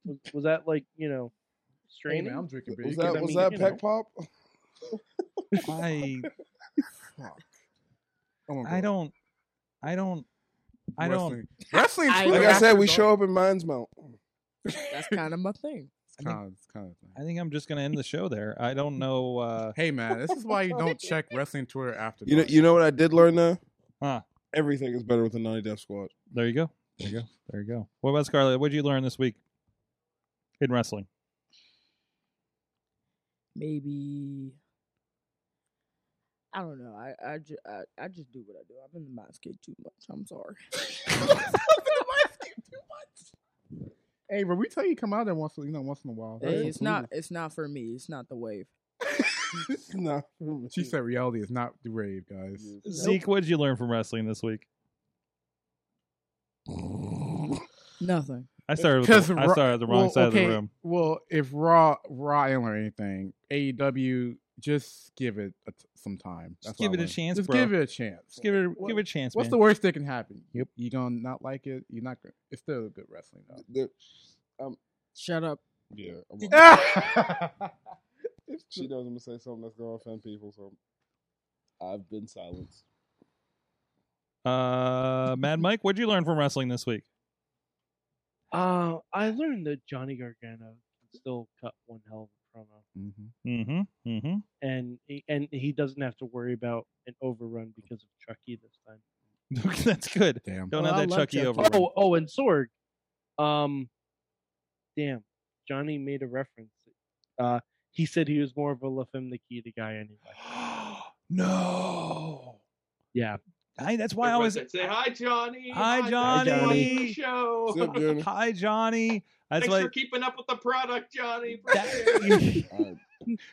Was, was that like you know,
Hey,
straining?
man, I'm drinking beer.
was
You
that,
can't-
was
mean,
that
you
peck
know.
pop?
I
Fuck.
Oh
I'm gonna
I
go.
don't I don't I don't
Wrestling. Wrestling
I-
Twitter
Like I
after
said, we
dark.
show up in Mines Mount.
That's kind of my thing.
It's kind of, it's kind of thing.
I think I'm just gonna end the show there. I don't know uh
Hey man, this is why you don't check wrestling Twitter after.
You know,
dark.
you know what I did learn though?
Huh.
Everything is better with the 90 Def Squad.
there you go. There you go. There you go. What about Scarlett? What did you learn this week in wrestling?
Maybe I don't know. I I, ju- I I just do what I do. I'm in the mindskate too much. I'm sorry.
Hey, bro, we tell you come out there once, you know, once in a while.
Hey,
That's
it's not it's not for me. It's not the wave.
no.
included. She said reality is not the rave, guys.
Zeke, what did you learn from wrestling this week?
Nothing.
I started with the, I
Ra-
started at the wrong
well,
side
okay,
of the room.
Well, if Raw, Raw Island or anything, AEW, just give it a t- some time.
Just
That's what
give
I
it a
learned.
chance,
Just
bro.
give it a chance.
Just give it
What-
give it a chance,
What's the
man.
worst that can happen?
Yep.
You gonna not like it? You're not gonna. It's still good wrestling though.
The-
Shut up.
um, yeah. I'm
Did-
a-
It's
she knows I'm going to say something that's going to offend people, so I've been silenced.
uh Mad Mike, what did you learn from wrestling this week?
Uh, I learned that Johnny Gargano can still cut one hell of a promo.
Mhm.
Mm-hmm. Mm-hmm.
and he- and he doesn't have to worry about an overrun because of Chucky this time.
That's good.
Damn.
Don't
Oh, I
have that
love
Chucky
Chucky.
over.
Oh, oh, and Sorg. Um, damn, Johnny made a reference. Uh, he said he was more of a La Femme Nikita guy anyway.
no.
Yeah,
I, that's why I was
say hi, Johnny.
Hi,
thanks for
Johnny.
watching the show.
What's up, Johnny?
Hi Johnny. That's
Thanks
why
for keeping up with the product, Johnny.
that,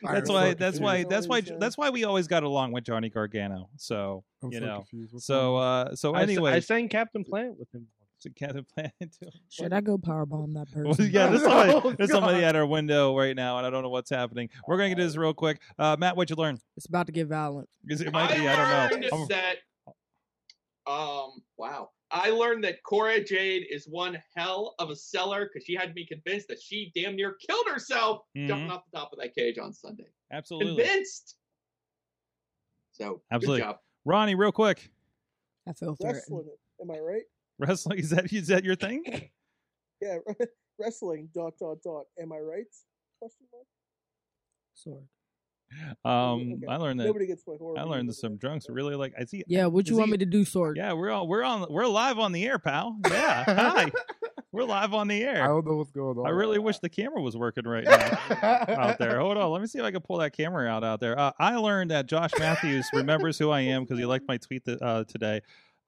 I,
that's
I'm
why
so
that's
confused.
why
confused.
that's why
Always, uh,
that's why we always got along with Johnny Gargano. So
I'm
you
so
know.
confused. What's
So
going on?
uh so
I s- I,
anyway,
sang Captain Planet with him.
to Captain Planet too.
Should I go powerbomb that
Well,
person?
yeah, there's
Oh,
somebody,
God.
there's somebody at our window right now, and I don't know what's happening. We're gonna get to this real quick. Uh, Matt, what'd you learn?
It's about to get violent.
Is It might
I
be. I don't
learned
know. I'm-
that. Um. Wow. I learned that Cora Jade is one hell of a seller because she had me convinced that she damn near killed herself jumping off the top of that cage on Sunday.
Mm-hmm. absolutely,
Convinced. So
Absolutely.
good job.
Ronnie, real quick.
I feel threatened.
Wrestling. Am I right?
Wrestling is that is that your thing?
Yeah. Wrestling. Dot dot dot. Am I right? Question mark.
Sorry.
Um,
Okay.
I learned that
Nobody gets my horror.
I
reading
learned that
over
some
there.
drunks really like. I see.
Yeah, what you
Is
want
he-
me to do, sword?
Yeah, we're all we're on we're live on the air, pal. Yeah, hi. We're live on the
I
air.
don't know what's going on. Oh,
I really wish the camera was working right now out there. Hold on, let me see if I can pull that camera out out there. Uh, I learned that Josh Matthews remembers who I am because he liked my tweet th- uh, today.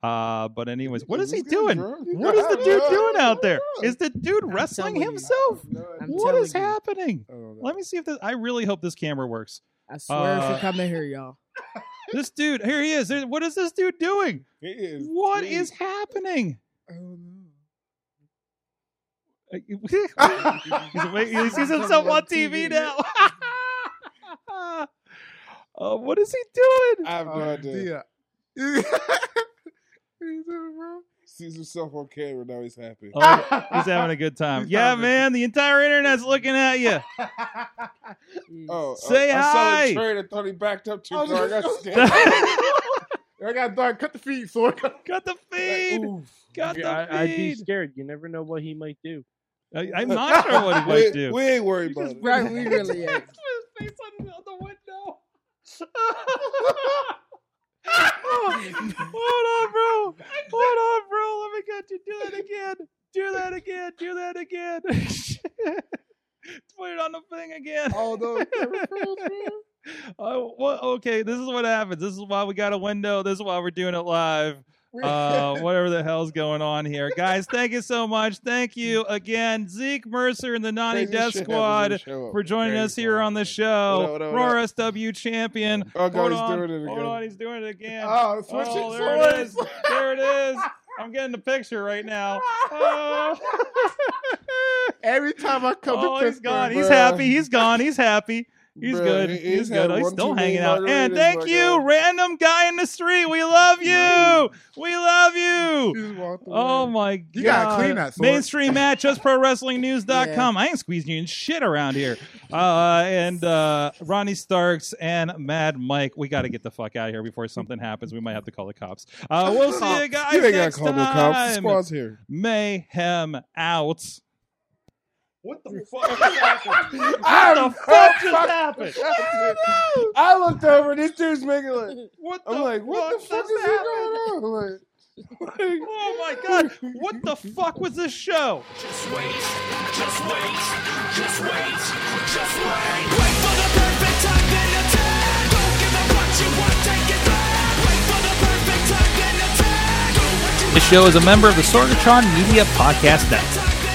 Uh, but anyways, what is he doing? What is the dude doing out there? Is the dude wrestling
telling you.
himself?
I'm
What is
telling you.
Oh,
happening? Let me see if this. I really hope this camera works.
I swear
Uh,
if you come in here, y'all.
this dude, here he is. There- What is this dude doing?
He is.
What
tweet.
is happening?
I don't
Uh, he's awake- he sees himself on TV now. Uh, what is he doing?
I have no
Oh,
idea.
dear.
Sees himself on camera. Now he's happy.
Oh, he's having a good time.
He's
Yeah,
having a-
man, the entire internet's looking at you.
Oh,
Say
I, I
hi.
saw the train and thought he backed up too
I
Oh,
far.
was
I
just-
got scared.
I got dark. Cut the feed, Sword.
Got the feed. Got the feed.
I, would be scared. You never know what he might do.
I, I'm not sure what he
we,
might do.
we ain't worried
You
about
just
it.
right, we really is.
Hold on, bro. Hold on, bro. Let me get you. Do that again. Do that again. Do that again. Put it on the thing again.
Although
Oh, well, okay, this is what happens. This is why we got a window. This is why we're doing it live. Uh, whatever the hell's going on here, guys. Thank you so much. Thank you again, Zeke Mercer and the Nani
Crazy
Death
shit
Squad,
happens when you show up.
for joining
Crazy
us here
shit
on the
happens.
show.
What up, what up,
Roar SW champion.
Oh, God,
hold
he's
on,
doing it
hold
again.
on, he's doing it again.
Oh, switch
Oh,
it,
there it
Sword.
is. There it is. I'm getting the picture right now. Oh,
Every time I come
oh
to
he's
Pittsburgh,
gone. He's
bruh.
happy. He's gone. He's happy. He's
Bruh,
good.
he-
He's,
had
good. Oh, He's
one too
still
many
hanging out. And
margaritas,
thank
my
you,
God.
random guy in the street. We love you. We love you.
Just walked away.
Oh my god.
You gotta clean that, Sword.
Mainstream at justprowrestlingnews.com. I ain't squeezing you in shit around here. Uh, and uh, Ronnie Starks and Mad Mike. We gotta get the fuck out of here before something happens. We might have to call the cops. Uh, we'll see you guys
You ain't gotta
next
call
time.
no cops. The squad's here.
Mayhem out.
What the fuck? is happening?
What the fuck just happened?
I looked over. This dude's making like.
What the
I'm like, what the fuck is
just
he going
happened?
on? Like,
Oh my god! What the fuck was this show?
Just wait, just wait, just wait, just wait. Wait for the perfect time, then attack. Don't give up what you want, take it back. Wait for the perfect time, then attack. Do what you
This show is a member of the Sorgatron Media Podcast Network.